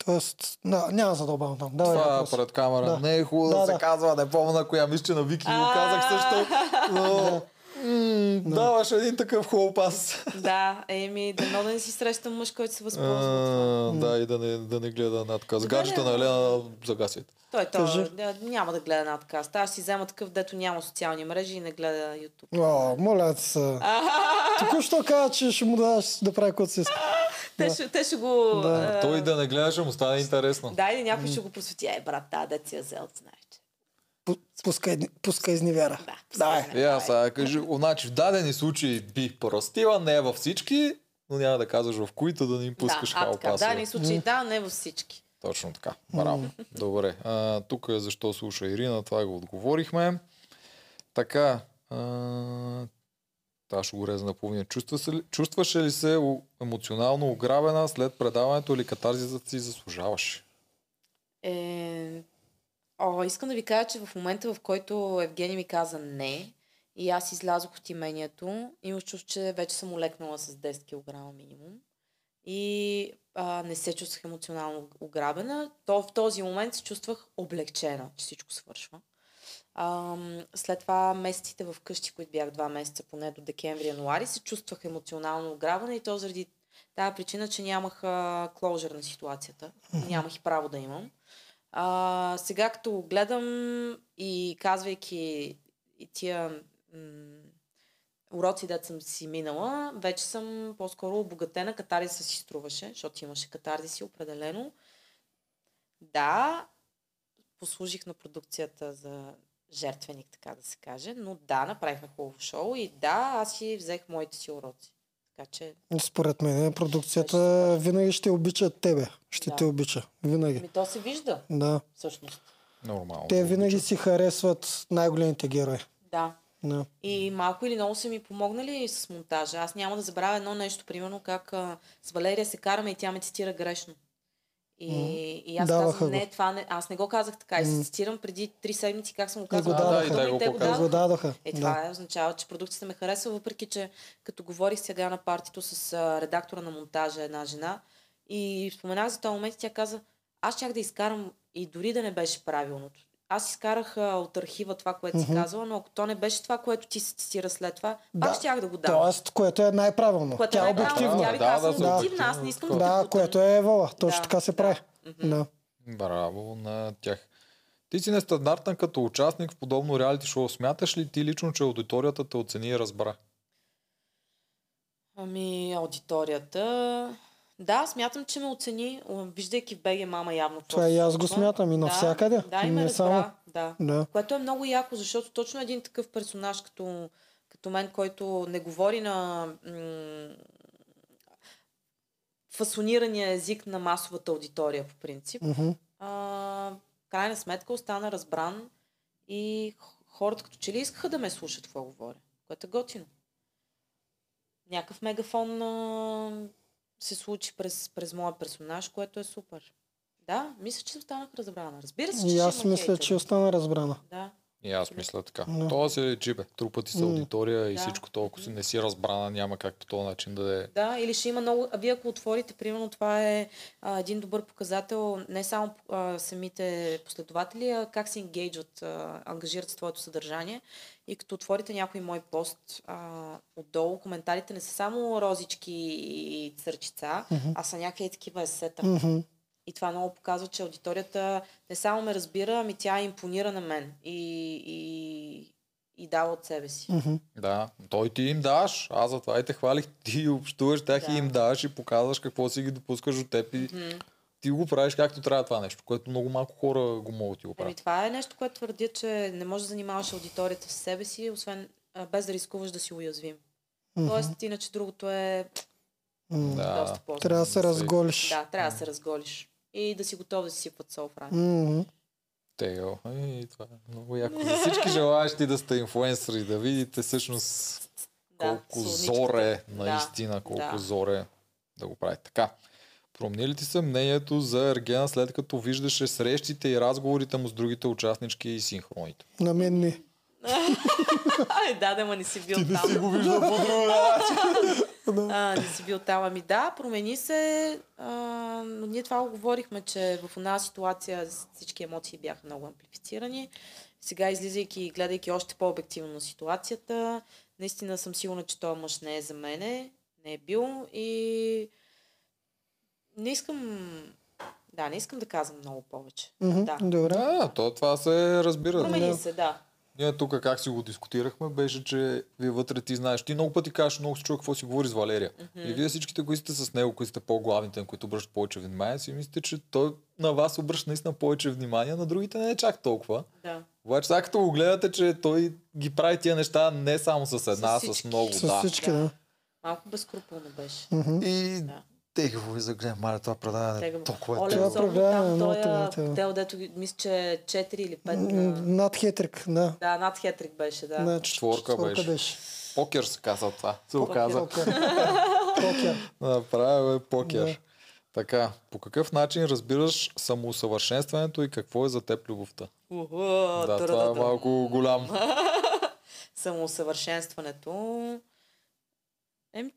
S2: Тоест, да, няма задълбавам там. Давай,
S1: Това
S2: въпрос.
S1: е пред камера.
S2: Да.
S1: Не е хубаво да,
S2: Да,
S1: се
S2: да.
S1: казва, не помня коя мисля, че на Вики го казах също. Но... м, Даваш един такъв хубав пас.
S3: Да, еми, дано да не си срещам мъж, който
S1: А,
S3: се възползва от това.
S1: Да, и да не, да не гледа надказ.
S3: Добре,
S1: Гаджета
S3: да.
S1: на Елена загасите.
S3: Той,
S2: Кажи.
S3: той да, няма да гледа надкаст. Аз си взема такъв, дето няма социални мрежи и не гледа YouTube.
S2: О, моля ти се.
S3: *laughs*
S2: Току-що каза, че ще му дадеш да прави каквото си иска.
S3: Те,
S2: да.
S3: ще, те ще го...
S2: Да.
S3: а,
S1: Той да не гледа, ще му стане интересно.
S3: Да, или някой ще го просвети. Е, брат, да, да си я взел, знаеш. че.
S2: Пу- Пускай, пускай изневяра.
S3: Да,
S2: Давай.
S3: пускай.
S1: Я Е, сега кажи, значи в дадени случаи бих простила, не във всички, но няма да казваш в които да не им пускаш
S3: да, а,
S1: хал
S3: така, да,
S1: пасове.
S3: ни случаи, да, не във всички.
S1: Точно така. Браво. Добре. А, тук е защо слуша Ирина, това го отговорихме. Така. А, това ще го реза на половина. Чувства се ли- Чувстваше ли се у- емоционално ограбена след предаването или катарзията си заслужаваше?
S3: Е... О, искам да ви кажа, че в момента, в който Евгений ми каза не, и аз излязох от имението, имах чувство, че вече съм олекнала с 10 кг минимум. И а, не се чувствах емоционално ограбена. То в този момент се чувствах облегчена, че всичко свършва. Ам, след това месеците в къщи, които бях два месеца, поне до декември-януари, се чувствах емоционално ограбена и то заради тая причина, че нямах кложер на ситуацията. Нямах и право да имам. А, сега като го гледам и казвайки и тия м- уроци, дет съм си минала, вече съм по-скоро обогатена. Катарзиса си струваше, защото имаше катарзиси определено. Да, послужих на продукцията за жертвеник, така да се каже, но да, направихме хубаво шоу и да, аз си взех моите си уроци. Така че
S2: Според мен продукцията винаги ще обича тебе. Ще
S3: Да.
S2: те обича. Винаги.
S3: Ми то се вижда,
S2: Да.
S3: всъщност.
S1: Нормално.
S2: Те винаги си харесват най-големите герои.
S3: Да.
S2: Да.
S3: И малко или много са ми помогнали с монтажа. Аз няма да забравя едно нещо, примерно как а, с Валерия се караме и тя ме цитира грешно. И,
S2: Мгм.
S3: и аз
S2: Даваха
S3: казвам,
S2: го.
S3: не, това не, аз не го казах така. И
S2: Мгм.
S3: се цитирам преди три седмици как съм го
S2: го
S3: казала.
S2: даваха.
S3: дума,
S2: Да, и
S1: те го
S3: те го
S1: показват.
S2: Го
S3: даваха.
S2: дадаха.
S3: Е,
S2: Да.
S3: това е, означава, че продукцията ме харесва, въпреки че като говорих сега на партито с а, редактора на монтажа една жена и споменах за този момент и тя каза, аз щях да изкарам и дори да не беше правилното. Аз изкарах а, от архива това, което си
S2: Мгм.
S3: казала, но ако то не беше това, което ти си цитира след това,
S2: Да.
S3: пак щях да го дам.
S2: Тоест, което е най-правилно.
S3: което
S2: Тя е
S3: е най-правилно.
S2: обективна.
S3: Тя ви
S1: Да,
S3: казвам
S1: да,
S2: да,
S3: обективна, аз не искам да,
S2: Да,
S3: те
S2: което
S3: бутам.
S2: е Евала. Точно
S3: Да,
S2: така се
S3: да.
S2: прави.
S3: Мгм.
S2: Да.
S1: Браво на тях. Ти си нестандартен като участник в подобно реалити шоу. Смяташ ли ти лично, че аудиторията те оцени и разбра?
S3: Ами, аудиторията... Да, смятам, че ме оцени, о, виждайки в БГ мама явно. какво
S2: Това
S3: се
S2: и аз го
S3: случва.
S2: смятам и навсякъде.
S3: Да, да и ме
S2: Не
S3: разбра,
S2: само.
S3: да.
S2: Да.
S3: Което е много яко, защото точно един такъв персонаж като, като мен, който не говори на м- фасонирания език на масовата аудитория по принцип,
S2: Мгм.
S3: а, крайна сметка остана разбран и х- хората като че ли искаха да ме слушат какво говоря, което е готино. Някакъв мегафон а, се случи през, през моя персонаж, което е супер. Да, мисля, че останах разбрана. Разбира се, че
S2: И аз
S3: ще има
S2: мисля,
S3: хейтери.
S2: че остана разбрана.
S3: Да.
S1: И аз мисля така.
S2: Да.
S1: Това си е джибе. Трупа ти се
S2: М.
S1: аудитория и
S3: Да.
S1: всичко толкова си не си разбрана, няма как по този начин да е.
S3: Да, или ще има много. А вие ако отворите, примерно, това е а, един добър показател не само а, самите последователи, а как се енгейджват, а, ангажират с твоето съдържание. И като отворите някой мой пост, а, отдолу коментарите не са само розички и църчица,
S2: Мгм.
S3: а са някакви е такива есета.
S2: Мгм.
S3: И това много показва, че аудиторията не само ме разбира, ами тя импонира на мен и, и, и дава от себе си.
S2: Мгм.
S1: Да, той ти им даш. Аз затова и те хвалих. *laughs* Ти общуваш тях
S3: Да.
S1: и им даш и показваш какво си ги допускаш от теб и
S3: М.
S1: ти го правиш както трябва това нещо, което много малко хора го могат да ти го
S3: Еми,
S1: правят.
S3: това е нещо, което твърдя, че не можеш да занимаваш аудиторията с себе си, освен а, без да рискуваш да си уязвим.
S2: Мгм.
S3: Тоест, иначе другото е
S2: М.
S1: Да.
S3: доста по
S2: Трябва да се
S1: Мисля,
S2: разголиш.
S3: Да, трябва да се разголиш. И да си готов да си сипват сол в рани.
S2: Мгм.
S1: Тео. Ей, това е много яко. За всички желаящи да сте инфуенсъри, да видите всъщност колко
S3: да,
S1: зоре,
S3: солничката.
S1: наистина, колко
S3: да.
S1: зоре да го прави така. Промени ли ти се мнението за Ергена след като виждаше срещите и разговорите му с другите участнички и синхроните?
S2: На мен не.
S3: Да. Ай, да, да, ма не си бил там.
S1: го виждал по
S3: *laughs*
S1: друг
S3: А, не си бил там. Ами да, промени се. А, но ние това го говорихме, че в една ситуация всички емоции бяха много амплифицирани. Сега, излизайки и гледайки още по-обективно на ситуацията, наистина съм сигурна, че този мъж не е за мене, не е бил и не искам... Да, не искам да казвам много повече.
S2: Мгм.
S3: Да.
S2: Добре.
S1: Да, то това се разбира.
S3: Промени
S1: Да.
S3: се, да.
S1: Ние тук как си го дискутирахме, беше, че вие вътре ти знаеш. Ти много пъти кажеш, много се чува какво си говори с Валерия.
S3: Мгм.
S1: И вие всичките, които сте с него, които сте по-главните, на които обръщат повече внимание, си мислите, че той на вас обръща наистина повече внимание, на другите не е чак толкова.
S3: Да.
S1: Обаче сега като го гледате, че той ги прави тия неща не само с една,
S3: С
S1: а с
S3: всички.
S1: много.
S2: С
S1: Да.
S2: всички, да.
S3: Малко безкруполно беше.
S2: Мгм.
S1: И
S3: Да.
S1: те ги го загледам, маля, това
S3: Те
S1: предаване.
S3: го-
S1: Толкова е
S3: Оле,
S2: Това
S1: тъпо.
S2: особено
S3: особено
S2: програма е
S3: там
S2: много тематична.
S3: този хотел, дето ги- мисля, че 4 или 5
S2: М, Над хетрик, да. Значи,
S3: Да, над Хетрик беше, да.
S2: На
S1: Четворка беше. *laughs* Покер се казва това. Се оказа.
S2: Покер. Покер.
S1: Направил е покер.
S2: Да.
S1: Така, по какъв начин разбираш самоусъвършенстването и какво е за теб любовта?
S3: Уху,
S1: да, това е малко голям.
S3: *laughs* Самоусъвършенстването. Ем,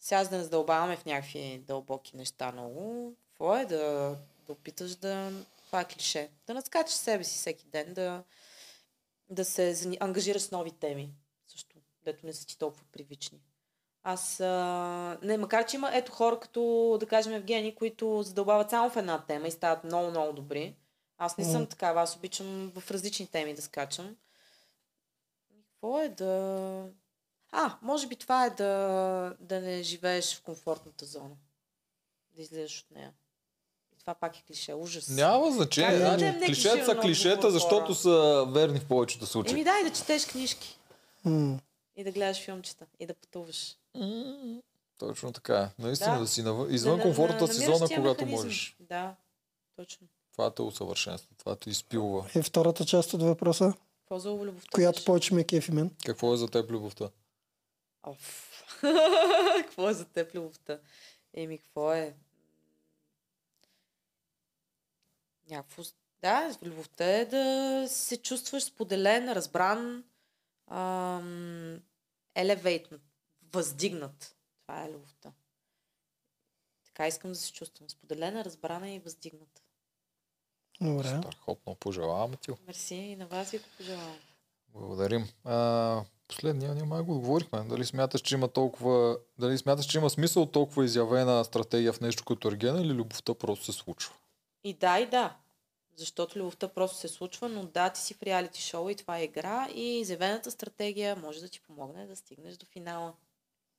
S3: сега аз да не задълбаваме в някакви дълбоки неща много. Какво е да, да опиташ да... Това е клише. Да надскачаш себе си всеки ден, да, да се зани- ангажираш с нови теми. Също, дето не са ти толкова привични. Аз, а, не, макар че има ето хора като, да кажем, Евгений, които задълбават само в една тема и стават много, много добри. Аз не съм
S2: Мгм.
S3: такава, аз обичам в различни теми да скачам. Какво е да... А, може би това е да, да не живееш в комфортната зона. Да излезеш от нея. И това пак е клише. Ужас.
S1: Няма значение.
S3: Как да
S1: Значи,
S3: бъдем не
S1: клишета са
S3: клиширано
S1: клишета,
S3: хора?
S1: защото са верни в повечето случаи.
S3: Еми дай да четеш книжки.
S2: М.
S3: И да гледаш филмчета. И да пътуваш.
S1: М, Точно така. е. Наистина да,
S3: Да.
S1: си навън, извън
S3: да,
S1: комфортната си
S3: намираш
S1: зона,
S3: тия
S1: когато
S3: механизми.
S1: можеш.
S3: Да, точно.
S1: Това те усъвършенства, това те изпилва.
S2: И Е, втората част от въпроса,
S3: Какво за любовта?
S2: която
S3: беше?
S2: повече ме кефи мен.
S1: Какво е за теб любовта?
S3: Оф. *laughs* какво е за теб любовта? Еми, какво е? Някакво... с- Да, любовта е да се чувстваш споделен, разбран, ам... елевейтнат, въздигнат. Това е любовта. Така искам да се чувствам. Споделена, разбрана и въздигната.
S2: Добре.
S1: Страхотно пожелавам ти. го.
S3: Мерси и на вас ви го пожелавам.
S1: Благодарим. А, последния ние май го отговорихме. Дали смяташ, че има толкова, дали смяташ, че има смисъл от толкова изявена стратегия в нещо като ергена или любовта просто се случва?
S3: И да, и да. Защото любовта просто се случва, но да, ти си в реалити шоу и това е игра и изявената стратегия може да ти помогне да стигнеш до финала.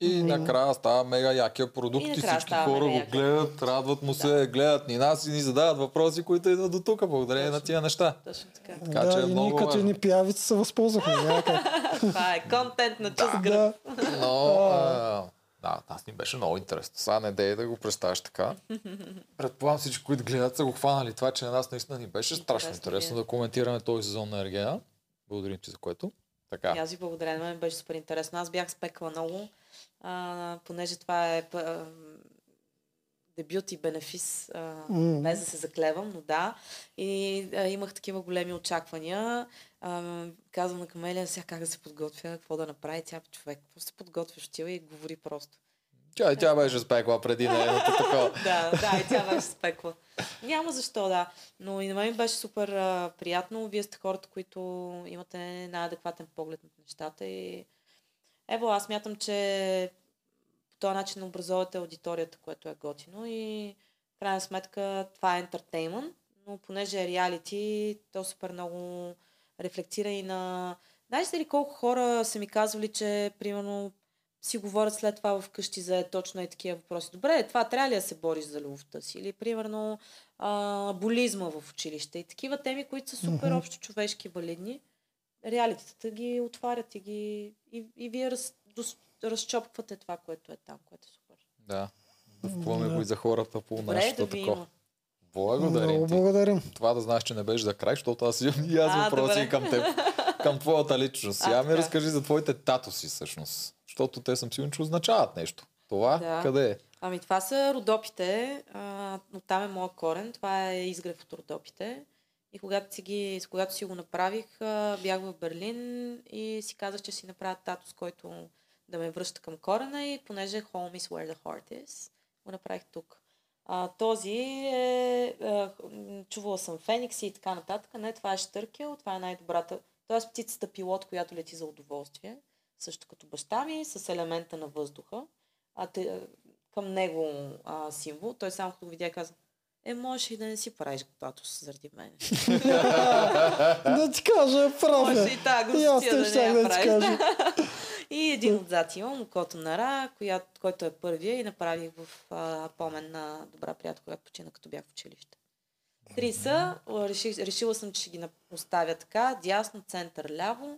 S1: И
S2: М.
S1: накрая става мега якия продукт
S3: И
S1: и,
S3: накрая
S1: всички
S3: става
S1: хора
S3: мега
S1: го
S3: якия
S1: гледат, радват му се, гледат ни нас и ни задават въпроси, които идват до тук, благодарение на
S3: Точно.
S1: тия неща.
S3: Точно така.
S1: Така
S2: да,
S1: че е
S2: и ние
S1: много
S2: като
S1: важно.
S2: ни пиявици
S3: *laughs*
S2: се възползвахме. няма как.
S3: Това е контент на чуст гръб.
S2: да.
S1: Но а, Да, аз ни беше много интересно. Сега не дей да го представяш така. Предполагам всички, които гледат, са го хванали това, че на нас наистина ни беше страшно
S3: Интересно е.
S1: интересно,
S3: ви
S1: да коментираме този сезон на Ергена. Благодарим ти за което.
S3: И
S1: Така.
S3: аз ви благодаря, на мен беше супер интересно. Аз бях спекла много, а, понеже това е п- а, дебют и бенефис, а,
S2: М.
S3: без да се заклевам, но да. И а, имах такива големи очаквания. А, казвам на Камелия сега как да се подготвя, какво да направи тя човек. Какво се подготвяш, отива и говори просто.
S1: Тя, и тя беше спекла преди нейното такова.
S3: да, да, и тя беше спекла. Няма защо, да. Но и на мен ми беше супер а, приятно. Вие сте хората, които имате най-адекватен поглед на нещата. И... Ево, аз мятам, че по този начин образовате аудиторията, което е готино. И в крайна сметка това е ентертеймент, но понеже е реалити, то е супер много рефлектира и на... Знаеш ли колко хора са ми казвали, че примерно си говорят след това вкъщи за точно и такива въпроси. Добре, това трябва ли да се бориш за любовта си? Или, примерно, а, болизма в училище и такива теми, които са супер
S2: Мгм.
S3: общо човешки валидни. Реалитетата ги отварят и ги... И, и вие раз, дос, разчопквате това, което е там, което е супер.
S1: Да. Вплъваме го и за хората по
S3: Добре, е да
S1: нашето
S3: ви
S1: такова.
S3: има.
S1: Благодарим
S2: Много
S1: ти.
S2: благодарим.
S1: *laughs* Това да знаеш, че не беше за край, защото аз имам и аз
S3: А,
S1: въпроси
S3: добре.
S1: към теб. Към твоята личност.
S3: А,
S1: Сега ми
S3: така.
S1: разкажи за твоите татуси всъщност. Защото те съм сигурен, че означават нещо. Това
S3: Да.
S1: къде е?
S3: Ами това са родопите, а, оттам е моят корен, това е изгрев от родопите. И когато си, ги, когато си го направих, а, бях в Берлин и си казах, че си направя тату, с който да ме връща към корена и понеже home is where the heart is, го направих тук. А, този е, а, м, чувала съм феникси и така нататък. Не, това е штъркел, това е най-добрата, т.е. птицата пилот, която лети за удоволствие, също като баща ми, с елемента на въздуха. А, те, към него а, символ. Той само като го видя каза, е, можеш и да не си правиш татус заради мен.
S2: да ти кажа, прав
S3: *laughs* Може
S2: е.
S3: и тази
S2: И аз
S3: глупостия
S2: те
S3: да
S2: щях
S3: не
S2: да ти
S3: я правиш.
S2: кажа.
S3: *laughs* И един отзад имам, Мукото Нара, коя, който е първия и направих в а, помен на добра приятел, която почина като бях в училище. Три са, а, реших, решила съм, че ще ги нап- оставя така, дясно, център, ляво.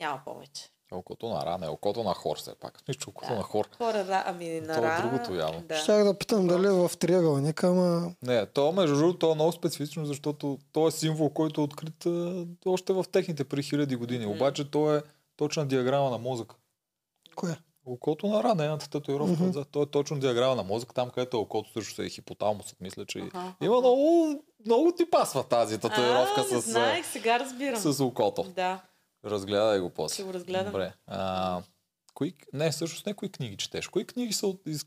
S3: Няма повече.
S1: Окото на рана, е окото на хор все пак. Смисъл, че окото
S3: Е, Да.
S1: на хор.
S3: Хора, ра- ами
S1: То е
S3: на Ра...
S1: другото явно.
S3: Да.
S2: Щях да питам дали е в триъгълника, ама...
S1: Не, то между другото то е много специфично, защото то е символ, който е открит а, още в техните при хиляди години.
S3: Мгм.
S1: Обаче то е точна диаграма на мозък.
S2: Кое?
S1: Окото на рана, едната татуировка.
S2: Мгм.
S1: Mm-hmm. То е точно диаграма на мозък, там където е окото също е хипотамусът. Мисля, че и-
S3: Аха.
S1: има много, много ти пасва тази татуировка
S3: а, не
S1: с,
S3: знаех, сега разбирам.
S1: а, с окото.
S3: Да.
S1: Разгледай го после.
S3: Ще го разгледам.
S1: Добре. А, кои, не, всъщност не кои книги четеш. Кои книги са, от- из-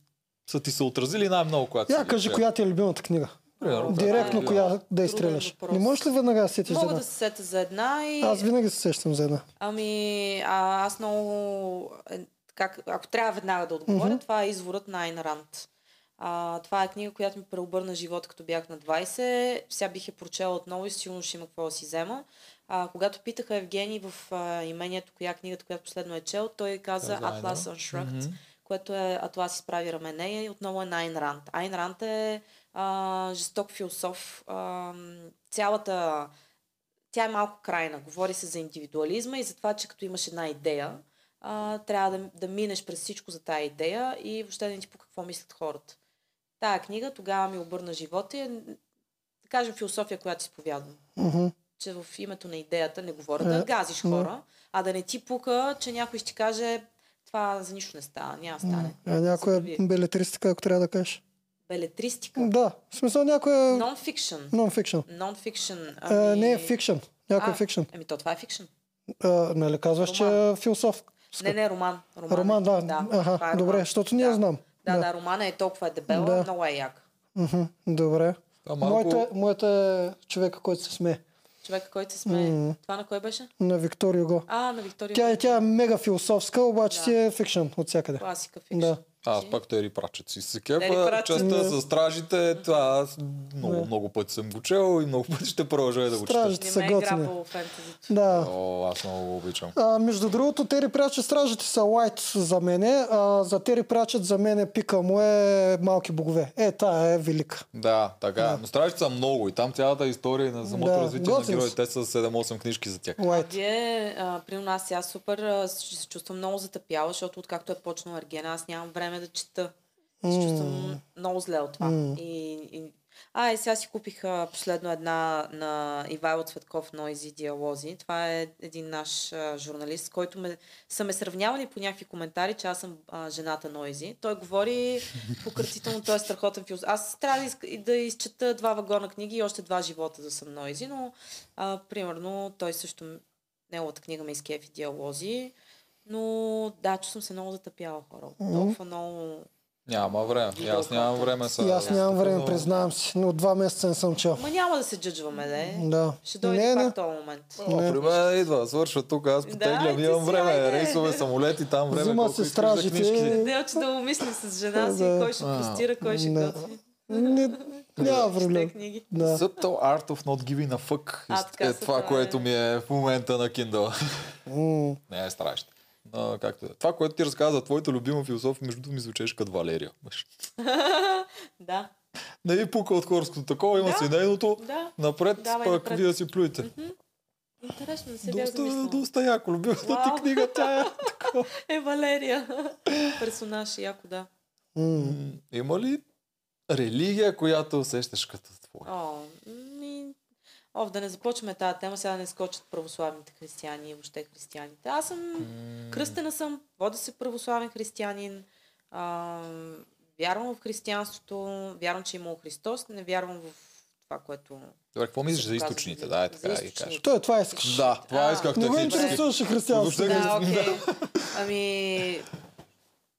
S1: са ти се отразили най-много, която
S2: Я
S1: си ги
S2: кажи,
S1: чел?
S2: коя ти е любимата книга.
S1: Примерно,
S3: О,
S1: която ти
S2: Директно
S1: е
S2: коя да изстреляш.
S3: Труден е въпрос.
S2: Не можеш ли веднага да сетиш за
S3: Мога да
S2: една?
S3: се сета за една и...
S2: Аз винаги се сещам за една.
S3: Ами, а, аз много... е, Как, ако трябва веднага да отговоря,
S2: Мгм.
S3: mm-hmm. това е изворът на Айн Ранд. А, това е книга, която ми преобърна живота, като бях на 20. Сега бих я прочела отново и силно ще има какво да си взема. А, когато питаха Евгений в а, имението, коя е книгата, която последно е чел, той каза
S1: Каза Айн
S3: Atlas
S1: Ранд.
S3: Unshrugged,
S1: Мгм.
S3: което е Атлас изправи рамене и отново е на Айн Ранд. Айн Ранд е а, жесток философ. А, цялата... Тя е малко крайна. Говори се за индивидуализма и за това, че като имаш една идея, а, трябва да, да минеш през всичко за тая идея и въобще да не ти по какво мислят хората. Тая книга тогава ми обърна живота и е, да кажем, философия, която изповядвам
S2: Мгм.
S3: че в името на идеята не говоря
S2: Е,
S3: да газиш
S2: да.
S3: хора, а да не ти пука, че някой ще ти каже това за нищо не става, няма да стане.
S2: А Е, някоя
S3: Забрави.
S2: белетристика, ако трябва да кажеш.
S3: Белетристика.
S2: Да, в смисъл някоя
S3: Нон-фикшн.
S2: нон-фикшн.
S3: Нон-фикшн.
S2: А, Е, Не е фикшн. Някой е
S3: А,
S2: фикшн.
S3: Еми ами- то това е фикшн.
S2: А, Нали казваш, че е
S3: Роман.
S2: философ?
S3: Не, не, роман. Роман, е.
S2: Роман, да.
S3: това
S2: Аха,
S3: е
S2: добре,
S3: роман.
S2: защото ние
S3: да.
S2: знам.
S3: Да, да, романа е толкова е дебела,
S2: Да.
S3: много е як.
S2: Мгм, Добре.
S1: Това малко...
S2: Моята, моята е човека, който се смее.
S3: Човека, който се смее.
S2: М.
S3: Това на кой беше?
S2: На Виктор Юго.
S3: А, на Виктория.
S2: Тя, е- тя е мега философска, обаче
S3: Да.
S2: си е фикшн от всякъде.
S3: Класика Значи, фикшн.
S2: Да.
S1: А, аз пак Тери Прачет си се
S3: Терри
S1: кефа.
S3: Пратчет.
S1: Честа
S2: Не.
S1: за стражите, това аз много,
S2: Не.
S1: много пъти съм го чел и много пъти ще продължа да го чета.
S2: Стражите.
S3: Не
S2: Ще са
S3: ме е
S2: готини.
S3: грабало фентезито.
S2: Да.
S1: О, аз много го обичам.
S2: А, между другото, Тери Прачет стражите са лайт за мене, а за Тери Прачет за мене пика му е малки богове. Е, тая е велика.
S1: Да, така. е. Но стражите са много и там цялата история на самото
S2: Да,
S1: развитие на
S2: готин са.
S1: героите. Те са 7-8 книжки за тях.
S3: А
S2: Лайт.
S3: вие, а, при нас сега супер, а, ще се чувствам много затъпяла, защото откакто е почнал Аргена, аз нямам време да чета. И се чувствам много зле от това.
S2: М.
S3: И, и... А, и сега си купих а, последно една на Ивайло Цветков Noisy Диалози. Това е един наш а, журналист, с който ме, са ме сравнявали по някакви коментари, че аз съм а, жената Noisy. Той говори пократително, той е страхотен философ. Аз трябва да, из- да изчета два вагона книги и още два живота да съм Noisy, но а, примерно той също, м- неговата книга ме изкефи диалози. Но да, чувствам се много затъпяла хора.
S2: Мгм.
S3: Толкова много
S1: Няма време. И аз нямам време. Са,
S2: И аз нямам време,
S1: но-
S2: признавам си, но от два месеца не съм чел.
S3: Ма няма да се джъджваме, да. е.
S2: Да.
S3: Ще дойде
S2: Не,
S3: пак
S2: не.
S3: този момент.
S1: О,
S2: Не.
S1: при мен идва, свършва тук, аз потеглям,
S3: и Е. ти
S1: имам
S3: си,
S1: време,
S3: айде.
S1: рейсове, самолети, там време,
S2: Взима
S1: колко
S2: се
S1: искаш за
S2: стражите.
S1: книжки.
S3: Дел, че да умисли с жена си,
S2: Да.
S3: кой ще
S1: А.
S3: простира, кой ще
S2: Да.
S3: готви.
S2: Не, няма
S3: Ще
S2: проблем.
S3: книги.
S2: Да.
S1: Subtle Art of Not Giving a Fuck
S3: А, така
S1: е
S3: се
S1: това,
S3: това е.
S1: което ми е в момента на Kindle. *laughs*
S2: М.
S1: Не е страшно. Но, както е. Това, което ти разказа за твоята любима философия, между другото ми звучеше като Валерия. Мъж.
S3: Да,
S1: Не ви пука от хорското такова, има
S3: Да.
S1: си нейното.
S3: да.
S1: Напред,
S3: Давай
S1: пак
S3: напред.
S1: вие да си плюете.
S3: Интересно, не се бях
S1: Доста,
S3: замислила.
S1: доста яко, любимата ти
S3: Вау.
S1: книга,
S3: *laughs*
S1: тя е.
S3: Е, Валерия. Персонаж, е яко да.
S2: М.
S1: М, Има ли религия, която усещаш като твоя?
S3: О, ми... О, да не започваме тази тема, сега да не скочат православните християни и въобще християните. Аз съм Кръстена съм, вода се православен християнин, а, вярвам в християнството, вярвам, че е имал Христос, не вярвам в това, което...
S1: Добре, какво мислиш
S3: се
S1: за
S3: казва
S1: източните?
S3: за-
S1: Да, е
S3: за
S1: така и
S3: източните.
S1: кажеш.
S2: Той това искаш.
S1: Да, това
S3: А.
S1: исках
S2: Не го
S1: технически.
S2: интересуваше
S1: Въобще
S2: християнството.
S1: не-
S3: Да, окей. Ами,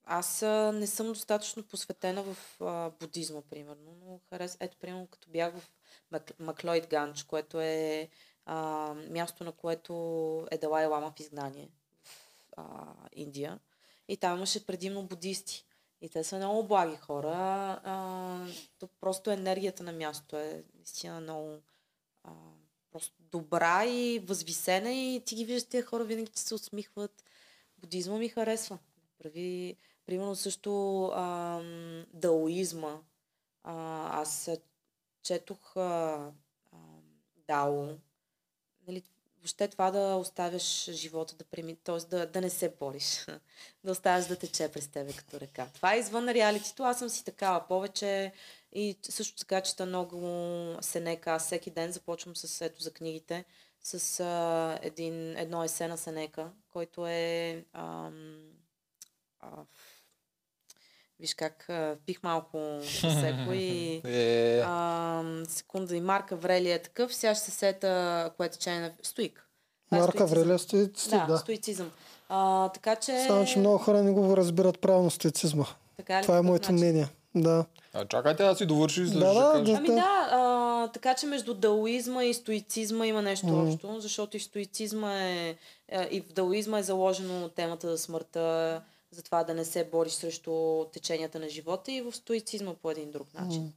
S3: аз а, не съм достатъчно посветена в а, будизма, примерно, но харес... Ето, примерно, като бях в Мак... Маклойд Ганч, което е а, място, на което е Далай Лама в изгнание в а, Индия. И там имаше предимно будисти. И те са много благи хора. А, то просто енергията на мястото е наистина много а, просто добра и възвисена. И ти ги виждаш тия хора винаги, че се усмихват. Будизма ми харесва. Прави, примерно също ам, даоизма. А, аз а, четох а, ам, дао. Нали, въобще това да оставяш живота да преми, т.е. Да, да не се бориш, *laughs* да оставяш да тече през тебе като река. Това е извън реалитито, аз съм си такава повече и също така чета много Сенека, аз всеки ден започвам с ето за книгите, с а, един, едно есе на Сенека, който е ам, а, виж как а, пих малко секо и
S1: Е,
S3: а, секунда и Марка Врелия е такъв. Сега ще се сета, което че е на Стоик. Това е
S2: Марка
S3: стоицизъм.
S2: Врелия стои, стои,
S3: Да,
S2: да.
S3: стоицизъм. А, така че...
S2: Само, че много хора не го разбират правилно стоицизма.
S3: Така ли,
S2: Това е
S3: Нали, Какъв
S2: моето
S3: начин?
S2: мнение. Да.
S1: а чакай тя да си довърши. за ще
S2: Да, да,
S1: кажа.
S2: да.
S3: Ами да, а, така че между даоизма и стоицизма има нещо
S2: Мгм.
S3: общо, защото и в стоицизма е, а, и в даоизма е заложено темата за смъртта, за това да не се бориш срещу теченията на живота и в стоицизма по един друг
S2: М.
S3: начин.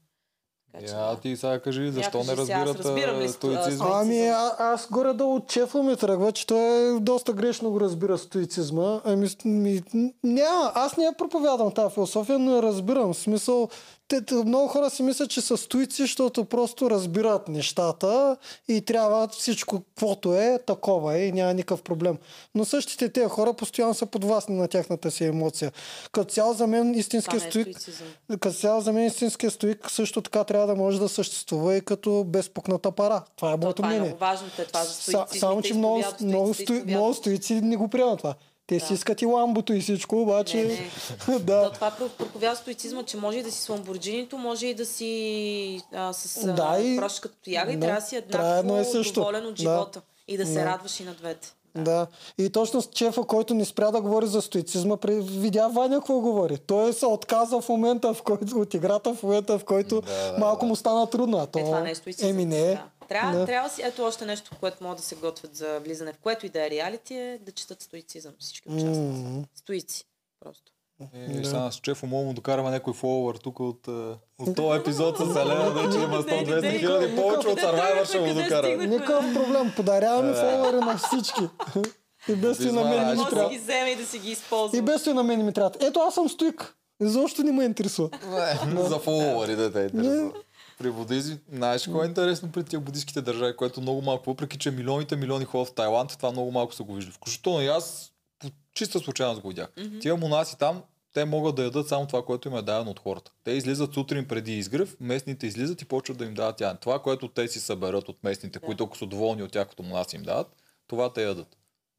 S3: Така че,
S1: Я,
S3: да.
S1: Е, ти сега кажи, защо
S3: кажи
S1: не
S3: сега, аз
S1: разбират
S3: разбирам ли
S1: а,
S3: сто-
S1: стоицизма?
S3: а,
S2: Ами а, аз горе-долу от чефа ми тръгва, че той е доста грешно го разбира стоицизма. Ами, с- ми, н- няма, аз не я проповядвам тази философия, но я разбирам. В смисъл, те, те, много хора си мислят, че са стоици, защото просто разбират нещата и трябва всичко, каквото е, такова е и няма никакъв проблем. Но същите тези хора постоянно са подвластни на тяхната си емоция. Като цяло за мен
S3: Това
S2: истинският
S3: не е
S2: стоик
S3: стоицизъм.
S2: като цяло за мен истинския стоик също така трябва да може да съществува и като безпукната пара. Това е
S3: То,
S2: моето
S3: това е
S2: мнение.
S3: много важно, те това за
S2: Са,
S3: стоицизмите
S2: само, че много,
S3: изповядат,
S2: много,
S3: стоиците
S2: стои, много
S3: изповядат.
S2: стоици не го приемат това. Те си
S3: Да.
S2: искат и ламбото и всичко, обаче...
S3: Не, не.
S2: *laughs*
S3: То
S2: да.
S3: това про- проповядва стоицизма, че може и да си с ламборджинито, може и да си а, с а,
S2: Да, и-
S3: прошка като яга и
S2: да,
S3: трябва да си
S2: трябва едно и
S3: еднакво
S2: също.
S3: доволен от
S2: Да.
S3: живота. И да се
S2: Да.
S3: радваш и на двете.
S2: Да. И точно с чефа, който не спря да говори за стоицизма, при- видя Ваня какво говори. Той се отказа в момента, в който, от играта, в момента, в който
S1: Да, да,
S2: малко
S1: да.
S2: му стана трудно. А то...
S3: Е, това не е стоицизъм.
S2: Еми не. е.
S3: Да. Трябва,
S2: Да.
S3: трябва си, ето още нещо, което могат да се готвят за влизане в което и да е реалити, е да четат стоицизъм всички участници.
S2: М.
S3: Стоици. Просто.
S1: И да. Е, сега с Чефо мога му докараме някой фолуър тук от, е, от този епизод с Елена, вече има 100-200 хиляди, повече от Survivor ще му докара.
S2: Никакъв проблем. Подаряваме
S1: Да.
S2: фолуари на всички. И без ти на мен не ми
S1: Обизваш.
S3: Може да
S2: Значи трябва.
S3: ги вземе и да си ги
S2: И
S3: използва.
S2: без ти на мен не ми трябва. Ето аз съм стоик. Изобщо не ме интересува.
S1: Не, За фолуари да те
S2: Не.
S1: интересува. При будизм, знаеш какво е интересно при тия будистските държави, което много малко, въпреки че милионите милиони хора в Тайланд, това много малко са го виждали. Включително и аз по чиста случайност го видях. Mm-hmm. Тия монаси там, те могат да ядат само това, което им е дадено от хората. Те излизат сутрин преди изгрев, местните излизат и почват да им дават ядене. Това, което те си съберат от местните, които ако са доволни от тях, като монаси им дават, това те ядат.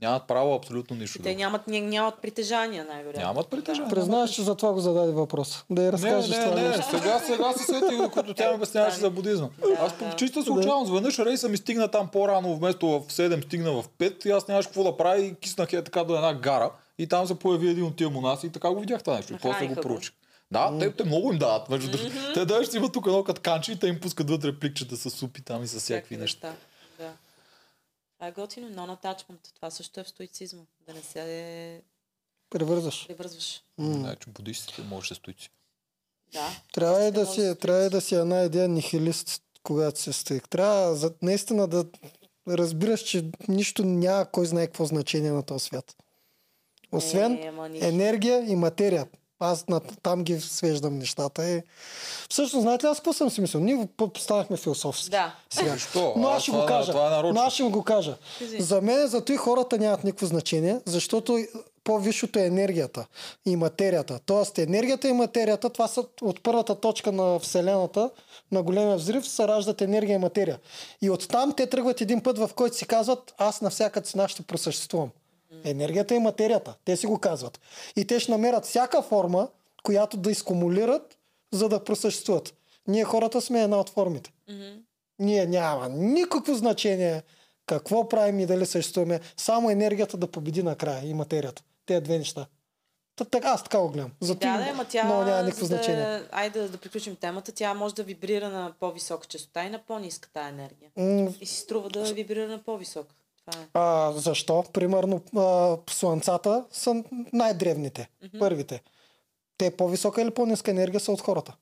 S1: Нямат право абсолютно нищо.
S3: Те
S1: друго.
S3: нямат, ня- нямат притежания, най-вероятно.
S1: Нямат притежание.
S2: Признаваш, че за това го зададе въпрос. Да я
S1: Не,
S2: разкажеш
S1: не,
S2: това
S1: не,
S2: нещо.
S1: сега, сега се сетих, докато тя ми обясняваше за будизма.
S3: Да,
S1: Аз по
S3: да.
S1: чиста случайност, веднъж рейса ми стигна там по-рано, вместо в 7 стигна в 5 и аз нямаше какво да правя и киснах е така до една гара и там се появи един от тия монаси и така го видях това нещо и после го
S3: Нахраниха го.
S1: проучих. Да, те, те много им дават. Между другото. Те даже си имат тук едно катканче и те им пускат вътре пликчета с супи там и с всякакви неща.
S3: Да. Това е готино, но натачвам. Това също е в стоицизма. Да не се
S2: Превързаш.
S3: превързваш.
S2: М.
S1: Значи будистите може да стоици.
S3: Да.
S2: Трябва и да
S3: Може да
S2: си, трябва и да си една идея нихилист, когато си стоик. Трябва за, наистина да разбираш, че нищо няма кой знае какво значение на този свят. Освен
S3: Е, ама нищо.
S2: енергия и материя. Аз на, там ги свеждам нещата. И... Всъщност, знаете ли аз какво съм си мислил? Ние по- станахме философски.
S3: Да.
S2: Сега.
S1: Защо?
S2: Но
S1: А,
S2: аз ще
S1: това
S2: го
S1: е-
S2: кажа.
S1: това е нарочно.
S2: Но аз ще му го кажа.
S3: Кажи.
S2: За мен зато и хората нямат никакво значение, защото по-висшото е енергията и материята. Тоест енергията и материята, това са от първата точка на Вселената, на големия взрив, се раждат енергия и материя. И оттам те тръгват един път, в който си казват, аз на всяка цена ще просъществувам. Енергията и материята, те си го казват. И те ще намерят всяка форма, която да изкумулират, за да просъществуват. Ние хората сме една от формите.
S3: Мгм.
S2: Ние няма никакво значение какво правим и дали съществуваме. Само енергията да победи накрая и материята. Те две неща. Та, така, аз така го гледам. Зато
S3: Да, да, ама тя,
S2: много няма никакво
S3: за да,
S2: значение.
S3: Айде да, да приключим темата. Тя може да вибрира на по-висока частота и на по-ниска тая енергия.
S2: М,
S3: И си струва да вибрира на по-висока. Това е.
S2: А, защо? Примерно а, слънцата са най-древните,
S3: Мгм.
S2: първите. Те по-висока или по-ниска енергия са от хората.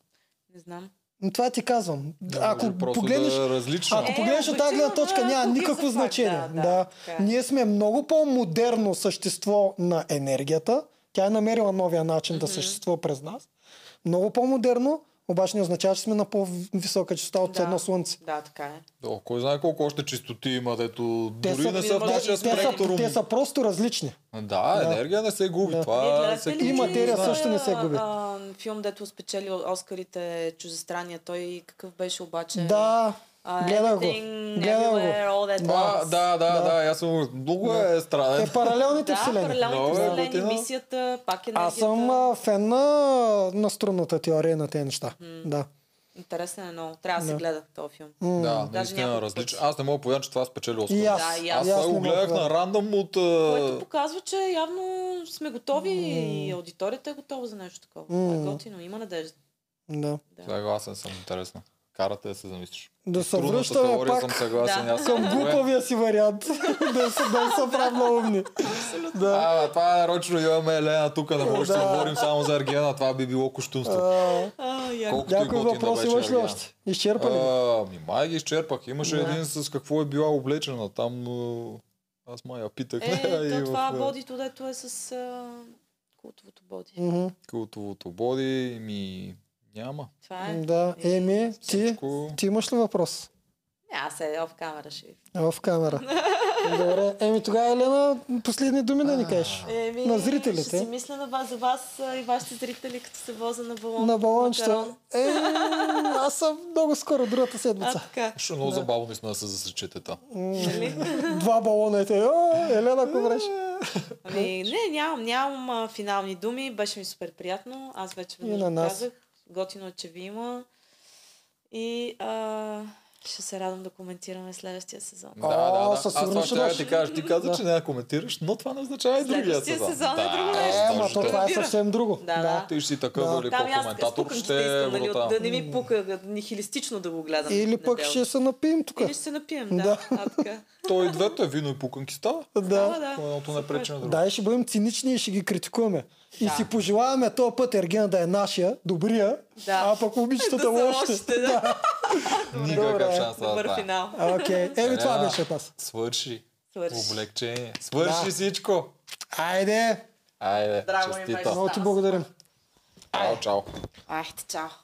S3: Не знам.
S2: Но това ти казвам. Ако
S1: Може просто
S2: погледнеш,
S1: Да е различно.
S2: Ако
S3: Е,
S2: погледнеш от тази
S3: обективно,
S2: гледна точка,
S3: да,
S2: няма
S3: други
S2: никакво
S3: са пак,
S2: значение.
S3: да,
S2: Да,
S3: да, така е.
S2: Ние сме много по-модерно същество на енергията. Тя е намерила новия начин да
S3: Мгм.
S2: съществува през нас. Много по-модерно, обаче не означава, че сме на по-висока частота от
S3: Да.
S2: едно слънце.
S3: Да, така е.
S1: О, кой знае колко още чистоти има, дето
S2: Те
S1: дори
S2: са-
S1: не са в
S3: те-
S1: нашия
S2: Те са,
S1: спектрум.
S2: те са просто различни.
S1: Да,
S2: Да.
S1: енергия не се губи.
S2: Да.
S3: Вие
S1: Това
S3: гледахте
S1: се
S3: ли
S2: И материя
S3: този,
S2: също не се губи.
S3: а, филм, дето спечели Оскарите чужестранния. Той какъв беше обаче?
S2: Да,
S3: а,
S2: гледах го.
S3: Everything,
S2: Гледах го.
S3: Everywhere, All At
S1: Да,
S3: Once.
S1: да, да,
S2: Да.
S1: да, аз съм... Много е
S2: е
S1: странен.
S2: паралелните
S3: Да,
S2: вселени.
S3: паралелните
S1: Много е
S3: вселени,
S1: готино.
S3: мисията, пак енергията.
S2: Аз съм а, фен на, на струнната теория и на тези неща. Да.
S3: Интересен е много. Трябва да се
S2: Да.
S3: гледа този филм.
S2: М,
S1: Да,
S3: Даже
S1: наистина
S3: няколко
S1: различно.
S3: пъти.
S1: Аз не мога да повярвам, че това спечели Оскар.
S2: И аз.
S3: Да, и
S1: Аз
S2: и аз
S1: това
S2: не
S1: го
S2: мога
S1: гледах
S2: да-
S1: на рандъм от... а,
S3: Което показва, че явно сме готови и аудиторията е готова за нещо такова. Това е
S2: М.
S3: готино, има надежда.
S2: Да.
S3: Да.
S1: Съгласен съм, интересно. Карате да се замислиш.
S2: Да се
S1: Трудната
S2: връщаме
S1: теория
S2: пак
S1: съм Е, съгласен.
S3: Да.
S1: Аз
S2: към глупавия си вариант. *laughs* да се да са правно умни. Да.
S1: А, бе, това е рочно, имаме Елена тук, не може да
S2: Да.
S1: си говорим само за Аргена, това би било кощунство.
S2: А,
S3: А,
S1: Колко- Той
S2: Някой
S1: готин да
S2: въпрос
S1: беше,
S2: имаш ли
S1: Аргена.
S2: още? Изчерпали? ли?
S1: А, ми май ги изчерпах. Имаше
S2: Да.
S1: един с какво е била облечена там. а, Аз май я питах.
S2: *laughs*
S3: Е,
S1: *laughs* и
S3: то това
S1: в, а,
S3: бодито, дето е с а, култовото боди.
S2: Мгм.
S1: Култовото боди ми няма.
S3: Това е.
S2: Да, Еми, ти,
S1: Всичко...
S2: ти имаш ли въпрос?
S3: Не, аз е в камера ще ви.
S2: В
S3: *laughs*
S2: камера. Добре. Еми тогава, Елена, последни думи да ни кажеш.
S3: Еми,
S2: На зрителите.
S3: Ще си мисля на вас, за вас а, и вашите зрители, като се воза на балон.
S2: На балончета.
S3: макарон.
S2: Е, аз съм много скоро, другата
S3: А,
S2: седмица.
S3: така.
S1: Ще е много забавно наистина да се засечете там.
S2: М,
S3: Нали?
S2: Два балона и те. О, Елена, ако вреш.
S3: Ами, не, нямам, нямам а, финални думи. Беше ми супер приятно. Аз вече
S2: И
S3: веднъж
S2: на
S3: го
S2: нас.
S3: казах. Готино е, че ви има. И а, ще се радвам да коментираме следващия сезон.
S1: Да,
S2: А,
S1: да, да.
S2: със
S1: Аз това
S2: сигурност
S1: ще я да
S2: ще
S1: ти кажа. Ти каза,
S2: Да.
S1: че не я коментираш, но това не означава и другия
S3: Следващия
S1: сезон.
S3: сезон е друго
S1: Да,
S3: нещо.
S2: Е, ама то
S1: задължително.
S2: това е
S3: разбира.
S2: съвсем друго.
S3: Да, да.
S1: Ти ще си такъв
S2: Да.
S1: велико
S3: Там и аз
S1: коментатор,
S3: спукам, ще
S1: ще е,
S3: искам, нали,
S1: врата.
S3: от- да не ми пука, нихилистично да го гледам.
S2: Или
S3: в
S2: пък
S3: неделя.
S2: ще се напием тук.
S3: Или ще се напием, да.
S2: Да.
S3: А, така.
S1: Той и двете е вино и пуканки става.
S2: Да.
S3: да.
S1: Едното не пречи на другото.
S2: Да, и ще бъдем цинични и ще ги критикуваме. И
S3: Да.
S2: си пожелаваме този път Ергена да е нашия, добрия,
S3: Да.
S2: а пък
S3: Да
S2: момичетата
S3: са
S2: лошите.
S3: лошите, да.
S1: Никакъв
S2: Добре.
S1: шанс на
S3: Добър
S1: това.
S3: финал.
S2: А, Окей, еми това
S1: Елена,
S2: беше от нас.
S1: Свърши.
S3: Свърши.
S1: Облегчение. Свърши
S2: Да.
S1: всичко.
S2: Айде,
S1: Айде,
S3: Драго ми беше.
S1: честито.
S2: много ти благодарим.
S1: Чао, чао.
S3: Айде, чао.